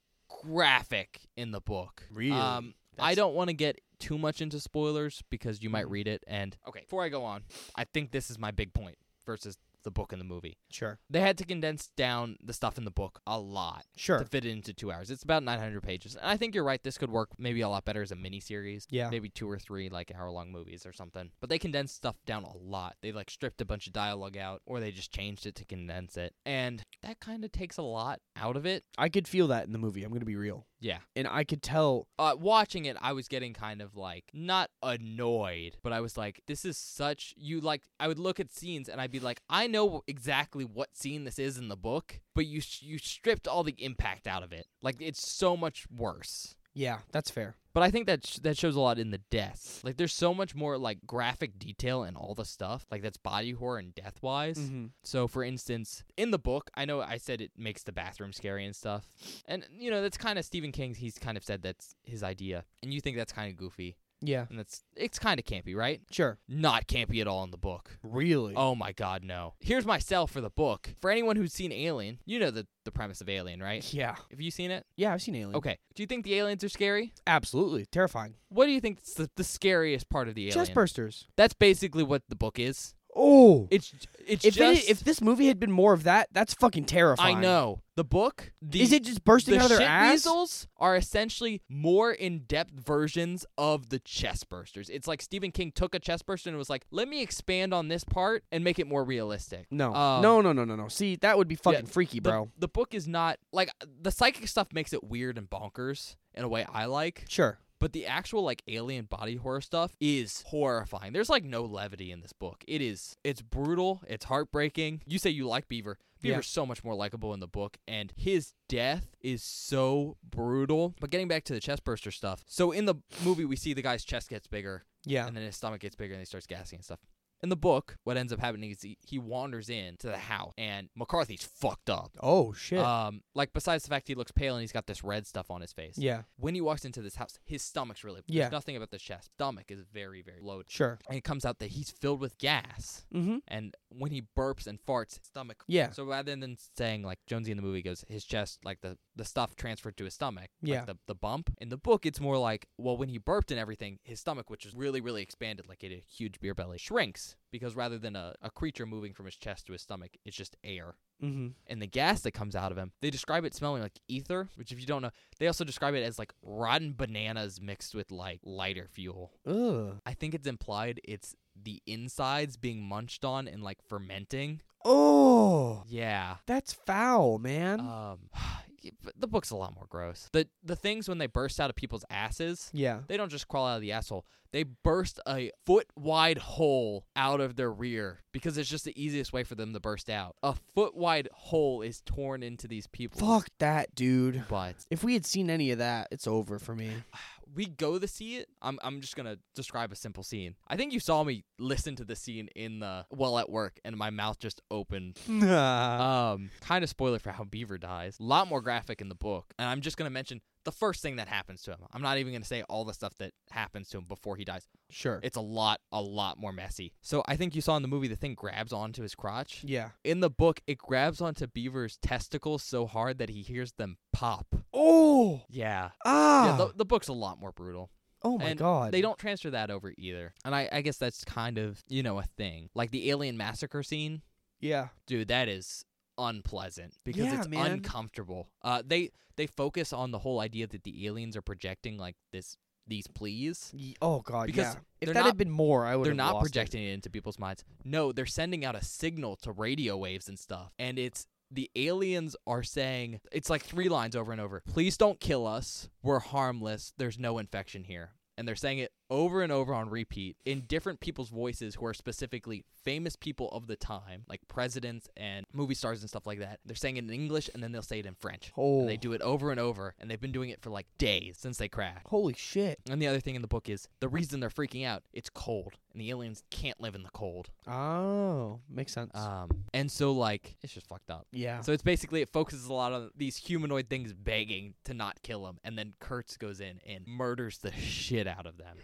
S2: graphic in the book.
S1: Really?
S2: Um, I
S1: That's-
S2: don't want to get too much into spoilers because you might read it. And Mm. okay, before I go on, I think this is my big point versus the book and the movie.
S1: Sure.
S2: They had to condense down the stuff in the book a lot to
S1: Sure.
S2: fit it into two hours. It's about 900 pages. And I think you're right. This could work maybe a lot better as a mini series.
S1: Yeah.
S2: Maybe two or three like hour long movies or something. But they condensed stuff down a lot. They like stripped a bunch of dialogue out or they just changed it to condense it. And that kind of takes a lot out of it.
S1: I could feel that in the movie. I'm going to be real.
S2: Yeah.
S1: And I could tell
S2: Uh, watching it, I was getting kind of like not annoyed, but I was like, this is such you like. I would look at scenes and I'd be like, I know exactly what scene this is in the book, but you you stripped all the impact out of it. Like it's so much worse.
S1: Yeah, that's fair.
S2: But I think that sh- that shows a lot in the deaths. Like there's so much more like graphic detail in all the stuff. Like that's body horror and death wise. So for instance, in the book, I know I said it makes the bathroom scary and stuff. And you know, that's kind of Stephen King's he's kind of said that's his idea. And you think that's kind of goofy.
S1: Yeah.
S2: And that's it's kind of campy, right?
S1: Sure.
S2: Not campy at all in the book.
S1: Really?
S2: Oh my god, no. Here's my sell for the book. For anyone who's seen Alien, you know the the premise of Alien, right?
S1: Yeah.
S2: Have you seen it?
S1: Yeah, I've seen Alien.
S2: Okay. Do you think the aliens are scary?
S1: Absolutely. Terrifying.
S2: What do you think is the, the scariest part of the alien?
S1: Chest bursters.
S2: That's basically what the book is.
S1: Oh.
S2: It's it's
S1: if,
S2: just
S1: it, if this movie had been more of that, that's fucking
S2: I
S1: terrifying.
S2: know the book. The,
S1: Is it just bursting
S2: the
S1: out of their
S2: shit
S1: ass?
S2: weasels are essentially more in-depth versions of the chest bursters. It's like Stephen King took a chest burster and was like, "Let me expand on this part and make it more realistic."
S1: No.
S2: Um,
S1: no, no, no, no, no. See, that would be fucking freaky,
S2: the,
S1: bro.
S2: the book is not like the psychic stuff makes it weird and bonkers in a way I like.
S1: sure.
S2: But the actual like alien body horror stuff is horrifying. There's like no levity in this book. It is it's brutal, it's heartbreaking. You say you like Beaver.
S1: Yeah.
S2: Beaver's so much more likable in the book and his death is so brutal. But getting back to the chest burster stuff. So in the movie we see the guy's chest gets bigger
S1: Yeah.
S2: and then his stomach gets bigger and he starts gassing and stuff. In the book, what ends up happening is he, he wanders in to the house and McCarthy's fucked up.
S1: Oh shit.
S2: Um, like besides the fact he looks pale and he's got this red stuff on his face.
S1: yeah.
S2: When he walks into this house, his stomach's really.
S1: Yeah.
S2: There's nothing about the chest. Stomach is very very loaded.
S1: Sure.
S2: And it comes out that he's filled with gas,
S1: Mm-hmm.
S2: and when he burps and farts, his stomach.
S1: Yeah.
S2: So rather than saying like Jonesy in the movie goes, his chest like the the stuff transferred to his stomach.
S1: Yeah.
S2: Like the the bump in the book, it's more like well when he burped and everything, his stomach, which is really really expanded like it had a huge beer belly, shrinks because rather than a, a creature moving from his chest to his stomach, it's just air
S1: Mm-hmm.
S2: and the gas that comes out of him. They describe it smelling like ether, which if you don't know, they also describe it as like rotten bananas mixed with like lighter fuel.
S1: Ugh.
S2: I think it's implied it's the insides being munched on and like fermenting.
S1: Oh,
S2: Yeah.
S1: that's foul, man.
S2: Um yeah, but the book's a lot more gross. The the things when they burst out of people's asses,
S1: yeah.
S2: they don't just crawl out of the asshole. They burst a foot wide hole out of their rear because it's just the easiest way for them to burst out. A foot wide hole is torn into these people.
S1: Fuck that, dude.
S2: But
S1: If we had seen any of that, it's over for me.
S2: we go to see it. I'm I'm just gonna describe a simple scene. I think you saw me listen to the scene in the well at work, and my mouth just opened.
S1: Nah.
S2: Um, kind of spoiler for how Beaver dies. A lot more graphic in the book, and I'm just gonna mention the first thing that happens to him. I'm not even gonna say all the stuff that happens to him before he dies.
S1: sure.
S2: It's a lot, a lot more messy. So I think you saw in the movie the thing grabs onto his crotch.
S1: yeah.
S2: In the book, it grabs onto Beaver's testicles so hard that he hears them pop.
S1: Oh.
S2: Yeah, yeah.
S1: Ah.
S2: The, the book's a lot more brutal.
S1: oh my
S2: and
S1: god.
S2: They don't transfer that over either. And I, I guess that's kind of, you know, a thing. Like the alien massacre scene,
S1: Yeah.
S2: dude, that is unpleasant because
S1: Yeah,
S2: it's
S1: man.
S2: uncomfortable. Uh they they focus on the whole idea that the aliens are projecting like this these pleas.
S1: Ye- Oh god.
S2: Because
S1: yeah. If
S2: they're
S1: that
S2: not-
S1: had been more, I would.
S2: They're
S1: have
S2: not
S1: lost it.
S2: projecting it. into people's minds. No, they're sending out a signal to radio waves and stuff. And it's the aliens are saying it's like three lines over and over. Please don't kill us. We're harmless. There's no infection here. And they're saying it over and over on repeat in different people's voices who are specifically famous people of the time, like presidents and movie stars and stuff like that. They're saying it in English and then they'll say it in French.
S1: Oh.
S2: And they do it over and over. And they've been doing it for like days since they crashed.
S1: Holy shit.
S2: And the other thing in the book is the reason they're freaking out, it's cold, and the aliens can't live in the cold.
S1: Oh, makes sense.
S2: Um, and so like it's just fucked up.
S1: yeah.
S2: So it's basically it focuses a lot on these humanoid things begging to not kill them, and then Kurtz goes in and murders the shit out of them.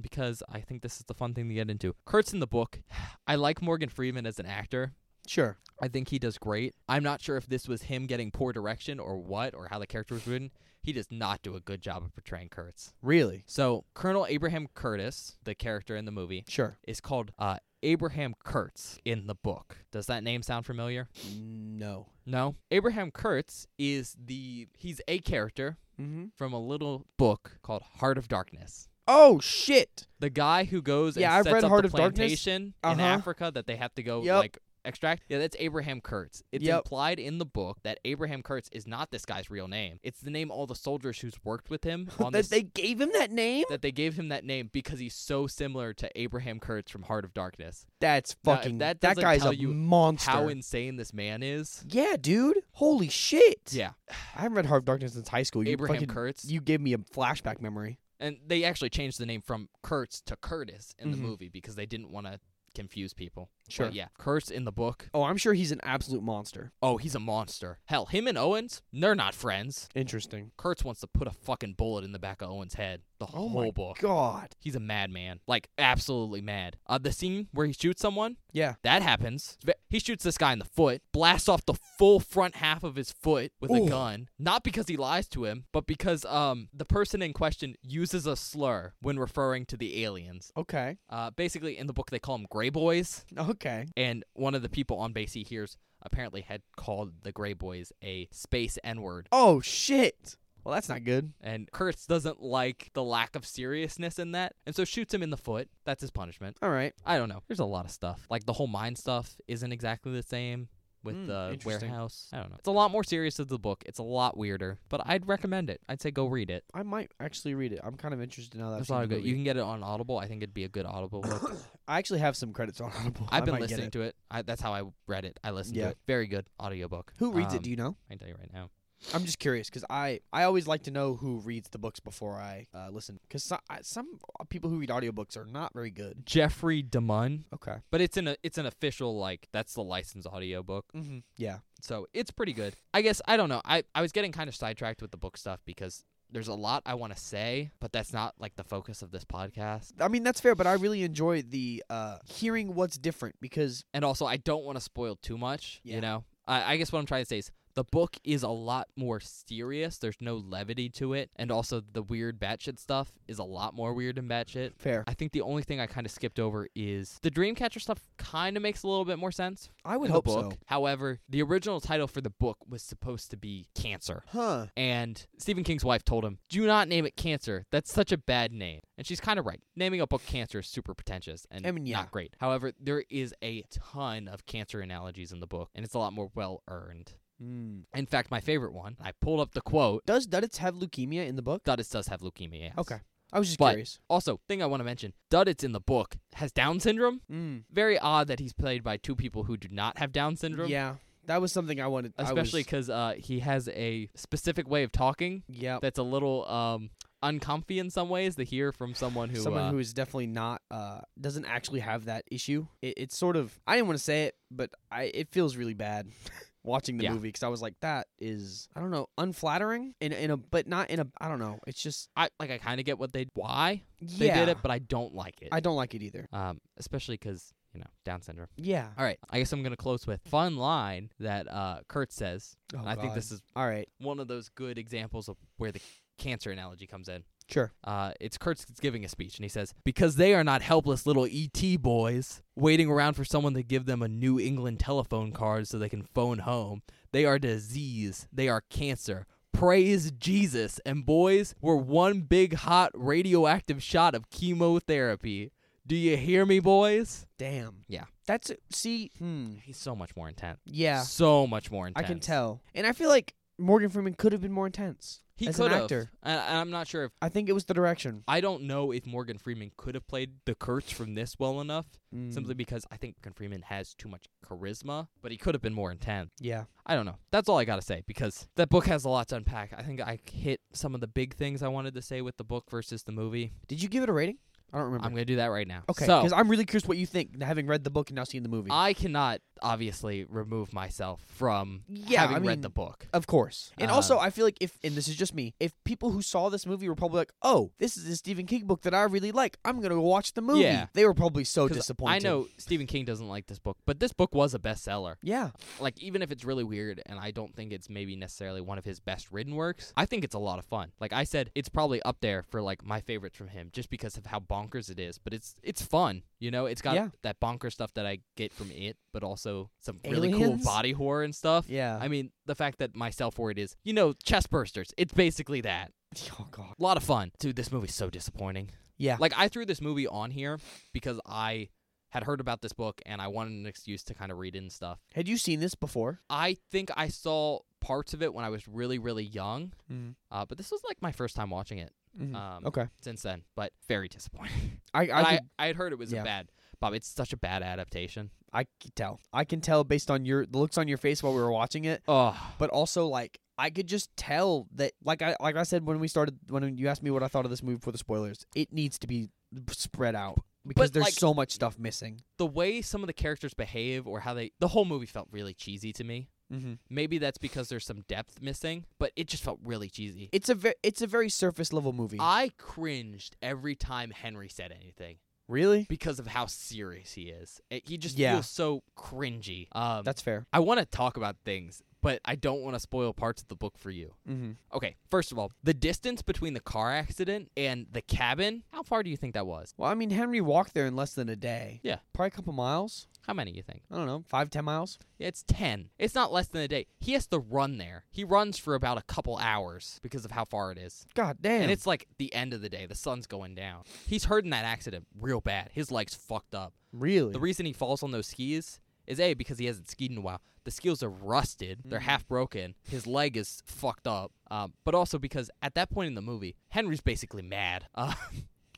S2: Because I think this is the fun thing to get into. Kurtz in the book, I like Morgan Freeman as an actor.
S1: sure.
S2: I think he does great. I'm not sure if this was him getting poor direction or what, or how the character was written. He does not do a good job of portraying Kurtz.
S1: Really.
S2: So Colonel Abraham Curtis, the character in the movie,
S1: Sure.
S2: is called uh, Abraham Kurtz in the book. Does that name sound familiar?
S1: No.
S2: No. Abraham Kurtz is the he's a character
S1: Mm-hmm.
S2: from a little book called Heart of Darkness.
S1: Oh shit.
S2: The guy who goes
S1: Yeah,
S2: and
S1: I've
S2: sets
S1: read
S2: up
S1: Heart
S2: the
S1: of Darkness.
S2: plantation in
S1: Uh-huh.
S2: Africa that they have to go
S1: Yep.
S2: like extract. Yeah, that's Abraham Kurtz. It's
S1: Yep.
S2: implied in the book that Abraham Kurtz is not this guy's real name. It's the name all the soldiers who's worked with him on
S1: That
S2: this
S1: they gave him that name.
S2: that they gave him that name because he's so similar to Abraham Kurtz from Heart of Darkness.
S1: That's
S2: Now, if
S1: fucking.
S2: that
S1: that
S2: doesn't
S1: guy's
S2: tell
S1: a
S2: you
S1: monster.
S2: How insane this man is.
S1: yeah, dude. Holy shit.
S2: Yeah,
S1: I haven't read Heart of Darkness since high school. You
S2: Abraham
S1: fucking,
S2: Kurtz.
S1: You gave me a flashback memory.
S2: and they actually changed the name from Kurtz to Curtis in
S1: Mhm.
S2: the movie because they didn't want to confuse people.
S1: Sure.
S2: But yeah, Kurtz in the book.
S1: Oh, I'm sure he's an absolute monster.
S2: Oh, he's a monster. Hell, him and Owens, they're not friends.
S1: Interesting.
S2: Kurtz wants to put a fucking bullet in the back of Owens' head. The
S1: Oh
S2: whole
S1: my
S2: book.
S1: God.
S2: He's a madman. Like, absolutely mad. Uh, the scene where he shoots someone,
S1: Yeah.
S2: That happens. He shoots this guy in the foot, blasts off the full front half of his foot with
S1: Ooh.
S2: a gun. Not because he lies to him, but because um the person in question uses a slur when referring to the aliens.
S1: Okay.
S2: Uh, basically, in the book, they call them gray boys,
S1: Okay.
S2: and one of the people on base he hears apparently had called the gray boys a space n word.
S1: Oh shit. Well, that's not good.
S2: And Kurtz doesn't like the lack of seriousness in that, and so shoots him in the foot. That's his punishment.
S1: All right.
S2: I don't know. There's a lot of stuff. Like the whole mind stuff isn't exactly the same. with
S1: Hmm,
S2: the
S1: interesting.
S2: warehouse. I don't know. It's a lot more serious than the book. It's a lot weirder, but I'd recommend it. I'd say go read it.
S1: I might actually read it. I'm kind of interested now that I've
S2: It's a
S1: seen
S2: lot
S1: the
S2: of good.
S1: movie.
S2: You can get it on Audible. I think it'd be a good Audible book.
S1: I actually have some credits on Audible. I
S2: I've been
S1: might get
S2: listening
S1: it.
S2: to it. I, that's how I read it. I listened
S1: Yeah.
S2: to it. Very good audiobook.
S1: Who reads
S2: Um,
S1: it? Do you know?
S2: I can tell you right now.
S1: I'm just curious because I I always like to know who reads the books before I uh, listen because so, I- some people who read audiobooks are not very good.
S2: Jeffrey DeMunn,
S1: Okay.
S2: but it's an it's an official like that's the licensed audiobook.
S1: Mm-hmm. Yeah.
S2: So it's pretty good. I guess I don't know. I, I was getting kind of sidetracked with the book stuff because there's a lot I want to say, but that's not like the focus of this podcast.
S1: I mean that's fair, but I really enjoy the uh, hearing what's different because
S2: And also I don't want to spoil too much.
S1: Yeah.
S2: You know? I, I guess what I'm trying to say is the book is a lot more serious. There's no levity to it. And also the weird batshit stuff is a lot more weird than batshit.
S1: fair.
S2: I think the only thing I kind of skipped over is the Dreamcatcher stuff kind of makes a little bit more sense.
S1: I would
S2: in the
S1: hope
S2: book.
S1: so.
S2: However, the original title for the book was supposed to be Cancer.
S1: Huh.
S2: And Stephen King's wife told him, Do not name it cancer. That's such a bad name. And she's kind of right. Naming a book cancer is super pretentious and
S1: I mean, yeah.
S2: not great. However, there is a ton of cancer analogies in the book, and it's a lot more well earned.
S1: Mm.
S2: In fact, my favorite one, I pulled up the quote
S1: Does Duddits have leukemia in the book?
S2: Duddits does have leukemia. yes.
S1: Okay. I was just
S2: But-
S1: curious.
S2: Also, thing I want to mention Duddits in the book has Down syndrome.
S1: Mm.
S2: Very odd that he's played by two people who do not have Down syndrome.
S1: Yeah, that was something I wanted. I was-
S2: Especially because uh, he has a specific way of talking
S1: yeah,
S2: that's a little um uncomfy in some ways to hear from someone who
S1: someone
S2: uh,
S1: who is definitely not uh doesn't actually have that issue. It, it's sort of I didn't want to say it, but I it feels really bad watching the
S2: Yeah.
S1: movie because I was like that is I don't know unflattering in in a but not in a I don't know it's just
S2: I like I kind of get what they why they
S1: yeah
S2: did it but I don't like it.
S1: I don't like it either.
S2: um especially cuz you know down syndrome.
S1: Yeah,
S2: All right, I guess I'm going to close with fun line that uh Kurt says.
S1: Oh,
S2: and I think
S1: God.
S2: this is
S1: all right.
S2: one of those good examples of where the cancer analogy comes in.
S1: Sure.
S2: Uh, it's Kurt's giving a speech, and he says, "Because they are not helpless little ET boys waiting around for someone to give them a New England telephone card so they can phone home. They are disease. They are cancer. Praise Jesus!" And boys, we're one big hot radioactive shot of chemotherapy. Do you hear me, boys?
S1: Damn.
S2: Yeah.
S1: That's see. Hmm.
S2: He's so much more intense.
S1: Yeah,
S2: So much more
S1: I
S2: intense.
S1: can tell, and I feel like Morgan Freeman could have been more intense.
S2: He
S1: as an
S2: could have.
S1: actor.
S2: And and I'm not sure if
S1: I think it was the direction.
S2: I don't know if Morgan Freeman could have played the Kurtz from this well enough.
S1: Mm,
S2: simply because I think Morgan Freeman has too much charisma, but he could have been more intense.
S1: yeah.
S2: I don't know. That's all I got to say because that book has a lot to unpack. I think I hit some of the big things I wanted to say with the book versus the movie.
S1: Did you give it a rating? I don't remember.
S2: I'm going to do that right now.
S1: Okay,
S2: So, Uh,
S1: because I'm really curious what you think, having read the book and now seeing the movie.
S2: I cannot obviously remove myself from
S1: Yeah,
S2: having
S1: I mean,
S2: read the book.
S1: of course. And also,
S2: Um,
S1: I feel like if, and this is just me, if people who saw this movie were probably like, "Oh, this is a Stephen King book that I really like. I'm gonna go watch the movie."
S2: Yeah.
S1: They were probably so
S2: 'Cause
S1: disappointed.
S2: I know Stephen King doesn't like this book, but this book was a bestseller.
S1: Yeah.
S2: Like, even if it's really weird and I don't think it's maybe necessarily one of his best written works, I think it's a lot of fun. Like I said, it's probably up there for like my favorites from him just because of how bonkers it is. But it's it's fun. You know, it's got
S1: Yeah.
S2: that bonker stuff that I get from it, but also some really cool
S1: Aliens?
S2: body horror and stuff.
S1: Yeah.
S2: I mean, the fact that myself for it is, you know, chest bursters. It's basically that.
S1: oh God.
S2: A lot of fun. Dude, this movie's so disappointing.
S1: Yeah.
S2: Like I threw this movie on here because I had heard about this book and I wanted an excuse to kind of read it and stuff.
S1: Had you seen this before?
S2: I think I saw parts of it when I was really, really young.
S1: Mhm.
S2: Uh, but this was like my first time watching it Um,
S1: Hmm. Mm-hmm. okay.
S2: since then. But very disappointing.
S1: I I,
S2: And I,
S1: could,
S2: I had heard it was
S1: yeah.
S2: a bad. Bob, it's such a bad adaptation.
S1: I could tell. I can tell based on your the looks on your face while we were watching it,
S2: Oh,
S1: but also like. I could just tell that, like I like I said when we started, when you asked me what I thought of this movie for the spoilers, it needs to be spread out because
S2: But,
S1: there's
S2: like-
S1: so much stuff missing.
S2: the way some of the characters behave or how they. The whole movie felt really cheesy to me.
S1: Mm-hmm.
S2: Maybe that's because there's some depth missing, but it just felt really cheesy.
S1: It's a ve- it's a very surface level movie.
S2: I cringed every time Henry said anything
S1: really?
S2: because of how serious he is. It- he just
S1: Yeah.
S2: feels so cringy. Um,
S1: That's fair.
S2: I want to talk about things, but I don't want to spoil parts of the book for you.
S1: Mm-hmm.
S2: Okay, first of all, the distance between the car accident and the cabin, how far do you think that was?
S1: Well, I mean, Henry walked there in less than a day.
S2: Yeah.
S1: probably a couple miles.
S2: How many you think?
S1: I don't know, five ten miles.
S2: It's 10. It's not less than a day. He has to run there. He runs for about a couple hours because of how far it is.
S1: God damn.
S2: And it's like the end of the day. The sun's going down. He's hurting that accident real bad. His leg's fucked up.
S1: really
S2: The reason he falls on those skis is A, because he hasn't skied in a while. The skills are rusted, they're
S1: Mm-hmm.
S2: half broken, his leg is fucked up. Um, but also because at that point in the movie, Henry's basically mad. Uh,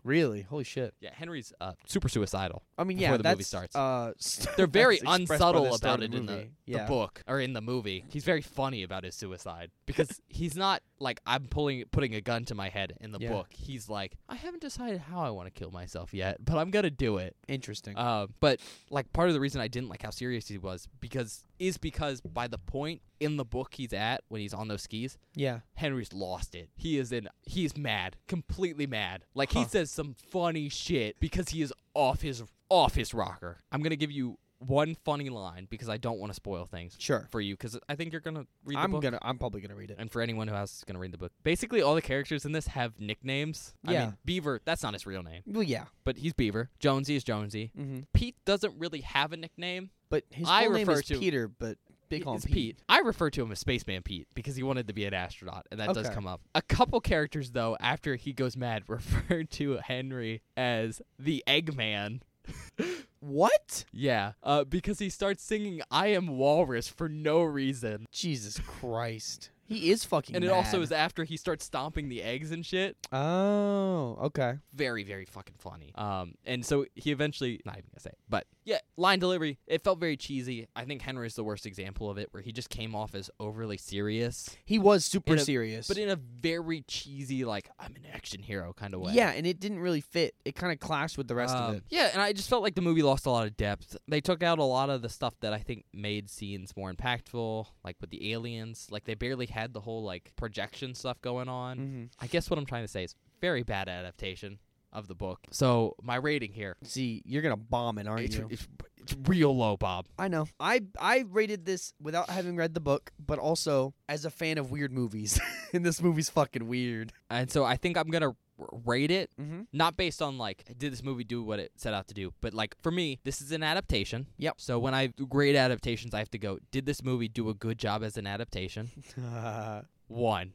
S1: Really? Holy shit.
S2: yeah, Henry's uh, super suicidal.
S1: I mean,
S2: Before
S1: yeah,
S2: the
S1: that's,
S2: movie starts.
S1: Uh, s-
S2: They're very
S1: that's expressed by
S2: unsubtle
S1: the start
S2: about
S1: of
S2: it
S1: the
S2: in the,
S1: movie. yeah.
S2: the book or in the movie. He's very funny about his suicide because he's not like I'm pulling putting a gun to my head in the
S1: Yeah.
S2: book. He's like I haven't decided how I want to kill myself yet, but I'm gonna do it.
S1: Interesting.
S2: Uh, but like part of the reason I didn't like how serious he was because is because by the point in the book he's at when he's on those skis,
S1: yeah.
S2: Henry's lost it. He is in he's mad, completely mad. Like he says some funny shit because he is off his off his rocker. I'm going to give you one funny line because I don't want to spoil things
S1: Sure.
S2: for you cuz I think you're going to read the
S1: I'm
S2: book. Uh,
S1: gonna. I'm probably gonna read it.
S2: and for anyone who else is going to read the book. Basically all the characters in this have nicknames. I
S1: Yeah.
S2: mean, Beaver, that's not his real name,
S1: Well, yeah.
S2: but he's Beaver. Jonesy is Jonesy.
S1: Mm-hmm.
S2: Pete doesn't really have a nickname.
S1: But his
S2: I
S1: full name
S2: refer
S1: is
S2: to-
S1: Peter, but they call him
S2: It's
S1: Pete.
S2: I refer to him as Spaceman Pete because he wanted to be an astronaut, and that does
S1: Okay.
S2: come up. A couple characters, though, after he goes mad, refer to Henry as the Eggman.
S1: What?
S2: Yeah, uh, because he starts singing "I Am Walrus" for no reason,
S1: Jesus Christ. He is fucking.
S2: and it also
S1: mad.
S2: is after he starts stomping the eggs and shit.
S1: Oh, okay.
S2: very very fucking funny um and so he eventually not even gonna say it, but yeah line delivery it felt very cheesy i think henry is the worst example of it where he just came off as overly serious
S1: He was super
S2: In a-
S1: serious.
S2: but in a very cheesy like i'm an action hero kind of way
S1: yeah, and it didn't really fit. It kind of clashed with the rest
S2: Um,
S1: of it.
S2: yeah and i just felt like the movie lost a lot of depth they took out a lot of the stuff that i think made scenes more impactful like with the aliens like they barely had the whole like projection stuff going on
S1: Mm-hmm.
S2: i guess what i'm trying to say is very bad adaptation of the book so my rating here
S1: See, you're gonna bomb it, aren't
S2: it's,
S1: you?
S2: it's, it's real low, Bob.
S1: I know. I I rated this without having read the book, but also as a fan of weird movies, and this movie's fucking weird.
S2: And so I think I'm gonna r- rate it
S1: Mm-hmm.
S2: not based on like did this movie do what it set out to do, but like for me, this is an adaptation.
S1: Yep.
S2: So when I grade adaptations, I have to go: Did this movie do a good job as an adaptation? One.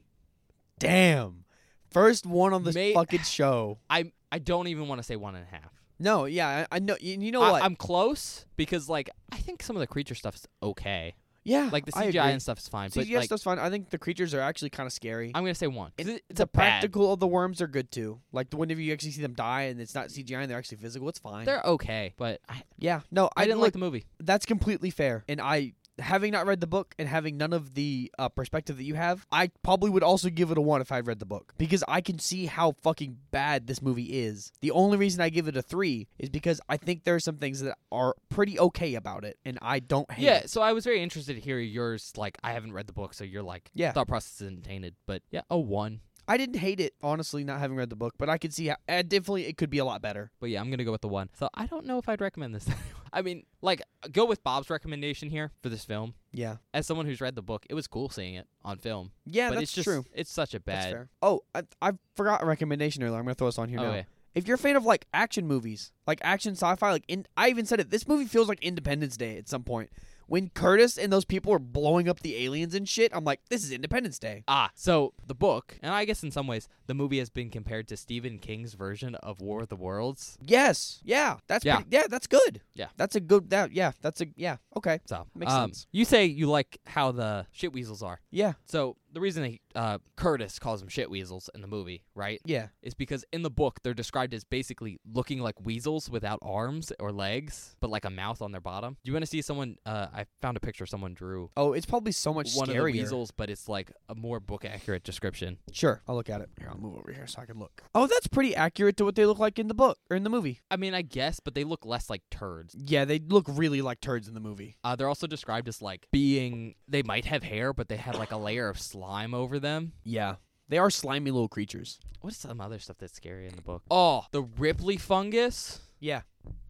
S1: damn. First one on this
S2: May-
S1: fucking show.
S2: I I don't even want to say one and a half.
S1: No, yeah, I, I know. You, you know
S2: I,
S1: what?
S2: I'm close because like I think some of the creature stuff's okay.
S1: yeah,
S2: Like the
S1: I
S2: CGI
S1: agree.
S2: and stuff's fine, but
S1: CGI
S2: like
S1: stuff's fine. I think the creatures are actually kind of scary.
S2: I'm gonna say one.
S1: It-
S2: It's,
S1: the
S2: a bad-
S1: practical of the worms are good too. Like the whenever you actually see them die and it's not CGI and they're actually physical, it's fine.
S2: They're okay, but I,
S1: yeah, no,
S2: I,
S1: I,
S2: didn't like
S1: look,
S2: the movie.
S1: That's completely fair, and I. Having not read the book and having none of the uh, perspective that you have, I probably would also give it a one if I had read the book because I can see how fucking bad this movie is. The only reason I give it a three is because I think there are some things that are pretty okay about it, and I don't hate.
S2: Yeah,
S1: it.
S2: so I was very interested to hear yours. Like, I haven't read the book, so you're like,
S1: Yeah.
S2: thought process isn't tainted. But yeah, a one.
S1: I didn't hate it honestly, not having read the book, but I could see how uh, definitely it could be a lot better.
S2: But yeah, I'm gonna go with the one. So I don't know if I'd recommend this. I mean, like, go with Bob's recommendation here for this film.
S1: Yeah,
S2: As someone who's read the book, it was cool seeing it on film.
S1: yeah,
S2: but
S1: that's
S2: it's just,
S1: true.
S2: It's such a
S1: That's
S2: bad.
S1: fair. Oh, I, I forgot a recommendation earlier. I'm gonna throw this on here
S2: Oh,
S1: now.
S2: yeah.
S1: If you're a fan of like action movies, like action sci-fi, like in, I even said it. This movie feels like Independence Day at some point. When Curtis and those people are blowing up the aliens and shit, I'm like, this is Independence Day.
S2: Ah, so the book, and I guess in some ways, the movie has been compared to Stephen King's version of War of the Worlds.
S1: Yes, yeah, that's
S2: Yeah.
S1: yeah, yeah, that's good.
S2: Yeah.
S1: that's a good that yeah, that's a yeah, okay,
S2: So
S1: Makes
S2: um,
S1: sense.
S2: You say you like how the shit weasels are.
S1: yeah,
S2: So the reason they, uh, Curtis calls them shit weasels in the movie, right,
S1: yeah,
S2: is because in the book they're described as basically looking like weasels without arms or legs, but like a mouth on their bottom. You want to see someone? Uh, I found a picture someone drew
S1: Oh, it's probably so much
S2: one
S1: scarier.
S2: of the weasels, but it's like a more book accurate description.
S1: Sure, I'll look at it. Here, I'll move over here so I can look. Oh, that's pretty accurate to what they look like in the book or in the movie.
S2: I mean, I guess, but they look less like turds.
S1: Yeah, they look really like turds in the movie.
S2: Uh, they're also described as like being they might have hair, but they have like a layer of slime over them.
S1: Yeah, they are slimy little creatures.
S2: What is some other stuff that's scary in the book? Oh, the Ripley fungus.
S1: Yeah.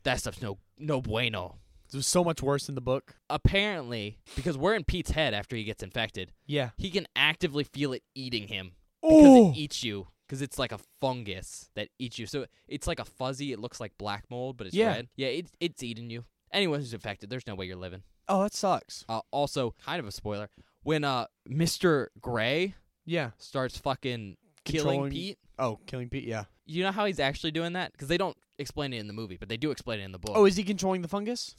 S2: That stuff's no no bueno.
S1: It was so much worse in the book.
S2: Apparently, because we're in Pete's head after he gets infected,
S1: Yeah.
S2: he can actively feel it eating him because
S1: Ooh.
S2: it eats you. Because it's like a fungus that eats you. So it's like a fuzzy. It looks like black mold, but it's
S1: Yeah.
S2: red. Yeah, it, it's eating you. Anyone who's infected, there's no way you're living.
S1: Oh, that sucks.
S2: Uh, also, kind of a spoiler, when uh Mr. Gray
S1: Yeah.
S2: starts fucking killing
S1: Controlling-
S2: Pete,
S1: Oh, killing Pete. Yeah.
S2: you know how he's actually doing that because they don't explain it in the movie, but they do explain it in the book.
S1: Oh, is he controlling the fungus?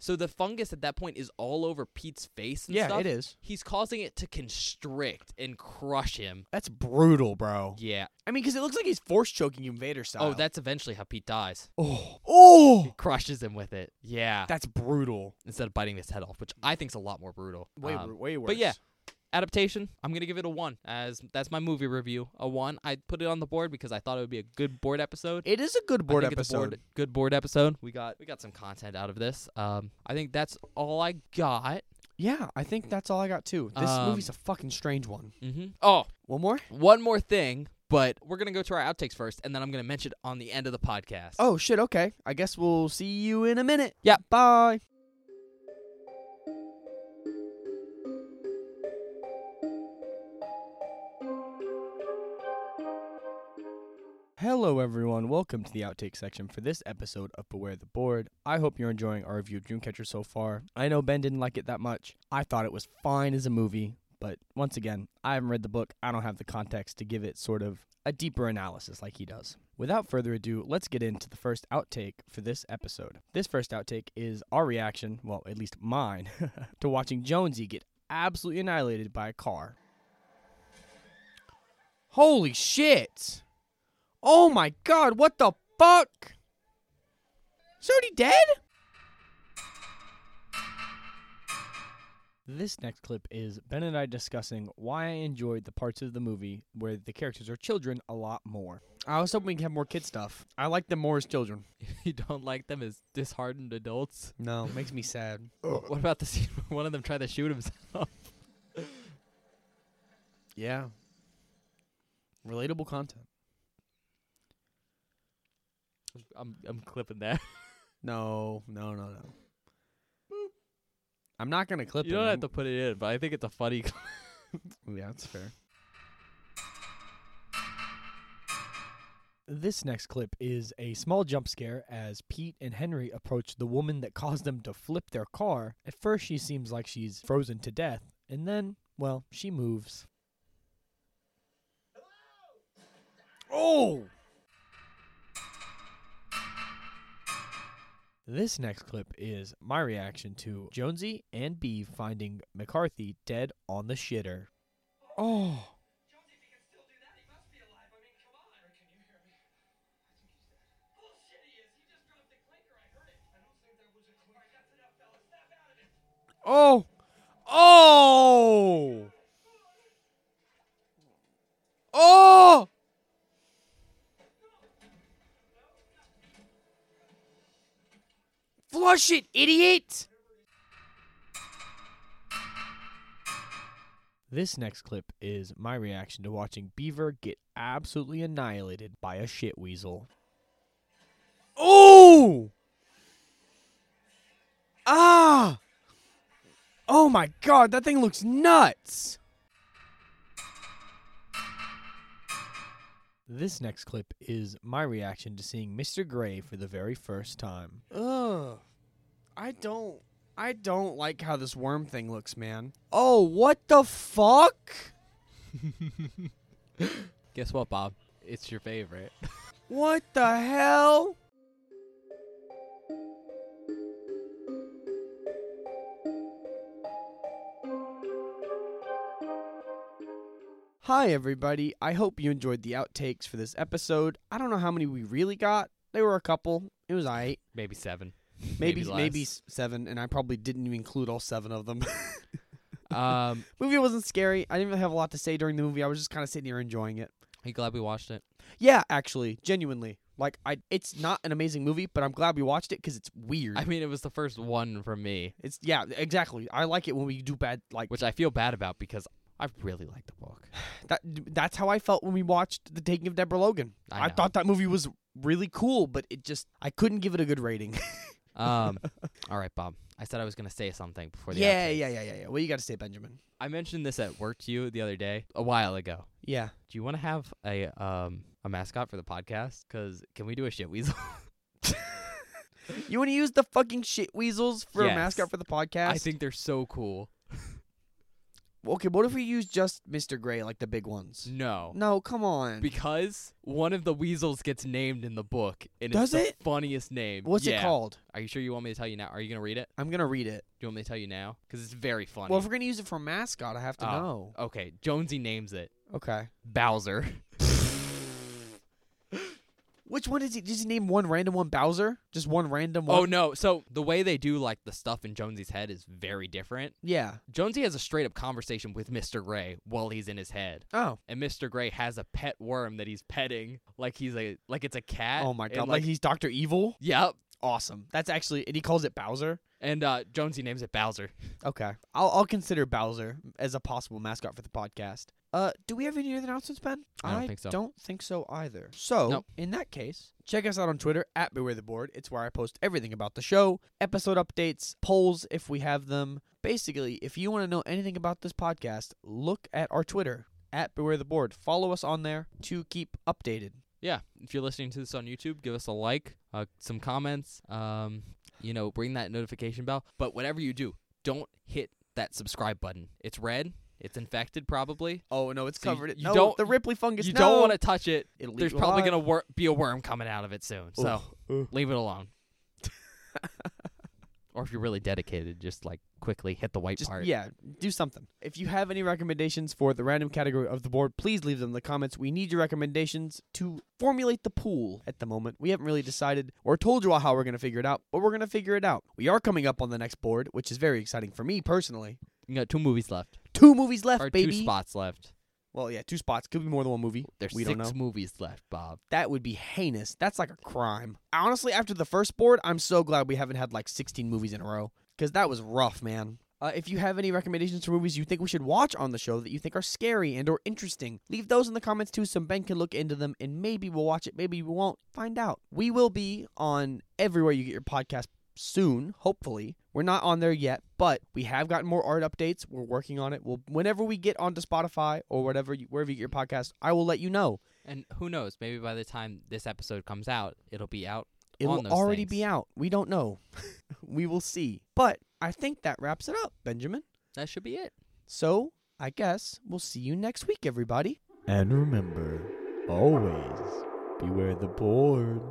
S2: So the fungus at that point is all over Pete's face and
S1: yeah,
S2: stuff.
S1: it is.
S2: He's causing it to constrict and crush him.
S1: That's brutal, bro.
S2: Yeah.
S1: I mean, because it looks like he's force choking you Vader style.
S2: Oh, that's eventually how Pete dies.
S1: Oh. Oh.
S2: He crushes him with it. Yeah.
S1: That's brutal.
S2: Instead of biting his head off, which I think's a lot more brutal.
S1: Way,
S2: Um,
S1: wor- way worse.
S2: but yeah, adaptation. I'm gonna give it a one. As that's my movie review. A one. I put it on the board because I thought it would be a good board episode.
S1: it is a good board
S2: I think it's a
S1: episode.
S2: board- good board episode. We got we got some content out of this. Um, I think that's all I got.
S1: Yeah, I think that's all I got too. This
S2: Um,
S1: movie's a fucking strange one.
S2: Mm-hmm. Oh,
S1: One more?
S2: one more thing, but we're gonna go to our outtakes first, and then I'm gonna mention it on the end of the podcast.
S1: Oh shit. Okay. I guess we'll see you in a minute.
S2: Yeah.
S1: Bye. Hello, everyone. Welcome to the outtake section for this episode of Beware the Board. I hope you're enjoying our review of Dreamcatcher so far. I know Ben didn't like it that much. I thought it was fine as a movie, but once again, I haven't read the book. I don't have the context to give it sort of a deeper analysis like he does. Without further ado, let's get into the first outtake for this episode. This first outtake is our reaction, well, at least mine, to watching Jonesy get absolutely annihilated by a car. Holy shit! Oh my god, what the fuck? Is he already dead? This next clip is Ben and I discussing why I enjoyed the parts of the movie where the characters are children a lot more. I was hoping we could have more kid stuff. I like them more as children.
S2: you don't like them as disheartened adults.
S1: No, makes me sad.
S2: What about the scene where one of them tried to shoot himself?
S1: Yeah. Relatable content.
S2: I'm I'm clipping that.
S1: No, no, no, no. I'm not gonna clip
S2: You don't have to put it in, but I think it's a funny.
S1: Yeah, that's fair. This next clip is a small jump scare as Pete and Henry approach the woman that caused them to flip their car. At first, she seems like she's frozen to death, and then, well, she moves. Oh! This next clip is my reaction to Jonesy and B finding McCarthy dead on the shitter. Oh. Oh. Oh. Oh. Flush it, idiot. This next clip is my reaction to watching Beaver get absolutely annihilated by a shit weasel. Oh! Ah! Oh my god, that thing looks nuts! This next clip is my reaction to seeing Mr. Gray for the very first time. Ugh. I don't. I don't like how this worm thing looks, man. Oh, what the fuck?
S2: Guess what, Bob? It's your favorite.
S1: What the hell? Hi, everybody. I hope you enjoyed the outtakes for this episode. I don't know how many we really got. There were a couple. It was alright.
S2: Maybe seven.
S1: Maybe
S2: Maybe
S1: maybe, s-
S2: less.
S1: seven, and I probably didn't even include all seven of them.
S2: um,
S1: movie wasn't scary. I didn't really have a lot to say during the movie. I was just kind of sitting here enjoying it.
S2: are you glad we watched it?
S1: Yeah, actually, genuinely. Like I it's not an amazing movie, but I'm glad we watched it cuz it's weird.
S2: I mean, it was the first one for me,
S1: it's yeah, exactly. I like it when we do bad like
S2: which I feel bad about because I really like the book.
S1: that that's how I felt when we watched The Taking of Deborah Logan.
S2: I
S1: I,
S2: know.
S1: thought that movie was really cool, but it just I couldn't give it a good rating.
S2: Um, all right, Bob. I said I was gonna say something before the.
S1: yeah,
S2: outtakes.
S1: yeah, yeah, yeah, yeah. What you got to say, Benjamin?
S2: I mentioned this at work to you the other day, a while ago.
S1: Yeah.
S2: Do you want to have a um a mascot for the podcast? Cause can we do a shit weasel?
S1: You want to use the fucking shit weasels for
S2: Yes.
S1: a mascot for the podcast?
S2: I think they're so cool.
S1: Okay, what if we use just Mr. Gray, like the big ones?
S2: No.
S1: No, come on.
S2: Because one of the weasels gets named in the book, and
S1: Does
S2: it's
S1: it?
S2: the funniest name.
S1: What's it
S2: Yeah.
S1: called?
S2: Are you sure you want me to tell you now? Are you gonna read it?
S1: I'm gonna read it.
S2: Do you want me to tell you now? Because it's very funny.
S1: Well, if we're gonna use it for mascot, I have to
S2: Oh.
S1: know.
S2: okay, Jonesy names it
S1: Okay.
S2: Bowser.
S1: Which one is he? Does he name one random one Bowser? Just one random one?
S2: Oh no! So the way they do like the stuff in Jonesy's head is very different.
S1: Yeah.
S2: Jonesy has a straight up conversation with Mr. Gray while he's in his head,
S1: Oh.
S2: and Mr. Gray has a pet worm that he's petting like he's a like it's a cat.
S1: Oh my
S2: and,
S1: god. Like,
S2: Like,
S1: he's Doctor Evil.
S2: yep.
S1: Awesome. That's actually, and he calls it Bowser.
S2: And uh, Jonesy names it Bowser.
S1: Okay. I'll I'll consider Bowser as a possible mascot for the podcast. Uh, do we have any other announcements, Ben?
S2: I don't think so.
S1: Don't think so either. So
S2: Nope.
S1: in that case, check us out on Twitter at Beware the Board. It's where I post everything about the show, episode updates, polls if we have them. Basically, if you want to know anything about this podcast, look at our Twitter at Beware the Board. Follow us on there to keep updated.
S2: Yeah. If you're listening to this on YouTube, give us a like, uh, some comments. Um, you know, ring that notification bell. But whatever you do, don't hit that subscribe button. It's red. It's infected, probably.
S1: Oh no, it's
S2: So you-
S1: covered. it.
S2: you
S1: no,
S2: don't-
S1: the Ripley fungus.
S2: you
S1: no.
S2: don't want to touch it.
S1: It'll leave
S2: There's
S1: you
S2: probably
S1: alive.
S2: gonna wor- be a worm coming out of it soon. So leave it alone. or if you're really dedicated, just like quickly hit the white
S1: just
S2: part.
S1: yeah do something if you have any recommendations for the random category of the board please leave them in the comments we need your recommendations to formulate the pool at the moment we haven't really decided or told you all how we're going to figure it out but we're going to figure it out we are coming up on the next board which is very exciting for me personally
S2: You got two movies left,
S1: two movies left
S2: or
S1: baby
S2: two spots left.
S1: well yeah two spots could be more than one movie
S2: There's
S1: we
S2: 6
S1: don't know
S2: movies left, Bob.
S1: that would be heinous that's like a crime honestly after the first board i'm so glad we haven't had like 16 movies in a row because that was rough man uh, if you have any recommendations for movies you think we should watch on the show that you think are scary and or interesting leave those in the comments too so ben can look into them and maybe we'll watch it maybe we won't find out we will be on everywhere you get your podcast soon hopefully we're not on there yet but we have gotten more art updates we're working on it we'll, whenever we get onto spotify or whatever you, wherever you get your podcast i will let you know
S2: And who knows? Maybe by the time this episode comes out, it'll be out. on
S1: It'll
S2: those
S1: already be
S2: things.
S1: out. We don't know. we will see. But I think that wraps it up, Benjamin.
S2: That should be it.
S1: So I guess we'll see you next week, everybody.
S5: And remember, always beware the board.